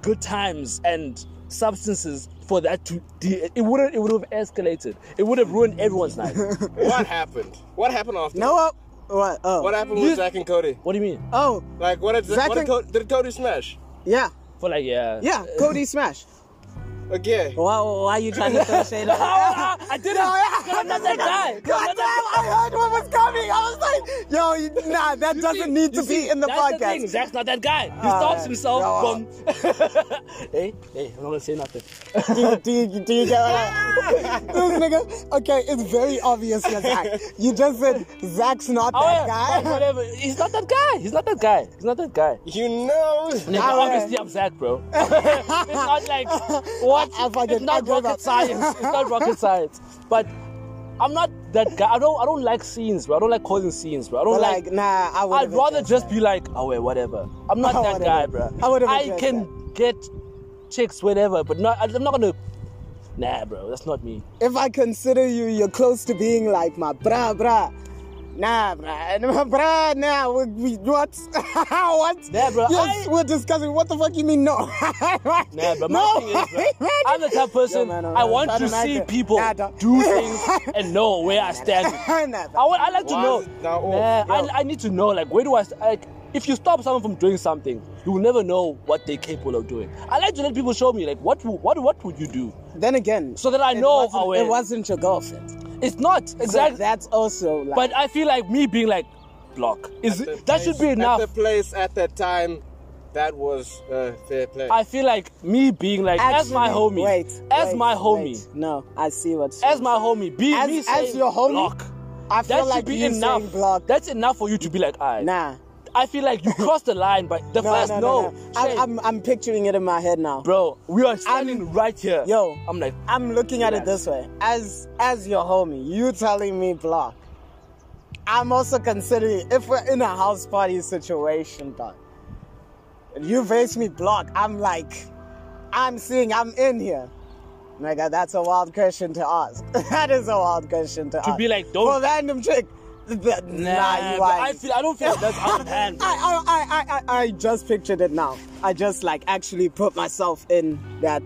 S1: good times and substances for that to de- it wouldn't it would have escalated. It would have ruined everyone's night.
S3: What happened? What happened after?
S2: No, uh, what? What? Oh.
S3: What happened
S1: You-
S3: with Zach and Cody?
S1: what do you mean?
S2: Oh,
S3: Like, what did,
S2: Zach
S3: what did,
S2: and-
S3: Cody, did Cody smash?
S2: yeah,
S1: For like yeah.
S2: yeah. Cody smash.
S3: Again.
S2: Why, why are you trying to throw shade on?
S1: I didn't. 'Cause I'm not that guy. 'Cause
S2: God
S1: I'm not
S2: damn,
S1: that guy.
S2: I heard what was coming. I was like, yo, you- nah, that
S1: You
S2: doesn't
S1: see-
S2: need
S1: you
S2: to be
S1: see,
S2: in the
S1: that's The thing.
S2: podcast.
S1: Zach's not that guy. He
S2: Ah,
S1: stops himself
S2: no.
S1: from. hey, hey, I'm not gonna say nothing.
S2: do, you, do, you, do you get what I- This nigga, okay, it's very obvious you're Zach. You just said Zach's not that
S1: However,
S2: guy.
S1: Oh, whatever. He's not that guy. He's not that guy. He's not that guy.
S3: You know.
S1: Nigga,
S2: Ah, well.
S1: obviously I'm Zach, bro. it's not like what?
S2: I fucking-
S1: it's
S2: I
S1: not
S2: gave
S1: rocket
S2: up.
S1: science. It's not rocket science. But I'm not that guy. I don't. I don't like scenes, bro. I don't like causing scenes, bro. I don't
S2: But
S1: like.
S2: like, nah, I would.
S1: I'd rather just be like, oh wait, whatever. I'm not
S2: I
S1: that
S2: would've
S1: guy, bro.
S2: been- Ah, I would've been
S1: I
S2: just
S1: can get chicks whenever, but not. I'm not gonna. Nah, bro. That's not me.
S2: If I consider you, you're close to being like my brah brah. Nah, brah, nah, brah, nah, we, we, what? what?
S1: Nah, bro,
S2: Yes,
S1: I-
S2: we're discussing. What the fuck you mean, no?
S1: Nah, but
S2: no.
S1: my thing is, bro, I'm the type of person
S2: Yo, man, I'm
S1: I
S2: not-
S1: want
S2: I'm
S1: to
S2: not
S1: see
S2: that-
S1: people
S2: Nah, dog.
S1: do things and know where I stand. I,
S2: nah, bro.
S1: want, I like to
S3: Why
S1: know.
S3: is it now
S1: Nah,
S3: off?
S1: I, I need to know like where do I st- like. If you stop someone from doing something, you will never know what they're capable of doing. I like to let people show me like what wo- what what would you do
S2: Then again,
S1: so that I
S2: it
S1: know.
S2: wasn't-
S1: our-
S2: it wasn't your girlfriend.
S1: It's not
S2: Exactly.
S1: exactly.
S2: that's also like.
S1: But I feel like me being like block is
S3: At the
S1: that
S3: place-
S1: should be
S3: At
S1: enough.
S3: the place at that time, that was uh, fair play.
S1: I feel like me being like as my
S2: Actually,
S1: homie,
S2: Wait,
S1: as
S2: wait,
S1: my
S2: wait.
S1: homie,
S2: No, I see what.
S1: as my homie, be
S2: As-
S1: me
S2: as
S1: saying
S2: your homie,
S1: block.
S2: I
S1: That
S2: feel
S1: should
S2: like
S1: be
S2: you
S1: enough.
S2: saying block.
S1: That's enough for you to be like, I.
S2: nah.
S1: I feel like you crossed the line, but the
S2: No,
S1: first
S2: no,
S1: no,
S2: no, no.
S1: Shane,
S2: I, I'm, I'm picturing it in my head now.
S1: bro, we are standing right here.
S2: Yo.
S1: I'm like,
S2: I'm looking at it this way. As as your homie, you telling me block. I'm also considering if we're in a house party situation, dog. and You face me block. I'm like, I'm seeing I'm in here. Nigga, that's a wild question to ask. that is a wild question to, ask.
S1: be like, don't-
S2: For random chick. Nah,
S1: nah,
S2: you
S1: but
S2: are.
S1: I feel I don't feel like that's out of hand. bro.
S2: I, I, I, I, I just pictured it now. I just like actually put myself in that.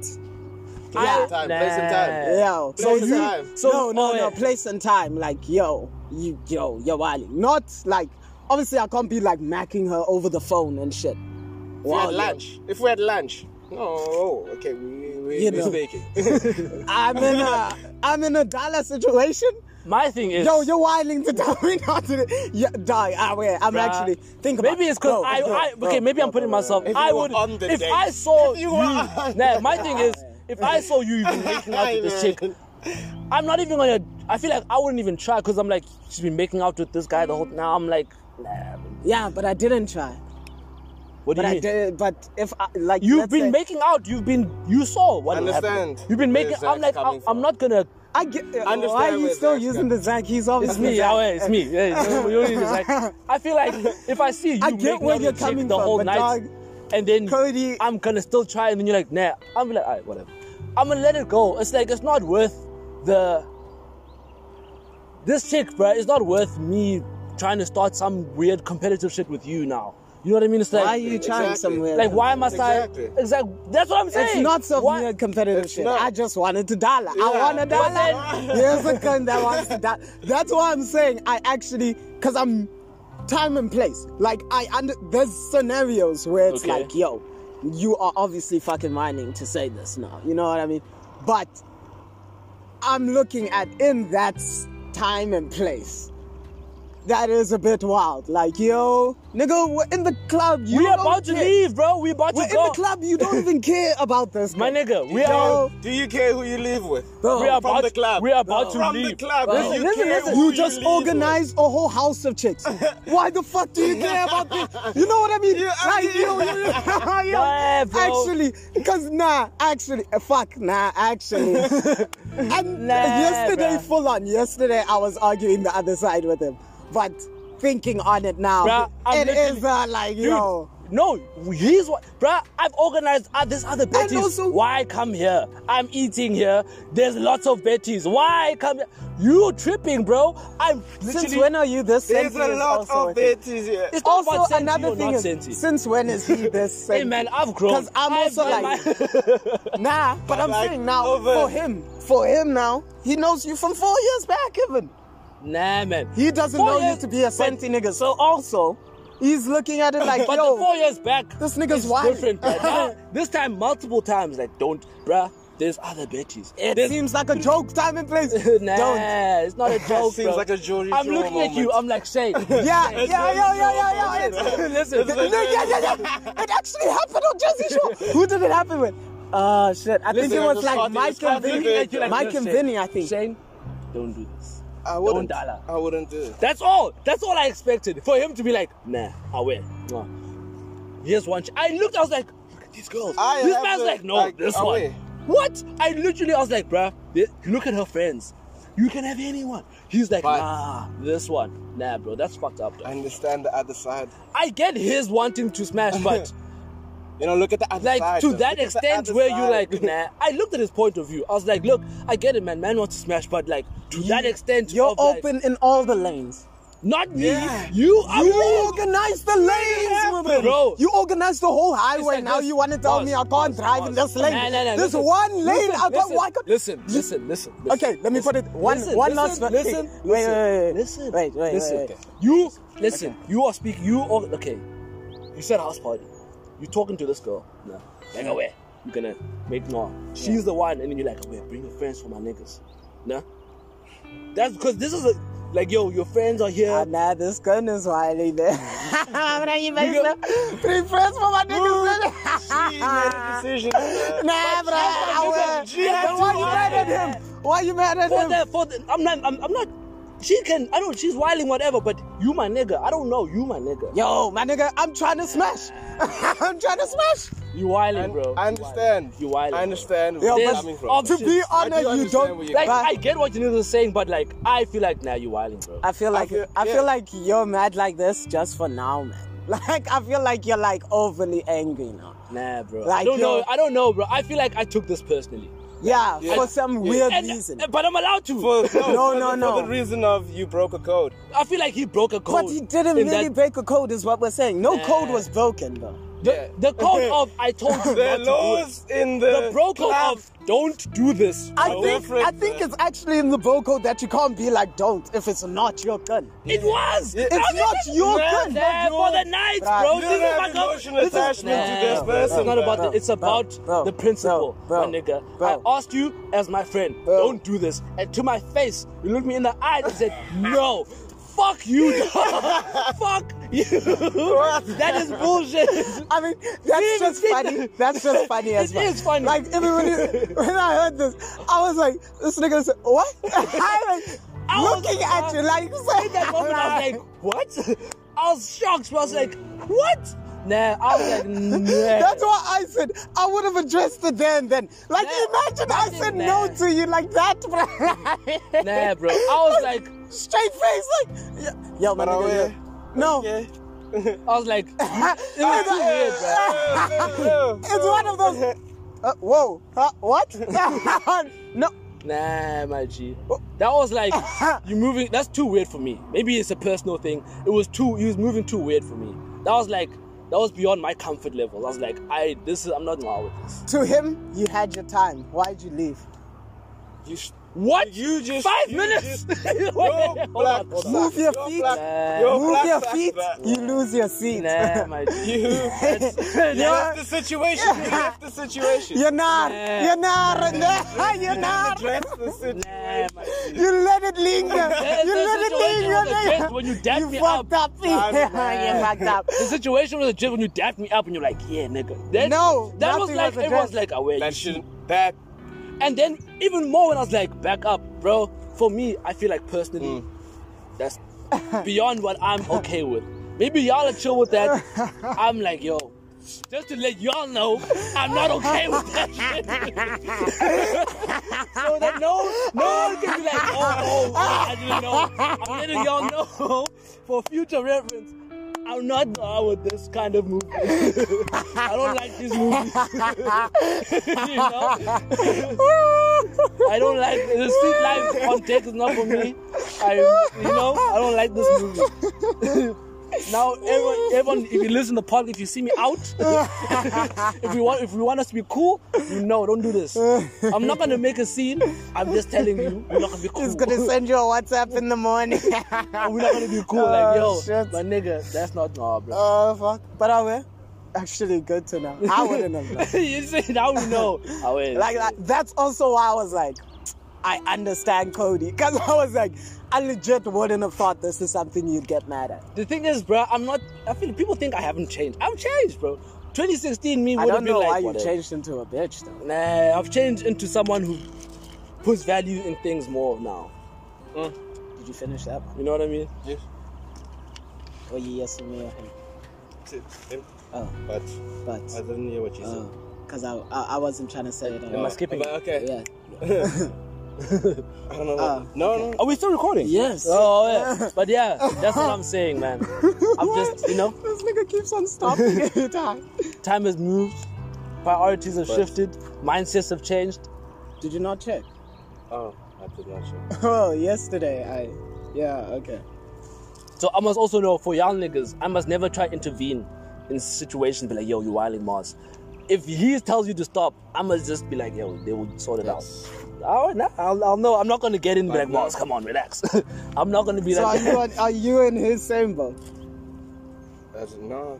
S3: Play
S1: I-
S3: some time. Play some time.
S1: Nah.
S2: Yo,
S3: So
S2: place
S3: you-
S2: and-
S1: so-
S2: no,
S1: oh,
S2: no,
S1: yeah.
S2: no, place and time. Like, yo, you, yo, yo, Ali. Not like, obviously, I can't be like macking her over the phone and shit.
S3: If we
S2: Wow,
S3: had
S2: yo.
S3: lunch. If we had lunch. No, okay, we, we,
S2: You
S3: we're
S2: know.
S3: speaking.
S2: I'm in a, I'm in a dollar situation.
S1: My thing is,
S2: Yo, you're wilding to tell me not to, do- yeah, dog. I wait, I'm
S1: Bruh.
S2: actually thinking.
S1: Maybe it's because I, I okay, maybe I'm putting myself.
S3: If
S1: I
S3: you were
S1: would
S3: on the
S1: if
S3: date.
S1: I saw
S3: If
S1: you.
S3: you were on-
S1: Nah, my thing is, if I saw you even making out with this chick, I'm not even gonna. I feel like I wouldn't even try because I'm like she's been making out with this guy the whole. Now I'm like, nah.
S2: Yeah, but I didn't try.
S1: What do
S2: But
S1: you
S2: I
S1: mean?
S2: did. But if I, like
S1: You've
S2: let's
S1: been
S2: say-
S1: making out. You've been. You saw what
S3: Understand
S1: happened. You've been
S3: where
S1: making.
S3: Zach's
S1: I'm like. I,
S3: coming
S1: I'm
S3: from.
S1: not gonna.
S2: I get.
S3: Understand
S2: why are you
S3: where
S2: still
S3: Zach's
S2: using the
S3: coming.
S2: Zach? He's
S1: It's
S2: obviously
S1: me.
S2: Zach.
S1: Yeah, well, it's me. Yeah, it's- you don't need to, like, I feel like if I see you
S2: I get
S1: making
S2: where
S1: out
S2: you're
S1: with a chick
S2: coming
S1: the
S2: from,
S1: whole
S2: but
S1: night,
S2: dog,
S1: and then
S2: Cody-
S1: I'm gonna still try, and then you're like, nah. I'm like, alright, whatever. I'm gonna let it go. It's like it's not worth the. This chick, bro, it's not worth me trying to start some weird competitive shit with you now. You know what I mean? It's like,
S2: Why are you trying
S3: Exactly.
S2: somewhere?
S1: like why must
S3: Exactly.
S1: I? Exactly. That's what I'm saying.
S2: It's not some
S1: Why-
S2: weird competitive
S3: It's
S2: shit.
S3: not.
S2: I just wanted to dollar. I
S3: Yeah.
S2: want a dollar.
S1: Well,
S3: then-
S2: Here's a gun that wants to dollar. That's why I'm saying I actually, because I'm time and place. Like I under there's scenarios where it's
S1: Okay.
S2: like, yo, you are obviously fucking mining to say this now. You know what I mean? But I'm looking at in that s- time and place. That is a bit wild. Like, yo, nigga, we're in the club. You
S1: We're
S2: don't
S1: about to
S2: care.
S1: leave, bro. We're about
S2: We're
S1: to
S2: in the
S1: go.
S2: club. You don't even care about this.
S1: My
S2: guy.
S1: nigga, we
S2: Yo,
S1: are.
S3: Do you care who you live with?
S2: bro,
S1: We are
S3: From
S1: about,
S3: the club.
S1: We are about to
S3: From
S1: leave.
S3: the club.
S1: bro.
S3: Do
S2: Listen,
S3: you
S2: listen,
S3: care
S2: listen.
S3: who
S2: You
S3: you
S2: just
S3: leave
S2: organized a whole house of chicks. Why the fuck do you care about this? You know what I mean?
S3: Yeah, I
S2: like,
S3: mean-
S2: yo, yo, yo.
S1: Yeah, bro.
S2: Actually, because, nah, actually, uh, fuck, nah, actually. and
S1: Nah,
S2: yesterday,
S1: bruh.
S2: full on, yesterday, I was arguing the other side with him. But thinking on it now,
S1: Bruh, I'm
S2: it is
S1: literally-
S2: uh, like,
S1: Dude,
S2: yo.
S1: no, he's what, bruh. I've organized uh, this other Betty's.
S2: also-
S1: Why come here? I'm eating here. There's lots of Betty's. Why come here? You tripping, bro? I'm literally.
S2: Since when are you this
S3: There's
S2: sensy
S3: a
S2: is
S3: lot
S2: also a
S3: of
S2: thing.
S3: bitches here.
S1: It's not about
S2: Also,
S1: sensy
S2: another
S1: or
S2: thing
S1: not
S2: is,
S1: sensy.
S2: since when is he this?
S1: Hey man, I've grown.
S2: 'Cause I'm
S1: I've
S2: also
S1: done
S2: like-
S1: my-
S2: Nah, but I'm
S3: Like,
S2: saying now
S3: over-
S2: for him, for him now, he knows you from four years back even.
S1: nah, man.
S2: He doesn't
S1: Four
S2: know
S1: years-
S2: you to be a
S1: but-
S2: senti nigga. So also, he's looking at it like,
S1: But
S2: yo,
S1: the four years back,
S2: this nigga's
S1: it's
S2: wild.
S1: different. bruh. Now, this time, multiple times, like don't, bruh. There's other Betty's.
S2: it
S1: There's-
S2: seems like a joke. Time and place.
S1: nah,
S2: Don't.
S1: it's not a joke.
S3: Seems
S1: bro.
S3: like a Jory
S1: I'm
S3: Shaw
S1: looking at you.
S3: moment.
S1: I'm like, Shay.
S2: Yeah, yeah, yeah, yeah, yeah, yeah.
S1: Listen,
S2: it's-
S1: listen.
S2: No, yeah, yeah, yeah. It actually happened on Jersey Shore. Who did it happen with? Uh, shit. I think
S3: Listen,
S2: it was
S3: just
S2: like
S3: starting-
S2: Mike
S3: just
S2: and Vinny.
S3: starting to do it, like
S2: Mike
S1: this,
S2: and
S1: Shay.
S2: Vinny, I think.
S1: Shane, don't do this.
S3: I wouldn't.
S1: Don't dollar.
S3: I wouldn't do it.
S1: That's all. That's all I expected. For him to be like, nah, I will. No. Here's one. Ch-. I looked, I was like, look at these girls.
S3: I
S1: this
S3: have
S1: man's
S3: to,
S1: like, no,
S3: like,
S1: this
S3: away.
S1: one. What? I literally, I was like, bruh, th- look at her friends. You can have anyone. He's like,
S3: But-
S1: nah, this one. Nah, bro, that's fucked up. Though.
S3: I understand the other side.
S1: I get his wanting to smash, but
S3: You know, look at the other
S1: like
S3: side.
S1: to
S3: though.
S1: that
S3: Look at the
S1: extent
S3: other
S1: where you
S3: side.
S1: like, nah. I looked at his point of view. I was like, look, I get it, man. Man wants to smash, but like to that extent,
S2: You're
S1: of, like,
S2: open in all the lanes.
S1: Not me.
S3: Yeah.
S1: You are
S2: You
S1: wrong.
S2: organize the lanes,
S1: happened,
S2: woman.
S1: bro.
S2: You organize the whole highway.
S1: Listen,
S2: now
S1: listen,
S2: you want to tell
S1: boss,
S2: me I can't
S1: boss,
S2: drive
S1: boss.
S2: in this lane.
S1: Nah, nah, nah,
S2: this
S1: listen.
S2: one lane,
S1: Listen,
S2: I can't.
S1: listen,
S2: Why can't-
S1: Listen, listen, listen, listen.
S2: Okay, let me put it one
S1: listen,
S2: one
S1: listen,
S2: last thing.
S1: Listen,
S2: wait, wait, wait, wait.
S1: listen,
S2: wait, wait,
S1: listen.
S2: wait.
S1: You listen. You are speaking. You are okay. You said house party. You talking to this girl. No, hang away. You're gonna make no. She's the one, and then you're like, wait, bring your friends for my niggas. No, that's because this is a like, yo, your friends are here.
S2: Ah, nah, this gun is wily there. But I ain't
S1: You
S2: making no- Three friends for my
S3: She made a
S2: niggas.
S3: decision. bruh.
S2: Nah, bro. I
S1: She
S2: will.
S1: had to
S2: But Why you
S1: lie.
S2: mad at him? Why you mad at
S1: for
S2: him?
S1: the for the, I'm not I'm, I'm not she can I don't she's wilding whatever but you my nigga I don't know you my nigga
S2: Yo, my nigga, I'm trying to smash. I'm trying to smash.
S1: you wilding
S3: And-
S1: bro
S3: I understand.
S1: you wilding
S3: I understand
S2: Yo,
S3: where you're
S2: but
S3: coming from.
S1: of
S2: to
S1: shit.
S2: be
S1: I
S3: I do
S2: honest, you
S3: understand
S2: don't.
S3: where you're
S1: like
S2: Bruh.
S1: I get what you niggas are saying but like I feel like now nah, you wilding bro
S2: I feel like I feel,
S3: feel- yeah.
S2: like you're mad like this just for now, man. Like I feel like you're like overly angry now.
S1: nah bro I
S2: Like,
S1: don't
S2: yo-
S1: know I don't know bro I feel like I took this personally
S2: Yeah,
S3: Yeah.
S2: for some weird
S1: And-
S2: reason.
S1: but I'm allowed to
S3: For,
S2: No,
S3: for the-
S2: no,
S3: for
S2: no.
S3: the reason of you broke a code.
S1: I feel like he broke a code
S2: but he didn't
S1: in
S2: really
S1: that,
S2: break a code, is what we're saying. No
S1: Nah.
S2: code was broken, though.
S1: the,
S3: Yeah.
S1: the code of I told you
S3: The
S1: not to do it
S3: laws in the
S1: the broke code
S3: club.
S1: of don't do this
S2: uh, I
S3: No
S2: think I
S3: reference,
S2: think
S3: man.
S2: it's actually in the bro code that you can't be like don't if it's not your gun.
S1: It was.
S3: Yeah.
S2: It's not your gun,
S1: Nah, for
S2: not your-
S1: the night,
S2: Bruh,
S1: bro.
S2: you
S1: This
S3: don't
S1: is
S3: have
S1: my girl-
S3: emotional
S1: this is-
S3: attachment
S2: to this person,
S1: It's not about
S2: bro.
S1: that. It's about
S2: Bro,
S1: the principle,
S2: bro,
S1: my nigga.
S2: bro.
S1: I asked you as my friend,
S2: Bro.
S1: don't do this. And to my face, you looked me in the eye and said, no. Fuck you, dog. Fuck you. that is bullshit.
S2: I mean, that's
S1: Leave
S2: just
S1: it.
S2: funny. That's just funny as
S1: It
S2: well.
S1: is funny.
S2: Like everybody, when I heard this, I was like, this nigga said, what? I was
S1: I was
S2: looking
S1: like,
S2: at you like
S1: At that moment, I was like, what? I was shocked, bro. I was like, what? Nah, I was like, nah.
S2: That's what I said. I would have addressed it there and then. Like,
S1: Nah,
S2: imagine I
S1: that is
S2: said
S1: nah.
S2: no to you like that, bro.
S1: Nah, bro. I was like,
S2: Straight face, like, yo, yo my
S3: But I
S2: nigga,
S3: will.
S2: yo. No.
S3: Okay.
S1: I was like, it was too weird, bro.
S2: It's one of those. Uh, whoa, huh, what? no.
S1: Nah, my G. That was like you moving. That's too weird for me. Maybe it's a personal thing. It was too. He was moving too weird for me. That was like that was beyond my comfort level. I was like, I this is. I'm not wild with this.
S2: To him, you had your time. Why'd you leave?
S3: You sh-
S1: What?
S3: You just-
S1: five
S3: you
S1: minutes.
S3: just-
S1: Wait,
S3: Yo,
S1: hold on,
S3: black
S1: hold on.
S2: Move your
S3: Yo,
S2: feet. Uh,
S3: black-
S1: Nah.
S3: yo,
S2: Move
S3: black
S2: your
S3: sack,
S2: feet,
S3: bruh.
S2: you lose your seat.
S1: Nah, my G.
S3: You
S1: That's-
S3: You left the situation. You left the situation.
S2: You're not.
S1: Nah.
S2: You're not. Nah, you're
S3: You didn't
S2: not.
S3: address the situation.
S1: Nah, my G.
S2: You let it linger.
S1: That's
S2: You
S1: the
S2: let it
S1: situation.
S2: linger.
S1: the Jets when you dapped
S2: you
S1: me up.
S2: fucked up. you fucked up.
S1: The situation with the Jets when you dapped me up and you're like, yeah, nigga. That,
S2: No,
S1: that was
S2: nothing
S1: like it
S2: was
S1: was
S2: addressed.
S1: like aware.
S3: That shouldn't. That
S1: And then even more when I was like, back up, bro. For me, I feel like personally, that's beyond what I'm okay with. Maybe y'all are chill with that. I'm like, yo, just to let y'all know, I'm not okay with that shit. so that no, no one can be like, oh, oh, I didn't know. I'm letting y'all know for future reference. I'm not down with this kind of movie. I don't like this movie. you know? I don't like the street life on Tech is not for me. I, you know, I don't like this movie. now, everyone, everyone, if you listen to the podcast, if you see me out, if you want, if you want us to be cool, you know, don't do this. I'm not gonna make a scene. I'm just telling you, we're not gonna be cool.
S2: He's gonna send you a WhatsApp in the morning.
S1: we're not gonna be cool.
S2: Oh,
S1: like, yo,
S2: shit.
S1: my nigga, that's not nah, bro.
S2: Oh fuck! But I will. Actually, good to know. I wouldn't have. known.
S1: you see, now we know. I went,
S2: like that, that's also why I was like, I understand Cody, because I was like, I legit wouldn't have thought this is something you'd get mad at.
S1: The thing is, bro, I'm not. I feel people think I haven't changed. I've changed, bro. 2016 me would
S2: I
S1: have
S2: don't
S1: been
S2: know
S1: like,
S2: why you
S1: whatever.
S2: changed into a bitch though.
S1: Nah, I've changed into someone who puts value in things more now.
S2: Did you finish that one?
S1: You know what I mean?
S3: yeah,
S2: Oh yeah, yes, me or him.
S3: it's him.
S2: Oh,
S3: But
S2: but
S3: I didn't hear what you said.
S2: because I, I I wasn't trying to say it.
S1: Uh, Am I
S2: Anymore.
S1: skipping?
S3: But okay.
S2: Yeah.
S3: I don't know.
S2: Uh,
S3: no, no, no.
S1: Are we still recording?
S2: Yes.
S1: Oh yeah. But yeah, that's what I'm saying, man. I'm just, you know,
S2: This nigga keeps on stopping every time.
S1: time has moved, priorities have
S3: But-
S1: shifted, mindsets have changed.
S2: Did you not check?
S3: Oh, I did not check.
S2: Oh, yesterday I. Yeah. Okay.
S1: So I must also know for young niggas, I must never try intervene in situations. Be like, yo, you wilding Mars. If he tells you to stop, I must just be like, yo, they will sort it
S3: Yes.
S1: out. All right, nah, Oh, I'll, I'll know. I'm not gonna get in and be
S3: But
S1: like,
S3: no.
S1: Mars, come on, relax. I'm not gonna be
S2: So are
S1: like.
S2: you on, are you in his same boat?
S3: I did not.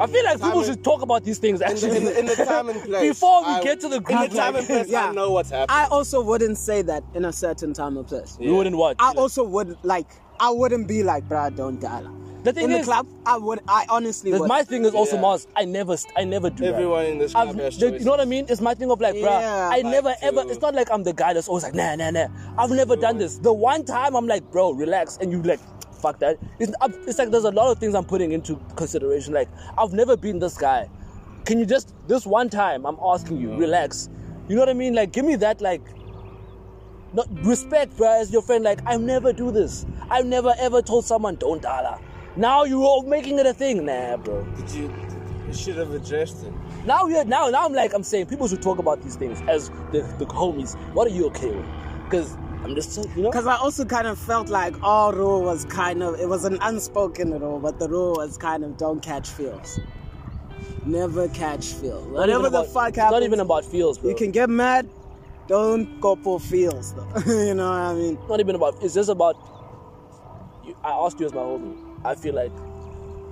S1: I feel like
S3: Simon-
S1: people should talk about these things
S3: in the,
S1: actually
S3: in the- in the time and place.
S1: before we
S3: I-
S1: get to the
S3: In the
S1: group.
S3: time and
S1: Like,
S3: place,
S2: Yeah.
S3: I know what's happening.
S2: I also wouldn't say that in a certain time or place.
S1: you wouldn't watch.
S2: I also would like I wouldn't be like bruh don't dial
S1: The thing
S2: in the
S1: is-
S2: club I would I honestly
S1: That's
S2: would
S1: my thing is also
S3: Yeah.
S1: Mars. I never, st- I never do
S3: Everyone
S1: that.
S3: in this
S1: I've-
S3: club has
S1: the- you know what I mean? It's my thing of like, bruh,
S2: Yeah,
S1: I
S2: like
S1: never
S3: to-
S1: ever. It's not like I'm the guy that's always like, nah, nah, nah. I've never done this. The one time I'm like, bro, relax, and you like, fuck that. It's, I'm- it's like there's a lot of things I'm putting into consideration. Like I've never been this guy. Can you just this one time? I'm asking you, relax. You know what I mean? Like, give me that like not respect, bro, as your friend. Like, I never do this. I've never ever told someone don't dala. Now you are making it a thing, nah, bro.
S3: Did you, you should have addressed it.
S1: Now you're now now I'm like I'm saying people should talk about these things as the, the homies. What are you okay with? Because I'm just saying, you know.
S2: because I also kind of felt like our rule was kind of it was an unspoken rule but the rule was kind of don't catch feels never catch feel
S1: Not even
S2: whatever the
S1: about-
S2: fuck
S1: it's
S2: happens
S1: Not even about feels, bro.
S2: you can get mad don't go for feels though you know what I mean
S1: It's not even about. It's just about. You, I asked you as my homie. I feel like,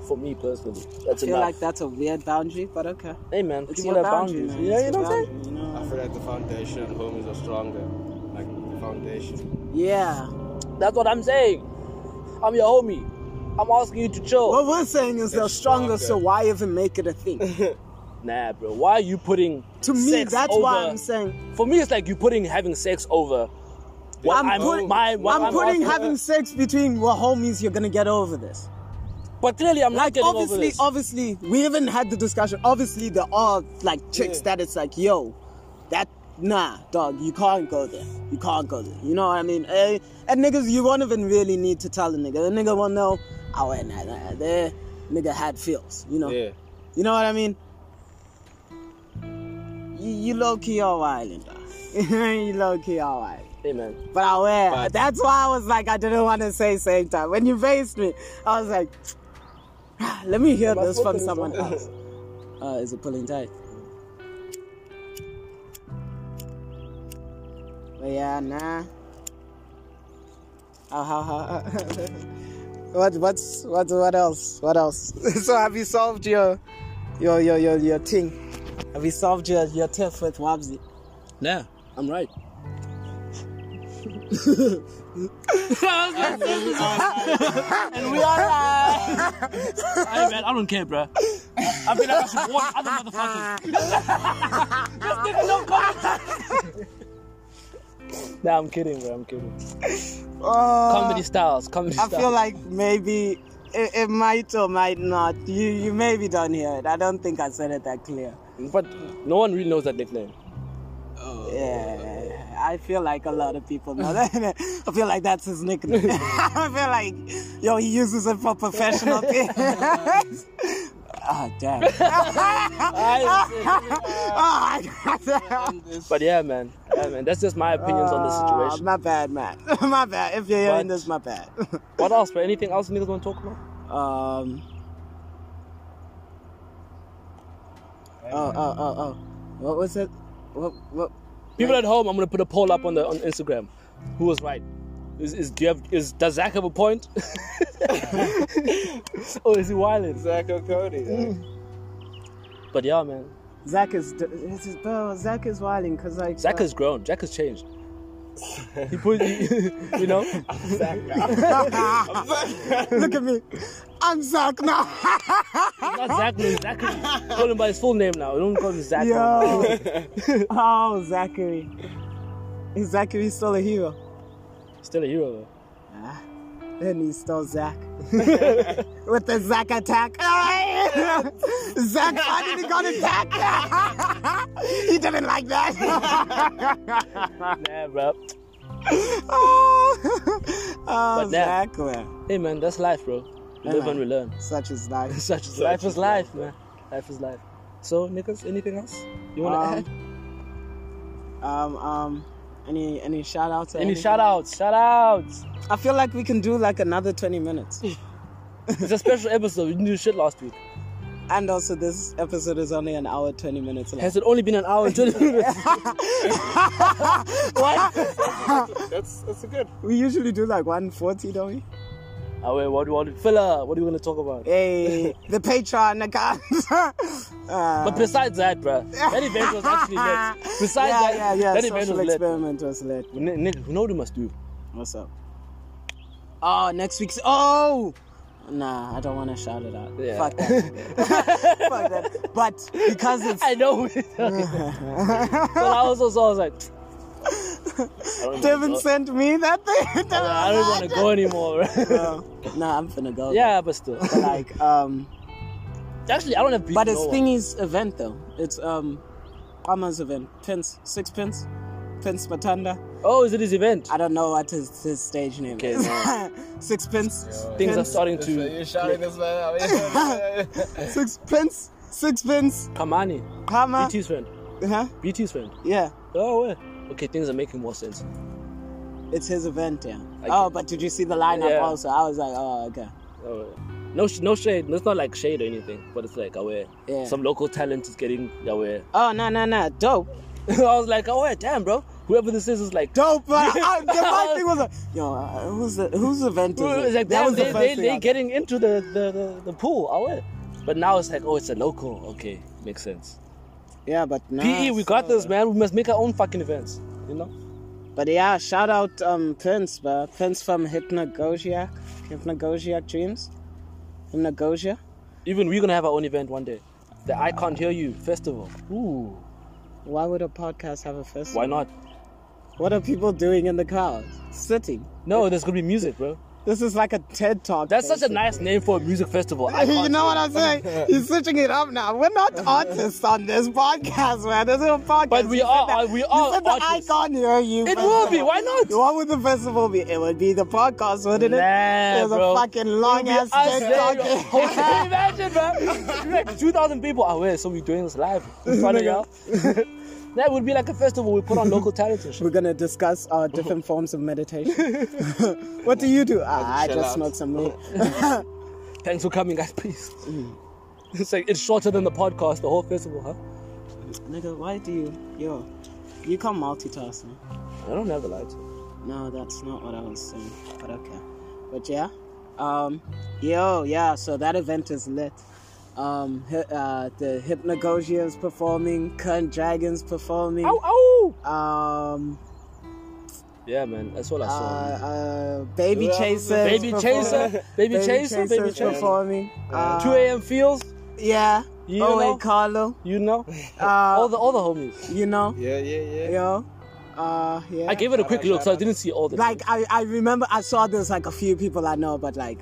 S1: for me personally, that's
S2: I feel
S1: enough.
S2: like that's a weird boundary but okay
S1: hey man,
S2: it's
S1: people
S2: your
S1: have
S2: boundary,
S1: boundaries.
S2: man.
S1: You know,
S2: It's
S1: you know what
S2: your
S1: I'm saying?
S2: boundary, you know
S3: I
S2: what
S3: feel like the foundation and homies are stronger. Like the foundation.
S2: I mean? yeah
S1: That's what I'm saying. I'm your homie. I'm asking you to chill.
S2: What we're saying is they're
S3: It's
S2: stronger, so
S3: stronger.
S2: why even make it a thing?
S1: Nah, bro. Why are you putting
S2: to me,
S1: sex
S2: that's
S1: over?
S2: why I'm saying
S1: For me, it's like you putting having sex over. What
S2: I'm
S1: I'm,
S2: putting-
S1: my, what
S2: I'm, putting
S1: asking-
S2: having sex between well, homies. You're gonna get over this.
S1: But clearly, I'm not
S2: Like
S1: getting over
S2: obviously,
S1: this.
S2: obviously, we haven't had the discussion. Obviously, there are like chicks
S3: Yeah.
S2: that it's like, yo, that nah, dog, you can't go there. You can't go there. You know what I mean? Eh, and niggas, you won't even really need to tell a nigga. The nigga will know. Oh, eh, nah, nah, there, nigga had feels. You know.
S3: Yeah.
S2: You know what I mean? You, you low key all island. you low key all island.
S1: hey man,
S2: But I wear.
S3: But-
S2: That's why I was like, I didn't want to say same time. When you faced me, I was like, let me hear
S1: Am I
S2: this from
S1: smoking
S2: someone
S1: or something?
S2: else. Uh, is it pulling tight? But yeah, nah. Oh, how, how? what, what's, what, what else? What else? so have you solved your, your, your, your, your thing? Have you solved your, your tiff with Wabzi?
S1: nah, I'm right.
S2: and we are live.
S1: Hey man, I don't care, bro. I feel like I should warn other motherfuckers. Just give no comment. Nah, I'm kidding, bro. I'm kidding.
S2: Oh,
S1: Comedy styles, comedy
S2: I
S1: styles.
S2: feel like maybe it, it might or might not. You you maybe don't hear it. I don't think I said it that clear.
S1: but no one really knows that nickname.
S3: Oh.
S2: Yeah, I feel like a lot of people know that. I feel like that's his nickname. I feel like, yo, he uses it for professional things. oh, damn. oh, I got that.
S1: But yeah, man. Yeah, man. That's just my opinions on the
S2: Oh,
S1: situation.
S2: my bad, man. my bad. If you're hearing
S1: But-
S2: this, my bad.
S1: What else, bro? Anything else niggas want to talk about?
S2: um. Oh, oh, oh, oh. What was it? What, what?
S1: People at home, I'm gonna put a poll up on the on Instagram. Who was right? Is, is do you have is does Zach have a point? or is he wilding?
S3: Zach or Cody. Like,
S1: But yeah, man.
S2: Zach is, this is bro. Zach is wilding because like
S1: Zach has grown. Zach has changed. He put, he- you know,
S2: uh, Look at me. I'm Zach now.
S1: not Zach. no, Zachary. Call him by his full name now. Don't call him Zach.
S2: Yo. oh, Zachary. Is Zachary still a hero?
S1: Still a hero though.
S2: Ah, Then he's still Zach. With the Zach attack. Zach finally got attacked. he didn't like that.
S1: Nah, bro.
S2: oh,
S1: But now-
S2: Zach, man.
S1: Hey, man, that's life, bro. We
S2: Yeah,
S1: live
S2: man.
S1: and we learn.
S2: Such is life.
S1: Such is life is life, man. Life is life. So, Nicholas, anything else you wanna
S2: Um,
S1: add?
S2: Um, um, any any shout outs? or
S1: Any
S2: anything?
S1: shout outs? Shout outs.
S2: I feel like we can do like another 20 minutes.
S1: It's a special episode. We didn't do shit last week.
S2: and also, this episode is only an hour 20 minutes long.
S1: Has it only been an hour and 20 minutes? what?
S3: that's that's a good.
S2: We usually do like 140, don't we?
S1: Oh, wait, what do you want? Filler, what are we gonna talk about?
S2: Hey, the Patreon account. uh,
S1: But besides that, bruh, that event was actually lit. Besides
S2: yeah,
S1: that,
S2: yeah, yeah.
S1: that event
S2: Social
S1: was lit.
S2: experiment was lit.
S1: Nick, Nick, you know what we must do?
S2: What's up? Oh, next week's. Oh! Nah, I don't want to shout it out.
S1: Yeah.
S2: Fuck that. Fuck that. But because it's.
S1: I know. we- but I also saw, I was like, I don't even
S2: Devin
S1: know.
S2: sent me that thing.
S1: I don't want to go anymore. bruh.
S2: No, nah, I'm finna go.
S1: yeah, but still.
S2: But like, um.
S1: Actually, I don't have beef
S2: But
S1: with
S2: it's
S1: no one.
S2: Thingy's event though. It's, um. Ama's event. Pence. Sixpence. Pence Matanda.
S1: Oh, is it his event?
S2: I don't know what his, his stage name
S1: Okay,
S2: is.
S1: no.
S2: sixpence.
S1: Things are
S2: pence,
S1: starting
S3: This-
S1: to.
S3: You're shouting this man out. You're shouting this man out.
S2: Sixpence. Sixpence.
S1: Kamani,
S2: Hammer.
S1: BT's friend.
S2: Huh?
S1: BT's friend.
S2: Yeah.
S1: Oh, yeah. Okay, things are making more sense.
S2: It's his event, yeah.
S1: I
S2: oh,
S1: get-
S2: but did you see the lineup
S1: Yeah.
S2: also? I was like, oh, okay.
S1: Oh, yeah. No, sh- no shade. It's not like shade or anything, but it's like aware.
S2: Yeah.
S1: Some local talent is getting aware.
S2: Oh, no, no, no. Dope.
S1: I was like, oh yeah, damn, bro. Whoever this is is like,
S2: Dope. But I, the first thing was like, yo, uh, who's the, whose event is it?
S1: it's like damn, they, they,
S2: I
S1: they
S2: was
S1: getting into the, the, the, the pool. Oh yeah. But now it's like, oh, it's a local. Okay, makes sense.
S2: like. Yeah, but nah,
S1: PE, E, we got this, man. We must make our own fucking events. You know?
S2: But yeah, shout out um, Prince, bro. Prince from Hypnagogiac. Hypnagogiac Dreams. Hypnagogia.
S1: Even we're gonna have our own event one day. The I Can't Hear You Festival. Ooh.
S2: Why would a podcast have a festival?
S1: Why not?
S2: What are people doing in the crowd? Sitting.
S1: No, there's gonna be music, bro.
S2: This is like a TED talk.
S1: That's such a
S2: basically.
S1: nice name for a music festival. I
S2: You
S1: can't
S2: know what I'm saying? He's switching it up now. We're not artists on this podcast, man. This is a podcast.
S1: But we
S2: You
S1: are-
S2: said that-
S1: we
S2: you
S1: are
S2: said that I
S1: artists.
S2: can't hear you.
S1: It
S2: festival.
S1: will be. Why not?
S2: What would the festival be? It would be the podcast, wouldn't
S1: Nah,
S2: it? There's
S1: bro.
S2: a fucking long ass
S1: Us
S2: TED talk.
S1: there, yo. Can you imagine, bro? We're like 2,000 people. Oh, wait, so we're doing this live in front of y'all? that would be like a festival. We put on local talent and shit.
S2: We're gonna discuss uh, different forms of meditation. what do you do? Ah, I
S3: Chill
S2: just
S3: out.
S2: smoke some weed.
S1: Thanks for coming, guys. Peace.
S2: Mm.
S1: It's like it's shorter than the podcast, the whole festival, huh?
S2: Nigga, why do you? Yo, you can't multitask, man.
S1: I don't have the lights.
S2: No, that's not what I was saying. But okay. But yeah. Um, yo, yeah, so that event is lit. Um, hi- uh, the Hypnagogia is
S1: Oh.
S2: performing, Cunt Dragons performing.
S1: Ow, ow!
S2: Um,
S1: Yeah, man, that's all I
S2: Uh,
S1: saw.
S2: uh, Baby
S3: Yeah.
S2: Chaser.
S1: Baby Chaser, Baby Chaser, Baby Chaser.
S2: performing. Uh,
S1: 2 a.m. feels,
S2: Yeah.
S1: You
S2: oh,
S1: know?
S2: wait, Carlo.
S1: you know, all
S2: Uh,
S1: the all the homies.
S2: you know,
S3: Yeah, yeah, yeah.
S2: yo. Uh, yeah.
S1: I gave it a quick look, so I didn't see all the.
S2: like I, I remember I saw this like a few people I know, but like